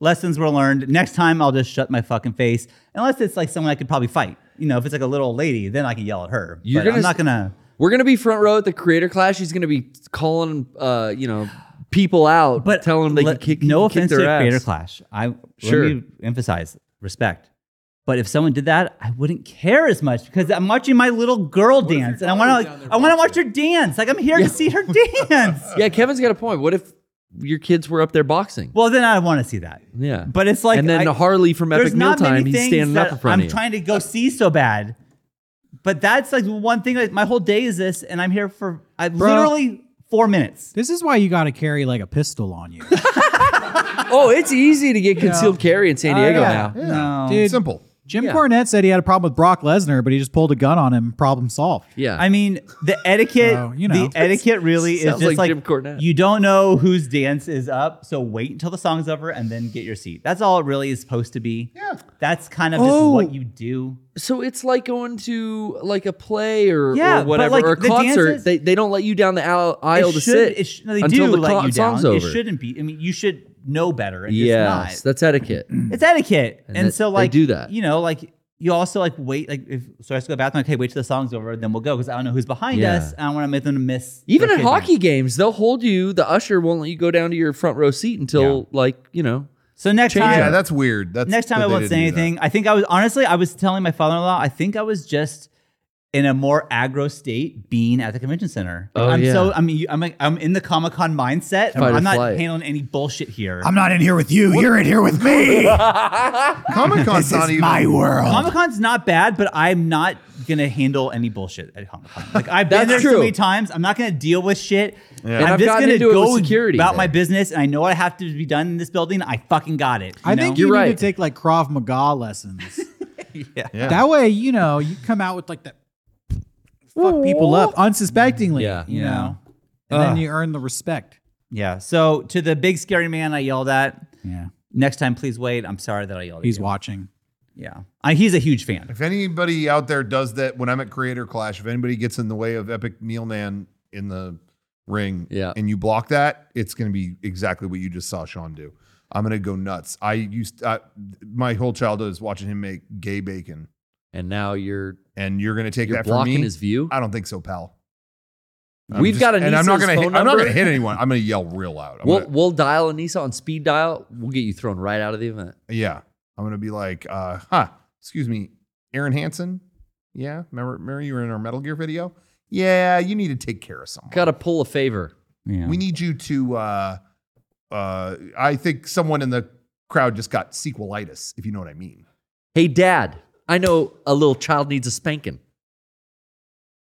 C: lessons were learned. Next time I'll just shut my fucking face. Unless it's like someone I could probably fight. You know, if it's like a little old lady, then I can yell at her.
B: You're
C: but
B: gonna
C: I'm not
B: s-
C: gonna
B: we're gonna be front row at the creator clash. He's gonna be calling, uh, you know, people out,
C: but
B: telling them they
C: let-
B: can kick.
C: no
B: kick
C: offense
B: their
C: to a
B: ass.
C: creator clash. I
B: Sure.
C: let me emphasize respect. But if someone did that, I wouldn't care as much because I'm watching my little girl
E: if
C: dance,
E: your
C: and I want
E: daughter's
C: to.
E: down
C: Like,
E: there
C: I want to watch her
E: boxing?
C: dance. Like I'm here to
B: [laughs]
C: see her dance.
B: Yeah, Kevin's got a point. What if your kids were up there boxing?
C: Well, then I want to see that.
B: yeah,
C: But it's like
B: and then
C: I-
B: Harley from Epic
C: There's not many
B: Mealtime, he's
C: things
B: standing
C: that
B: up in front
C: I'm
B: of you.
C: trying to go see so bad. But that's like one thing. Like my whole day is this, and I'm here for I literally four minutes.
A: [laughs] This is why you got to carry like a pistol on
C: [laughs]
A: you.
B: oh, it's easy to get concealed carry in San Diego
A: yeah.
B: now.
D: Yeah.
C: No.
A: Dude,
D: Simple.
A: Jim
B: Yeah.
A: Cornette said he had a problem with Brock Lesnar, but he just pulled a gun on him. Problem solved.
B: Yeah.
C: I mean, the etiquette,
A: Oh, you know.
C: the etiquette really
B: [laughs]
C: is
B: Sounds
C: just
B: like
C: like,
B: Jim Cornette.
C: you don't know whose dance is up, so wait until the song's over and then get your seat. That's all it really is supposed to be.
D: Yeah.
C: That's kind of just
A: Oh.
C: what you do.
B: so it's like going to like a play or,
C: Yeah,
B: or
C: but,
B: whatever
C: like,
B: or a
C: the
B: concert.
C: dances-
B: they, they don't let you down the aisle, aisle
C: it
B: to
C: should,
B: sit
C: It sh- no, they
B: until
C: do
B: the
C: let
B: co-
C: you down.
B: song's over.
C: It shouldn't be. I mean, you should know better. And
B: yes,
C: it's not.
B: that's etiquette.
C: It's etiquette. And,
B: that-
C: so,
B: they
C: like,
B: do that.
C: You know, like you also like wait. Like, if so, I have to go to the bathroom. Like, hey, wait till the song's over, then we'll go because I don't know who's behind
B: Yeah.
C: us. I don't want to make them miss. their
B: Even at
C: kid.
B: hockey games, they'll hold you. The usher won't let you go down to your front row seat until like you know.
C: So next
B: Change
C: time,
B: it.
D: Yeah, that's weird. That's
C: next time
D: that
C: I
D: they
C: won't say
D: didn't do that.
C: anything. I think I was honestly, I was telling my father-in-law, I think I was just in a more aggro state being at the convention center.
B: Oh,
C: I'm
B: yeah.
C: so I mean I'm like, I'm in the Comic Con mindset.
B: Fight or
C: I'm not
B: flight.
C: handling any bullshit here.
A: I'm not in here with you. You're in here
C: [laughs]
A: with me.
D: Comic Con's
A: this
D: not
A: is
D: even
A: my
B: Um,
A: world.
C: Comic Con's not bad, but I'm not gonna handle any bullshit at Comic Con. Like I've
B: That's
C: been there
B: true.
C: so many times, I'm not gonna deal with shit.
D: Yeah.
B: And
C: I'm
B: I've
C: just
B: gotten
C: gonna
B: into it with
C: go
B: security
C: about
B: there.
C: my business, and I know what I have to be done in this building. I fucking got it.
A: I think
C: know?
A: you
B: You're
A: need
B: right.
A: to take like Krav Maga lessons.
D: Yeah.
A: That way, you know, you come out with like that fuck people up unsuspectingly.
B: Yeah.
A: You
C: Yeah.
A: know. And then you earn the respect.
C: yeah. So to the big scary man I yelled at.
A: Yeah.
C: Next time, please wait. I'm sorry that I yelled.
A: He's
C: at you.
A: watching.
C: Yeah, I, he's a huge fan.
D: If anybody out there does that when I'm at Creator Clash, if anybody gets in the way of Epic Meal Man in the ring
B: Yeah.
D: and you block that, it's going to be exactly what you just saw Sean do. I'm going to go nuts. I used uh, my whole childhood is watching him make gay bacon,
B: And now you're
D: and you're going to take
B: you're
D: that from
B: blocking
D: me.
B: his view.
D: I don't think so, pal.
B: We've got a
D: and I'm not
B: niece's
D: gonna hit,
B: phone
D: I'm not
B: number.
D: going to hit anyone. I'm going to yell real loud. I'm
B: we'll
D: gonna-
B: we'll dial Anissa on speed dial. We'll get you thrown right out of the event.
D: yeah, I'm going to be like, uh, huh? Excuse me, Aaron Hansen. Yeah, remember, remember you were in our Metal Gear video. Yeah, you need to take care of someone.
B: Got to pull a favor.
C: Yeah.
D: We need you to. Uh, uh, I think someone in the crowd just got sequelitis, if you know what I mean.
B: Hey, Dad, I know a little child needs a spanking.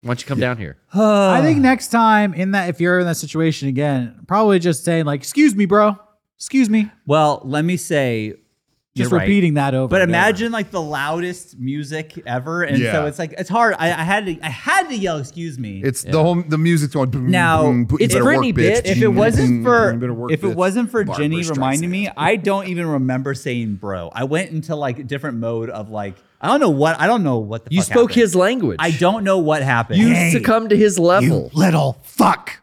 B: Why don't you come down here?
A: I think next time in that if you're in that situation again, probably just saying like, excuse me, bro. Excuse me.
C: well, let me say,
A: Just
C: you're right.
A: repeating that over.
C: But
A: and over.
C: imagine like the loudest music ever, and
D: Yeah.
C: so it's like it's hard. I, I had to, I had to yell, "Excuse me."
D: It's the whole the music's going. boom,
C: Now,
D: boom, boom, you
C: it's
D: better work,
B: Britney, bitch.
C: if it wasn't
D: You better
C: for
D: work,
C: if it
D: bitch.
C: wasn't for
D: Barbra
C: Jenny
D: Streisand.
C: reminding me, I don't even remember saying "bro." I went into like a different mode of like I don't know what I don't know what the
B: You
C: fuck
B: spoke
C: happened.
B: his language.
C: I don't know what happened.
B: You
A: Hey,
B: succumbed to
C: [laughs]
B: his level.
A: little
D: [laughs]
A: fuck.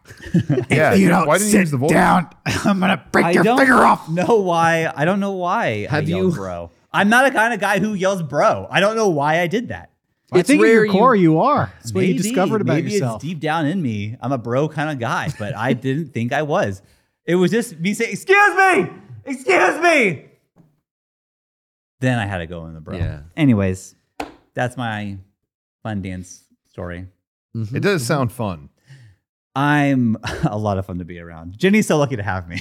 D: Yeah,
A: if you don't
D: why didn't you
A: sit
D: use the voice?
A: down, [laughs] I'm gonna break
C: I
A: your
C: don't
A: finger off.
C: know why. I don't know why I
B: Have
C: yelled
B: you-
C: bro. I'm not a kind of guy who yells bro. I don't know why I did that.
A: I
B: It's
A: think at
B: rare
A: your
B: you-
A: core you, are. It's what you
C: Maybe-
A: discovered about
C: maybe
A: yourself.
C: It's deep down in me. I'm a bro kind of guy, but I didn't think I was. It was just me saying, "Excuse me, excuse me." Then I had to go in the bro.
B: Yeah.
C: Anyways, that's my fun dance story.
D: It does sound fun.
C: I'm [laughs] a lot of fun to be around. Jenny's so lucky to have me.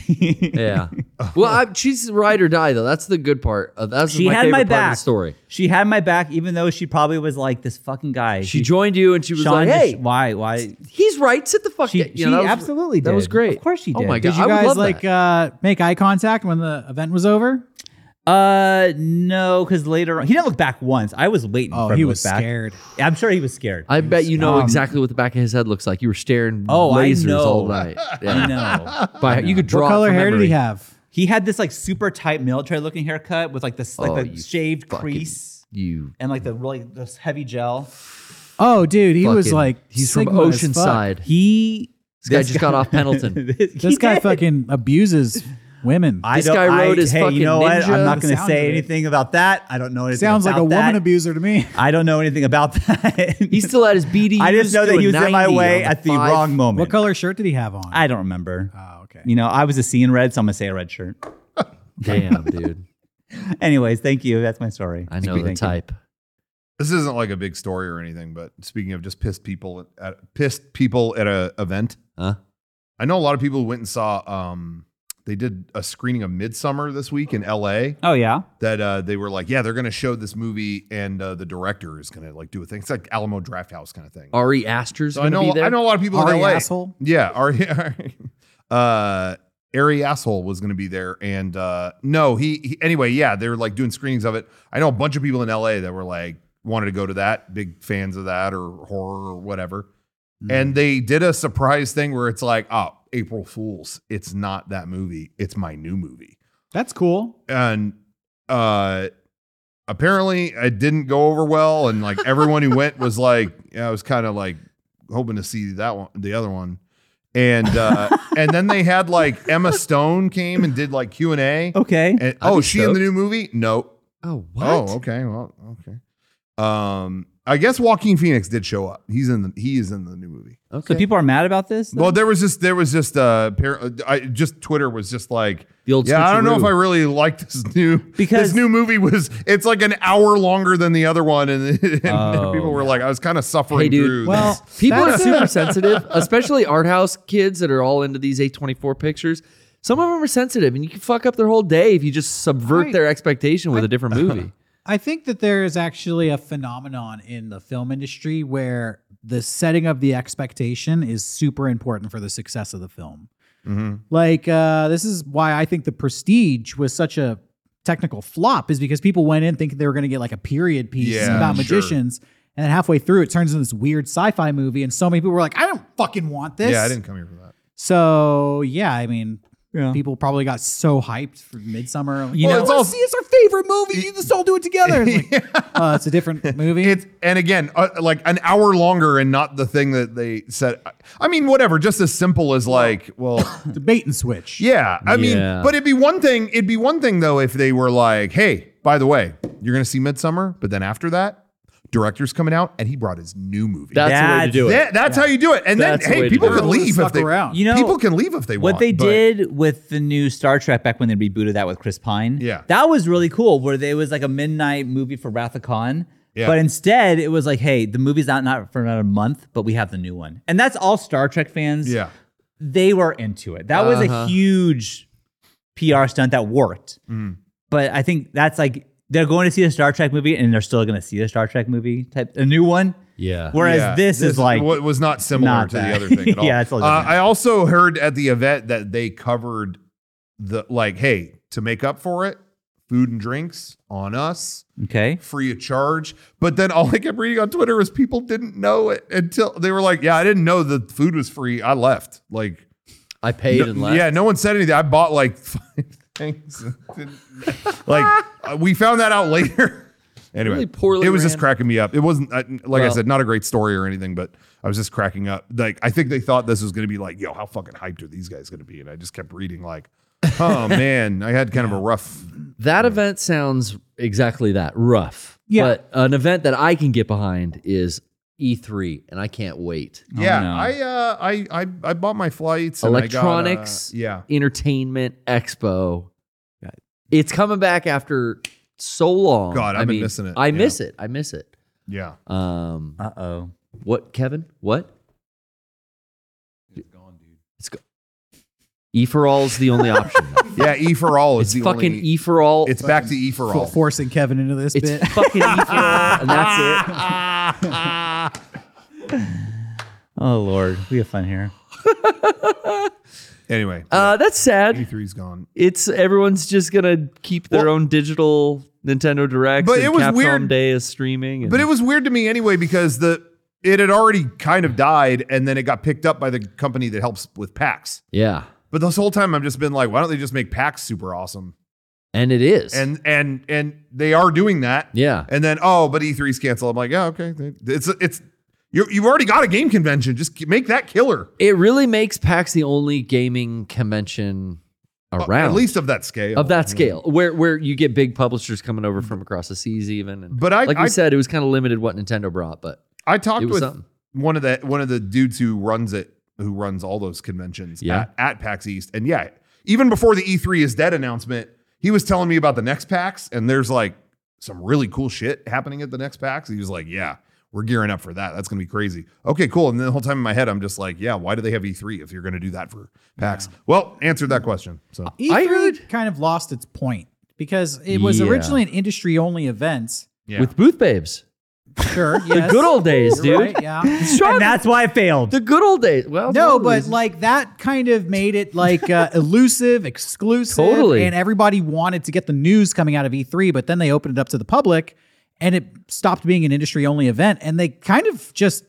C: [laughs]
B: Yeah. well, I, she's ride or die though. That's the good part. Of, that's
C: She
B: my
C: had
B: favorite
C: my
B: part of
C: back.
B: the story.
C: She had my back, even though she probably was like this fucking guy.
B: She joined you and she was
C: Sean,
B: like,
C: just-
B: "Hey,
C: why, why?
B: he's right. Sit the fuck
C: She-
B: down." You
C: she
B: know, that was-
C: absolutely
B: That was
C: did.
B: great.
C: Of course she
B: Oh my
C: did.
B: god!
A: Did you
B: I would
A: guys
B: love
A: like
B: that.
A: uh, make eye contact when the event was over?
C: Uh, no, because later on, he didn't look back once. I was waiting.
A: Oh,
C: for him
A: he
C: to look
A: was
C: back.
A: scared.
C: I'm sure he was scared.
B: I bet you know
C: Um,
B: exactly what the back of his head looks like. You were staring
C: Oh, I
B: lasers
C: know.
B: all night.
C: I [laughs]
B: Yeah.
C: know.
B: By, you could draw
A: What
B: it
A: color
B: from
A: hair did
B: memory.
A: he have?
C: He had this like super tight military looking haircut with like this like
B: Oh, you
C: the shaved
B: fucking-
C: crease
B: You
C: and like the really this heavy gel.
A: Oh, dude, he was
B: fucking-
A: like
B: he's from
A: Sigma as fuck.
B: Oceanside.
C: He
B: This guy just got off
C: [laughs]
B: Pendleton.
A: This guy fucking abuses women.
B: This guy rode his
C: hey,
B: fucking
C: you know what?
B: ninja.
C: I'm not
A: The
C: going to
A: sound of
C: say
A: it.
C: anything about that. I don't know anything.
A: Sounds like a
C: about that.
A: woman abuser to me.
C: I don't know anything about that.
B: He still had his BD.
C: [laughs] I just know that he was in my way at the wrong moment.
A: What color shirt did he have on?
C: I don't remember.
A: oh, okay.
C: You know, I was a C in red, so I'm gonna say a red shirt.
B: Damn, dude.
C: Anyways, thank you. That's my story.
B: I [laughs]
C: Thank
B: know
C: you,
B: the
C: thank you.
B: type.
D: This isn't like a big story or anything, but speaking of just pissed people at, at pissed people at a event,
B: Huh?
D: I know a lot of people who went and saw. Um, they did a screening of Midsummer this week in L.A.
C: Oh yeah.
D: That uh, they were like, yeah, they're going to show this movie, and uh, the director is going to like do a thing. It's like Alamo Drafthouse kind of thing.
B: Ari Aster's
D: So I
B: gonna
D: know
B: be there.
D: I know a lot of people [laughs]
A: Ari
D: in L.A.
A: asshole.
D: Yeah, Ari. Ari. Uh, Airy asshole was going to be there, and uh, no, he, he anyway. Yeah, they were like doing screenings of it. I know a bunch of people in L.A. that were like wanted to go to that, big fans of that or horror or whatever. And they did a surprise thing where it's like, oh, April Fools. It's not that movie. It's my new movie.
A: That's cool.
D: And uh, apparently, it didn't go over well. And like everyone who went was like, yeah, I was kind of like hoping to see that one, the other one. And uh, and then they had like Emma Stone came and did like Q and A.
C: Okay.
D: And
B: I'd
D: oh,
B: be
D: is she in the
B: stoked.
D: new movie? No.
B: Oh, what?
D: Oh, okay. Well, okay. Um, I guess Joaquin Phoenix did show up. He's in the he is in the new movie.
B: okay.
C: So people are mad about this?
D: Well, there was just there was just uh, par- I just Twitter was just like
B: The old
D: yeah. I don't know if
B: switcheroo.
D: I really like this new
C: Because-
D: this new movie was it's like an hour longer than the other one, and, [laughs] and
C: Oh.
D: people were like, I was kind of suffering
B: Hey, dude.
D: through.
A: Well,
B: [laughs]
D: this.
B: People are
A: That's-
B: super
D: [laughs]
B: sensitive, especially art house kids that are all into these A24 pictures. Some of them are sensitive, and you can fuck up their whole day if you just subvert
A: I-
B: their expectation with a different movie.
A: I think that there is actually a phenomenon in the film industry where the setting of the expectation is super important for the success of the film.
D: Mhm.
A: Like uh, this is why I think the Prestige was such a technical flop is because people went in thinking they were going to get like a period piece
D: Yeah,
A: about
D: sure.
A: magicians, and then halfway through it turns into this weird sci-fi movie, and so many people were like, "I don't fucking want this."
D: yeah, I didn't come here for that.
A: So yeah, I mean,
C: Yeah.
A: people probably got so hyped for Midsummer.
C: You
A: well,
D: know-
A: it's all see, it's our favorite movie. Let's all do it together. It's like, uh, it's a different movie.
D: It's and again, uh, like an hour longer, and not the thing that they said. I mean, whatever. Just as simple as like, well,
A: It's a bait and switch.
D: Yeah,
B: Yeah.
D: I mean, but it'd be one thing. It'd be one thing though if they were like, "Hey, by the way, you're gonna see Midsummer, but then after that, director's coming out, and he brought his new movie."
B: That's the way to
C: That's-
B: do it.
D: That- that's how you do it. And
B: That's the
D: then,
B: way
D: hey,
B: to
D: people
B: do it.
D: can
A: People
D: leave if
A: stuck
D: they
A: around.
C: You know,
D: people can leave if they want.
C: what they
D: but-
C: did with the new Star Trek back when they rebooted that with Chris Pine.
D: Yeah.
C: That was really cool where they, it was like a midnight movie for Wrath of Khan.
D: Yeah.
C: But instead, it was like, hey, the movie's out not for another month, but we have the new one. And that's all Star Trek fans.
D: Yeah,
C: They were into it. That was
D: Uh-huh.
C: a huge PR stunt that worked.
D: Mm.
C: But I think that's like, they're going to see a Star Trek movie and they're still going to see a Star Trek movie type, a new one.
B: Yeah.
C: Whereas
D: Yeah.
C: this, is like,
D: wa- was not similar
C: not
D: to the
C: that.
D: other thing
C: [laughs]
D: at all.
C: Yeah, it's a
D: uh,
C: little different.
D: I also heard at the event that they covered the like, hey, to make up for it, food and drinks on us.
C: okay.
D: free of charge. But then all I kept reading on Twitter was people didn't know it until they were like, "Yeah, I didn't know the food was free. I left." Like,
B: [laughs] I paid
D: no-
B: and left.
D: yeah, no one said anything. I bought like [laughs] five things. and
B: [laughs]
D: didn't- like, uh, we found that out [laughs] later. Anyway,
B: Really poorly
D: it was just
B: ran.
D: cracking me up. It wasn't I, like I
B: Well-
D: said, not a great story or anything, but I was just cracking up. Like, I think they thought this was going to be like, "Yo, how fucking hyped are these guys going to be?" And I just kept reading like. oh [laughs] man, I had kind of a rough.
B: That event sounds exactly that rough.
A: Yeah.
B: But an event that I can get behind is E3, and I can't wait.
D: yeah,
C: no.
D: I uh, I I I bought my flights. And I got, uh,
B: Electronics.
D: yeah,
B: Entertainment Expo. It's coming back after so long.
D: God, I've
B: I
D: been
B: mean,
D: missing it.
B: I
D: Yeah.
B: miss it. I miss it. [laughs]
D: Yeah.
B: Um,
C: Uh oh.
B: what, Kevin? What?
E: It's gone, dude.
B: E for all's the only
D: [laughs]
B: option. now.
D: Yeah, E for all is
B: It's
D: the
B: fucking
D: only,
B: E for all.
D: It's back to E for all. [laughs]
A: For- forcing Kevin into this
B: It's
A: bit.
B: [laughs] fucking E for all, and that's it.
C: Oh, Lord. We have fun here.
D: [laughs] anyway,
B: Uh, that's sad.
D: E3's gone.
B: It's everyone's just gonna keep their
D: Well-
B: own digital Nintendo Directs.
D: But
B: and
D: it was
B: Capcom
D: weird-
B: Day is streaming. and-
D: But it was weird to me anyway because the it had already kind of died and then it got picked up by the company that helps with PAX.
B: yeah,
D: But this whole time I've just been like, why don't they just make PAX super awesome?
B: and it is.
D: And and and they are doing that.
B: yeah,
D: And then oh, but E3's canceled. I'm like, yeah, okay. It's it's you you've already got a game convention. Just make that killer.
B: it really makes PAX the only gaming convention around,
D: At least of that scale.
B: of that scale, where where you get big publishers coming over from across the seas, even. And
D: But I-
B: like we
D: I-
B: said, it was kind of limited what Nintendo brought, but
D: I talked
B: It was
D: with
B: something.
D: one of the one of the dudes who runs it, who runs all those conventions
B: Yeah.
D: at, at PAX East, and yeah, even before the E3 is dead announcement, he was telling me about the next PAX, and there's like some really cool shit happening at the next PAX. He was like, "Yeah, we're gearing up for that. That's gonna be crazy." Okay, cool. And then the whole time in my head, I'm just like, "Yeah, why do they have E3 if you're gonna do that for PAX?" Well, answered that question. So
A: E3
B: I heard-
A: E kind of lost its point because it was
B: Yeah.
A: originally an industry only event.
D: yeah,
B: with Booth Babes,
A: Sure.
B: The good old days, dude.
A: yeah.
B: Strong-
C: And that's why I failed.
B: the good old days. Well,
A: No,
B: one
A: but
B: reason.
A: like that kind of made it
B: [laughs]
A: like uh, elusive, exclusive,
B: Totally.
A: and everybody wanted to get the news coming out of E3, but then they opened it up to the public, and it stopped being an industry-only event, and they kind of just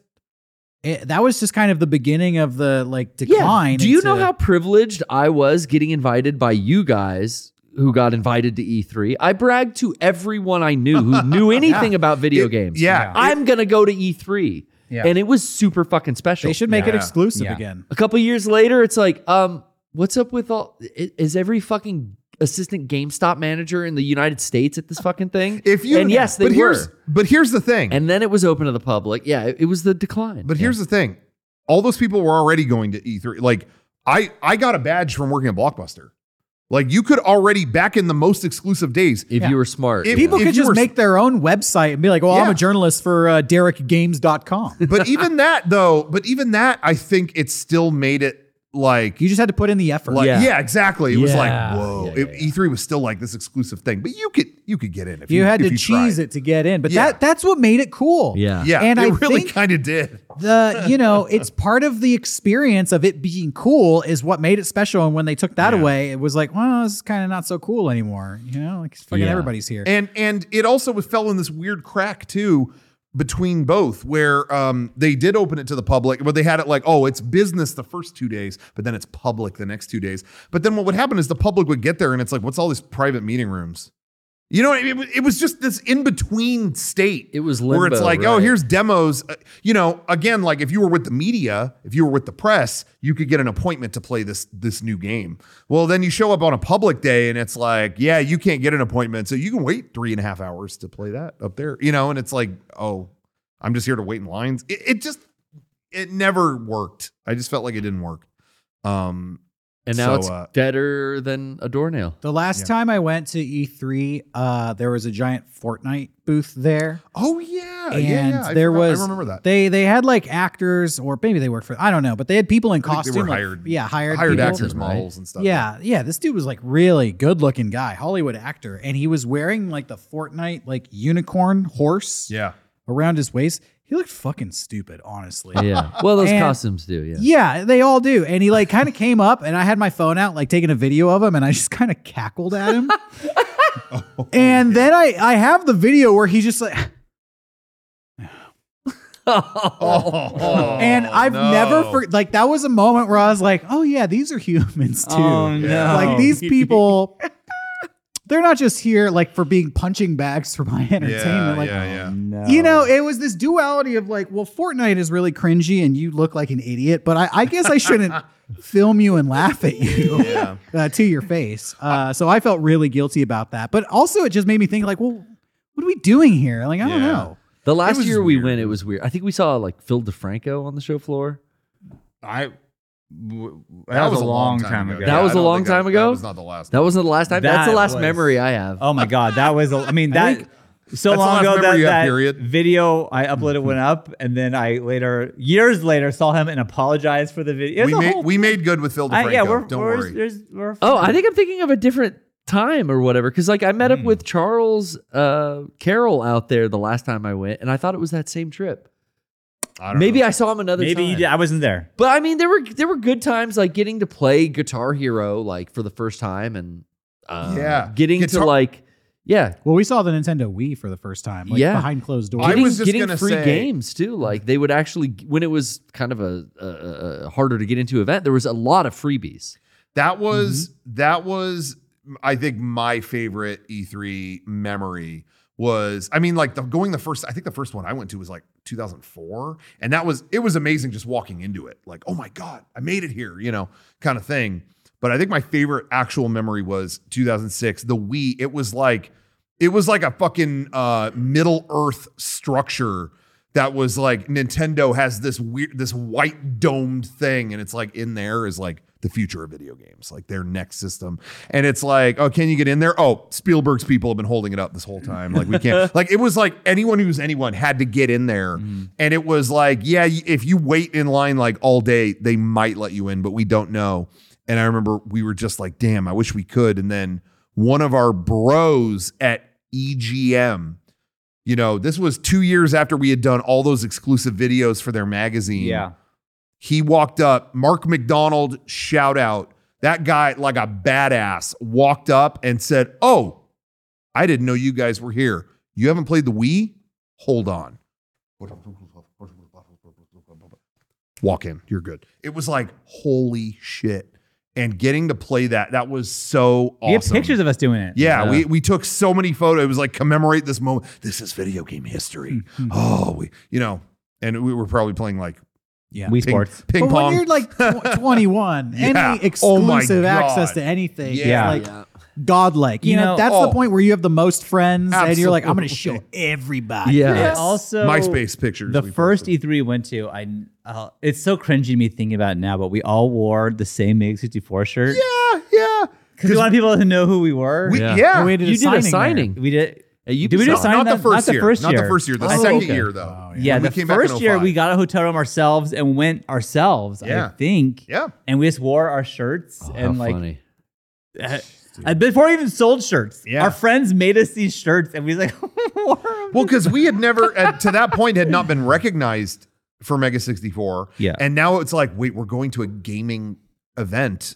A: it, that was just kind of the beginning of the like decline.
B: Do you
A: into-
B: know how privileged I was getting invited by you guys who got invited to E3? I bragged to everyone I knew who knew anything about video
D: It-
B: games.
D: yeah.
B: I'm going to go to E3.
C: Yeah.
B: And it was super fucking special.
A: they should make it
D: Yeah.
A: exclusive
C: Yeah.
A: again?
B: A couple years later, it's like, um, what's up with all? i- Is every fucking assistant GameStop manager in the United States at this fucking thing?
D: [laughs] If you
B: and yes, they
D: but here's
B: were.
D: but here's the thing.
B: And then it was open to the public. Yeah, it, it was the decline.
D: But here's the thing: all those people were already going to E3. Like I, I got a badge from working at Blockbuster. Like you could already back in the most
B: [laughs]
D: exclusive days.
B: if you were smart,
D: If-
B: yeah.
A: People
D: if
A: could
D: you
A: just
D: were-
A: make their own website and be like, "Well, I'm
D: Yeah.
A: a journalist for uh,
B: [laughs]
A: DerekGames.com."
D: But even that though, but even that, I think it still made it like.
A: you just had to put in the effort.
D: like-
B: Yeah.
D: yeah. exactly. It was like,
B: Yeah.
D: whoa.
B: Yeah, yeah,
D: It- E3 was still like this exclusive thing, but you could you could get in if you,
A: you, had
D: if
A: to cheese it to get in, but
D: Yeah.
A: that that's what made it cool.
B: Yeah.
D: Yeah,
A: And
D: it
A: I
D: really
A: think-
D: kind of did.
A: the you know
D: [laughs]
A: it's part of the experience of it being cool is what made it special and when they took that away it was like well this is kind of not so cool anymore you know like fucking
B: Yeah.
A: everybody's here
D: And and it also fell in this weird crack too between both where um, they did open it to the public, but they had it like, oh, it's business the first two days, but then it's public the next two days. But then what would happen is the public would get there and it's like, what's all these private meeting rooms? You know, what I mean? it, was- it was just this in between state.
B: It was
D: where it's
B: limbo,
D: like, oh,
B: right.
D: here's demos. Uh, you know, again, like if you were with the media, if you were with the press, you could get an appointment to play this this new game. Well, then you show up on a public day, and it's like, yeah, you can't get an appointment, so you can wait three and a half hours to play that up there. You know, and it's like, oh, I'm just here to wait in lines. It, it just, it never worked. I just felt like it didn't work. Um,
B: and now
D: So,
B: it's
D: uh,
B: deader than a
D: [laughs]
B: doornail.
A: the last
D: Yeah.
A: time i went to e3 uh there was a giant fortnite booth there
D: oh yeah,
A: and
D: yeah, yeah. I
A: there
D: forgot-
A: was
D: I remember that.
A: they they had like actors or maybe they worked for i don't know but they had people in
D: I think
A: costume
D: they were
A: like-
D: hired-
A: yeah hired
D: hired
A: people.
D: actors,
B: right?
D: models, and stuff.
A: Yeah, yeah. This dude was like really good looking guy, Hollywood actor, and he was wearing like the Fortnite like unicorn horse
D: yeah.
A: around his waist. He looked fucking stupid, honestly.
B: Yeah. Well, those
A: And-
B: costumes do. [laughs] Yeah.
A: Yeah, they all do. And he like kind of came up and I had my phone out, like taking a video of him, and I just kind of cackled at him. and then I I have the video where he's just like
D: Oh,
A: and I've
D: no.
A: never for like that was a moment where I was like, oh yeah, these are humans too.
C: Oh, no. [laughs]
D: [laughs]
A: Like these people they're not just here like for being punching bags for my entertainment.
D: Yeah,
A: like
D: yeah, yeah.
C: No.
A: You
D: Um,
A: know, it was this duality of like, well, Fortnite is really cringy and you look like an idiot, but I, I guess
D: [laughs]
A: I shouldn't film you and laugh at you
D: Yeah.
A: [laughs] uh, to your face. Uh, so I felt really guilty about that. But also, it just made me think, like, well, what are we doing here? Like, I don't
D: Yeah.
A: know.
B: The last
D: was
B: year we
D: weird.
B: went, it was weird. I think we saw like Phil DeFranco on the show floor.
C: I w- that, was, a long, time ago.
B: That was
D: I
B: a
D: don't
B: long
D: think
B: time
D: that,
B: ago?
D: That was not the last.
B: That wasn't the last time. That's
C: That
B: the last
C: was-
B: memory I have.
C: Oh my god, that was. A, I mean, that so
D: that's the
C: long
D: last
C: ago
D: memory
C: that,
D: you have,
C: that
D: period.
C: video I uploaded went up, and then I later, years later, saw him and apologized for the video. It
D: we
C: was a
D: made
C: whole-
D: we made good with Phil DeFranco.
C: I- yeah, we're,
D: Don't
C: we're,
D: worry.
C: there's- we're
B: oh, I think I'm thinking of a different time or whatever. Because like I met up with Charles uh, Carroll out there the last time I went, and I thought it was that same trip.
D: I don't
B: Maybe
D: know.
B: I saw him another
C: maybe
B: time.
C: you did, I wasn't there.
B: But I mean, there were there were good times like getting to play Guitar Hero like for the first time, and uh,
D: Yeah.
B: getting to
D: Guitar-
B: like yeah,
A: Well, we saw the Nintendo Wii for the first time, like
B: Yeah.
A: behind closed doors.
D: I
B: getting,
D: was just
B: getting
D: gonna
B: free
D: say-
B: games too. Like they would actually, when it was kind of a, a, a harder to get into event, there was a lot of freebies.
D: that
B: Mm-hmm.
D: was that was I think my favorite E3 memory was I mean like the going the first I think the first one I went to was like 2004 and that was it was amazing just walking into it like oh my god I made it here you know kind of thing but I think my favorite actual memory was 2006 the Wii it was like it was like a fucking uh, Middle Earth structure that was like Nintendo has this weird, this white domed thing, and it's like in there is like the future of video games, like their next system, and it's like, oh, can you get in there? Oh, Spielberg's people have been holding it up this whole time, like we can't. like it was like anyone who's anyone had to get in there, and it was like, yeah, y- if you wait in line like all day, they might let you in, but we don't know. And I remember we were just like, damn, I wish we could, and then one of our bros at EGM E You know, this was two years after we had done all those exclusive videos for their magazine.
C: Yeah.
D: He walked up, Mark McDonald, shout out. That guy, like a badass, walked up and said, Oh, I didn't know you guys were here. You haven't played the Wii? Hold on. Walk in. You're good. It was like, holy shit. And getting to play that, that was so awesome.
C: You have pictures of us doing it.
D: Yeah,
B: Yeah.
D: we we took so many photos. It was like commemorate this moment. This is video
C: [laughs]
D: game history. oh, we, you know, and we were probably playing like
A: Yeah.
C: Wii
D: ping,
C: Sports.
D: ping
A: but when
D: pong.
A: you're like
D: [laughs]
A: tw- 21,
D: Yeah.
A: any
D: Oh my
A: exclusive access
D: God.
A: to anything
D: Yeah.
A: is like godlike. You,
C: You
A: know,
C: know-
A: that's
D: Oh.
A: the point where you have the most friends and you're like, I'm going to show
D: Absolutely.
A: everybody.
B: Yeah.
A: this.
B: Yes.
C: Also,
D: MySpace pictures.
C: The
D: we
C: first
D: posted.
C: E3 we went to, I uh, it's so cringy to me thinking about it now, but we all wore the same Meg 64 shirt
D: Yeah, yeah.
C: because we wanted people to know who we were.
D: We, yeah.
B: Yeah.
A: And we did
B: You did a
A: there.
B: signing.
C: we did.
B: Hey, you
C: Did we do
B: saw-
D: Not-
C: sign
D: not,
C: that-
D: the first
C: not the
D: year.
C: first
D: Not the
C: year.
D: first year. The
B: Oh,
D: second
B: okay.
D: year, though.
A: Oh,
C: Yeah,
D: When we
C: the
D: came back in
C: first year
D: 05.
C: we got a hotel room ourselves and went ourselves.
D: Yeah.
C: I think.
D: Yeah.
C: And we just wore our shirts
B: Oh,
C: and
B: how
C: like
B: funny.
C: and Uh, before we even sold shirts,
D: Yeah.
C: our friends made us these shirts and we was like [laughs] wore 'em.
D: Well, because we
C: [laughs]
D: had never, at, to that point, had not been recognized for Mega 64.
C: Yeah.
D: And now it's like, wait, we're going to a gaming event.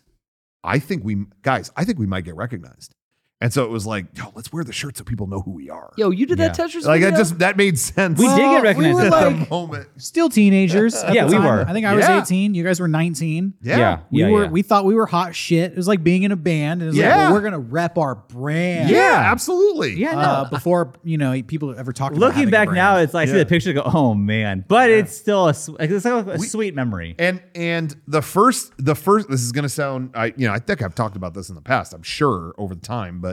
D: I think we, guys, I think we might get recognized. And so it was like, yo, let's wear the shirt so people know who we are.
B: Yo, you did that
C: Yeah.
B: Tetris
D: like, that
B: video?
D: just, [laughs] that made sense.
C: We did
A: Well,
C: get recognized
A: We were
C: at the
A: like
D: moment.
A: still teenagers. at
C: Yeah,
A: the
C: we
A: time.
C: were.
A: I think I was
D: Yeah.
A: 18. You guys were 19.
D: Yeah.
A: We
C: yeah,
A: were.
C: yeah.
A: We thought we were hot shit. It was like being in a band. And it was like,
D: Yeah.
A: well, we're gonna rep our brand.
D: Yeah, absolutely.
C: Yeah, no.
A: Uh, before you know, people ever talked. about having
C: Looking
A: a
C: back
A: brand.
C: now, it's like I see
D: Yeah.
C: the picture and go, oh man. But it's still a, sw- like, it's like a, a sweet memory.
D: And and the first the first this is going to sound I you know I think I've talked about this in the past I'm sure over the time but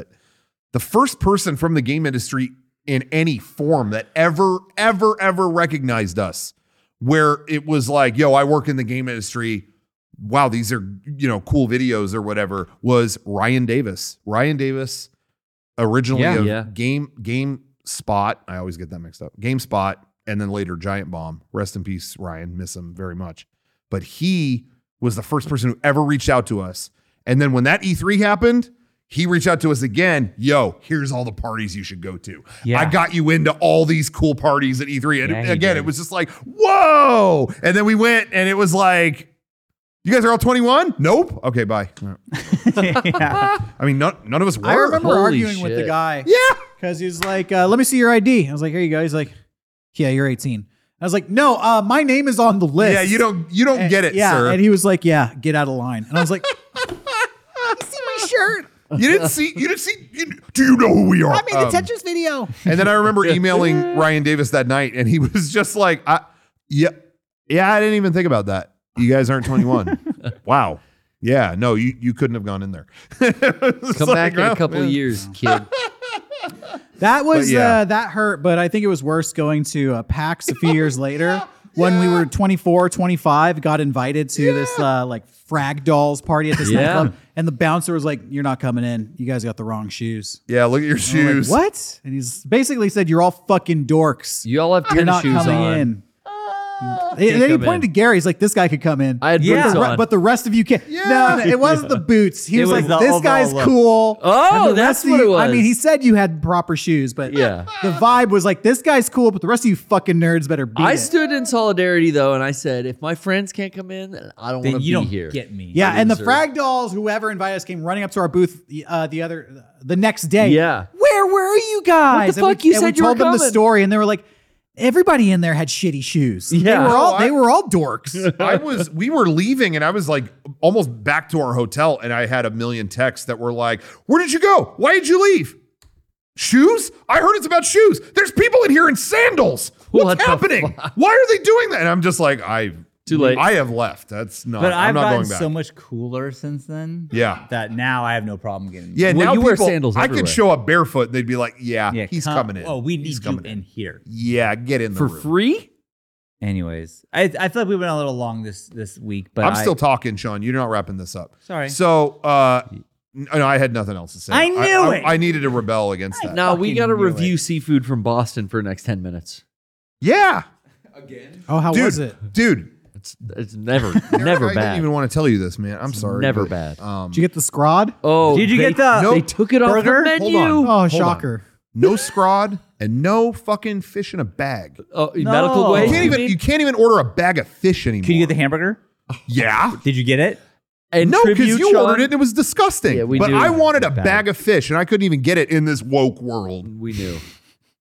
D: the first person from the game industry in any form that ever ever ever recognized us where it was like yo I work in the game industry wow these are you know cool videos or whatever was Ryan Davis Ryan Davis originally
C: Yeah.
D: of
B: Yeah.
D: game game spot I always get that mixed up GameSpot and then later Giant Bomb rest in peace Ryan miss him very much but he was the first person who ever reached out to us. And then when that E3 happened, he reached out to us again. Yo, here's all the parties you should go to.
C: Yeah.
D: I got you into all these cool parties at E E3. And
C: Yeah, he
D: again,
C: did.
D: it was just like, whoa. And then we went and it was like, you guys are all 21? Nope. Okay,
A: [laughs]
D: bye.
C: yeah.
D: I mean, none, none of us were.
A: I remember
B: Holy
A: arguing with the
B: shit.
A: guy
D: [laughs] Yeah.
A: because he was like, uh, "Let me see your ID." I was like, "Here you go." He's like, "Yeah, you're 18." I was like, "No, uh, my name is on the list."
D: Yeah, you don't you don't
A: And-
D: get it,
A: Eh, yeah,
D: sir.
A: and he was like, "Yeah, get out of line." And I
D: [laughs]
A: was like, "You see my shirt?
D: you
A: [laughs]
D: didn't see you didn't see you, do you know who we are?
A: I made
D: Um,
A: the Tetris video."
D: And then I
A: [laughs]
D: remember emailing Ryan Davis that night, and he [laughs] was just like, I, "Yeah, yeah, I didn't even think about that. You guys aren't
A: [laughs]
D: 21. wow. Yeah, no, you you couldn't have gone in there. [laughs]
B: Come back in a couple of years, kid.
A: That was
D: yeah.
A: uh, that hurt, but I think it was worse going to uh, PAX a few
B: [laughs]
A: years later when we were 24, 25, got invited to this uh, like frag dolls party at this
B: Yeah.
A: nightclub, and the bouncer was like, "You're not coming in. You guys got the wrong shoes."
D: Yeah, look at your
A: And we're
D: shoes.
A: Like, what? And he's basically said, "You're all fucking dorks.
B: You all have
A: You're
B: tennis
A: not
B: shoes
A: coming
B: on.
A: in." and then he
B: come
A: pointed
B: in.
A: to Gary. He's like, "This guy could come in."
B: I had
C: Yeah.
B: boots
A: But the re-
B: on.
A: but the rest of you can't. No, no, it wasn't the boots. He
C: It
A: was,
C: was
A: like,
C: the
A: this
C: overall
A: guy's
C: look.
A: cool.
B: Oh,
A: And the
B: that's
A: rest of
B: what
A: you,
B: it
A: I mean,
B: was.
A: he said you had proper shoes, but
B: Yeah.
A: the vibe was like, this guy's cool, but the rest of you fucking nerds better be.
B: I stood in solidarity though, and I said, if my friends can't come in, then I don't want
C: then
B: to be
C: you don't
B: here.
C: get me.
A: Yeah, and the
B: loser.
A: frag dolls, whoever invited us, came running up to our booth the- uh, the other the next day.
B: Yeah.
A: where were you guys?
B: What the
A: And we-
B: fuck? You
A: and
B: said
A: we
B: you were
A: told them the
B: coming.
A: story, and they were like, everybody in there had shitty shoes.
B: Yeah.
A: they were all
D: No, I-
A: they were
D: [laughs]
A: all dorks.
D: I was we were leaving and I was like almost back to our hotel and I had a million texts that were like, "Where did you go? Why did you leave?" Shoes? I heard it's about shoes. There's people in here in sandals. What's
B: What the
D: happening? Why are they doing that? And I'm just like, I
B: Too late.
D: I have left. That's not.
C: But
D: I'm
C: I've
D: not
C: gotten
D: going back.
C: so much cooler since then.
D: yeah.
C: That now I have no problem getting.
D: Yeah,
B: Well,
D: now
B: you
D: people,
B: wear sandals
D: I could
B: everywhere.
D: show up barefoot and they'd be like, yeah,
C: Yeah,
D: he's
C: come-
D: coming in.
C: Oh, we need
D: he's
C: you
D: coming
C: in. here.
D: Yeah, get in the
B: For
D: room.
B: free?
C: Anyways, I I feel like we went a little long this this week, but
D: I'm
C: I-
D: still talking, Sean. You're not wrapping this up.
C: sorry.
D: So, uh, n- no, I had nothing else to say.
C: I knew
D: I,
C: it!
D: I needed to rebel against that.
B: No, we
C: fucking
B: got to
C: knew
B: review
C: it.
B: seafood from Boston for the next ten minutes.
D: Yeah,
E: Again?
A: Oh, how
D: dude,
A: was it?
D: dude,
B: It's it's never
D: I
B: never
D: didn't
B: bad.
D: even want to tell you this, man. I'm sorry.
B: never
D: but,
B: bad.
D: Um,
A: Did you get the scrod?
B: oh,
C: Did you
B: they-
C: get the
D: Nope.
B: They took it off
C: Burger?
B: the
D: Hold
B: menu.
D: on.
A: Oh,
D: on.
A: shocker!
D: no scrod, and no fucking fish in a bag.
B: Oh,
C: No.
B: medical
C: You
B: waste.
D: You can't
B: you
D: even
B: mean?
D: you can't even order a bag of fish anymore.
C: Could you get the hamburger?
D: yeah.
C: Did you get it?
B: and
D: No, because
B: tribute,
D: you
B: Sean.
D: ordered it and it was disgusting.
B: Yeah, we
D: but
B: knew
D: I
B: it was
D: wanted a
C: bad.
D: bag of fish and I couldn't even get it in this woke world.
B: We knew.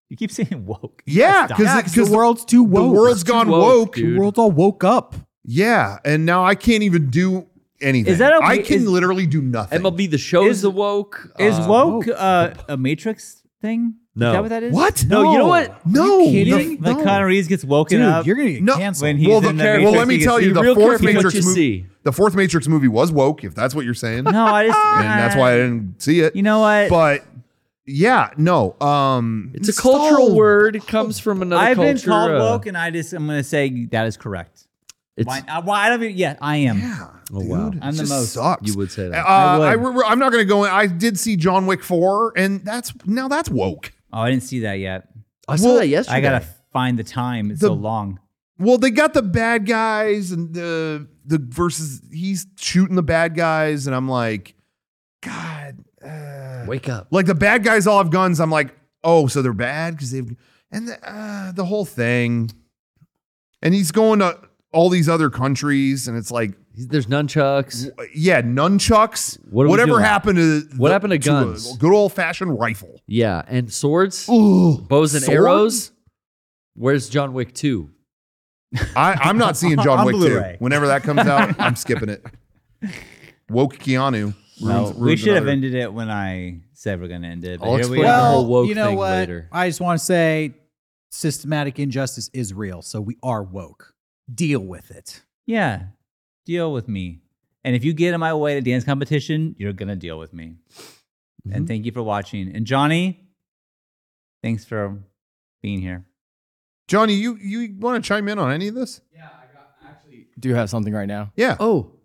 C: You keep saying woke.
D: Yeah,
C: Stop.
D: because
A: Yeah, 'cause
D: because
A: the world's too woke.
D: the world's gone
B: woke,
D: woke.
B: dude.
A: The world's all woke up.
D: Yeah, and now I can't even do anything.
C: Is that okay?
D: I can
C: Is-
D: literally do nothing.
B: MLB the show
C: Is-
B: is the woke.
C: Is
B: uh,
C: woke uh, a Matrix thing?
B: No.
C: Is that what that is?
D: What?
B: No, you know what?
D: No,
A: Are you kidding?
D: the-
C: Like
D: No.
C: Connor Reeves gets woken
A: Dude,
C: up.
A: you're gonna get
D: No,
A: canceled.
C: when he-
D: well,
C: He's
D: the,
C: in the
D: well,
C: Matrix,
D: let me
C: he
D: tell
C: gets-
B: Be
D: you, the
B: real
D: fourth
B: careful what
D: Matrix
B: you
D: movie.
B: see.
D: The fourth Matrix movie was woke, if that's what you're saying,
C: no, I just.
D: and that's why I didn't see it.
C: You know what?
D: but yeah, no. Um,
B: It's a cultural
D: stalled.
B: word. It comes from another
C: I've
B: culture.
C: been called
B: uh,
C: woke, and I just I'm gonna say that is correct.
B: it's-
C: Why? I, why I don't even, yeah, I am.
D: Yeah.
B: Oh, wow.
D: dude, it
C: I'm the
D: just
C: most.
D: Sucks.
B: You would say
D: Uh,
B: that.
D: I
C: would.
D: re- I'm not going to go in. I did see John Wick 4, and that's now that's woke.
C: Oh, I didn't see that yet.
B: I saw
D: well,
B: that yesterday.
C: I gotta find the time. It's
D: The-
C: so long.
D: Well, they got the bad guys and the the versus he's shooting the bad guys, and I'm like, God, uh,
B: wake up.
D: like the bad guys all have guns. I'm like, oh, so they're bad because they've and the, uh, the whole thing, and he's going to all these other countries, and it's like,
B: There's nunchucks.
D: yeah, nunchucks.
B: What are we
D: whatever
B: doing?
D: happened to the-
B: What happened to
D: a
B: guns?
D: good old fashioned rifle.
B: Yeah, and swords,
D: Ooh,
B: bows and
D: swords?
B: arrows. Where's John Wick two?
D: I, I'm not seeing
C: [laughs]
D: John
C: On
D: Wick two.
C: Blu-ray.
D: Whenever that
C: [laughs]
D: comes out, I'm skipping it. Woke Keanu.
C: No,
D: Ruins-
C: we
D: ruins
C: should have
D: another-
C: ended it when I said we're gonna end it. But
B: I'll
C: here we
B: explain the
C: are.
B: whole
A: well,
B: woke
A: you know
B: thing
A: what?
B: later.
A: I just want to say systematic injustice is real, so we are woke. Deal with it.
C: Yeah, deal with me. And if you get in my way at a dance competition, you're gonna deal with me. And thank you for watching. And Johnny, thanks for being here.
D: Johnny, you you want to chime in on any of this?
F: Do you have something right now?
D: Yeah.
B: Oh,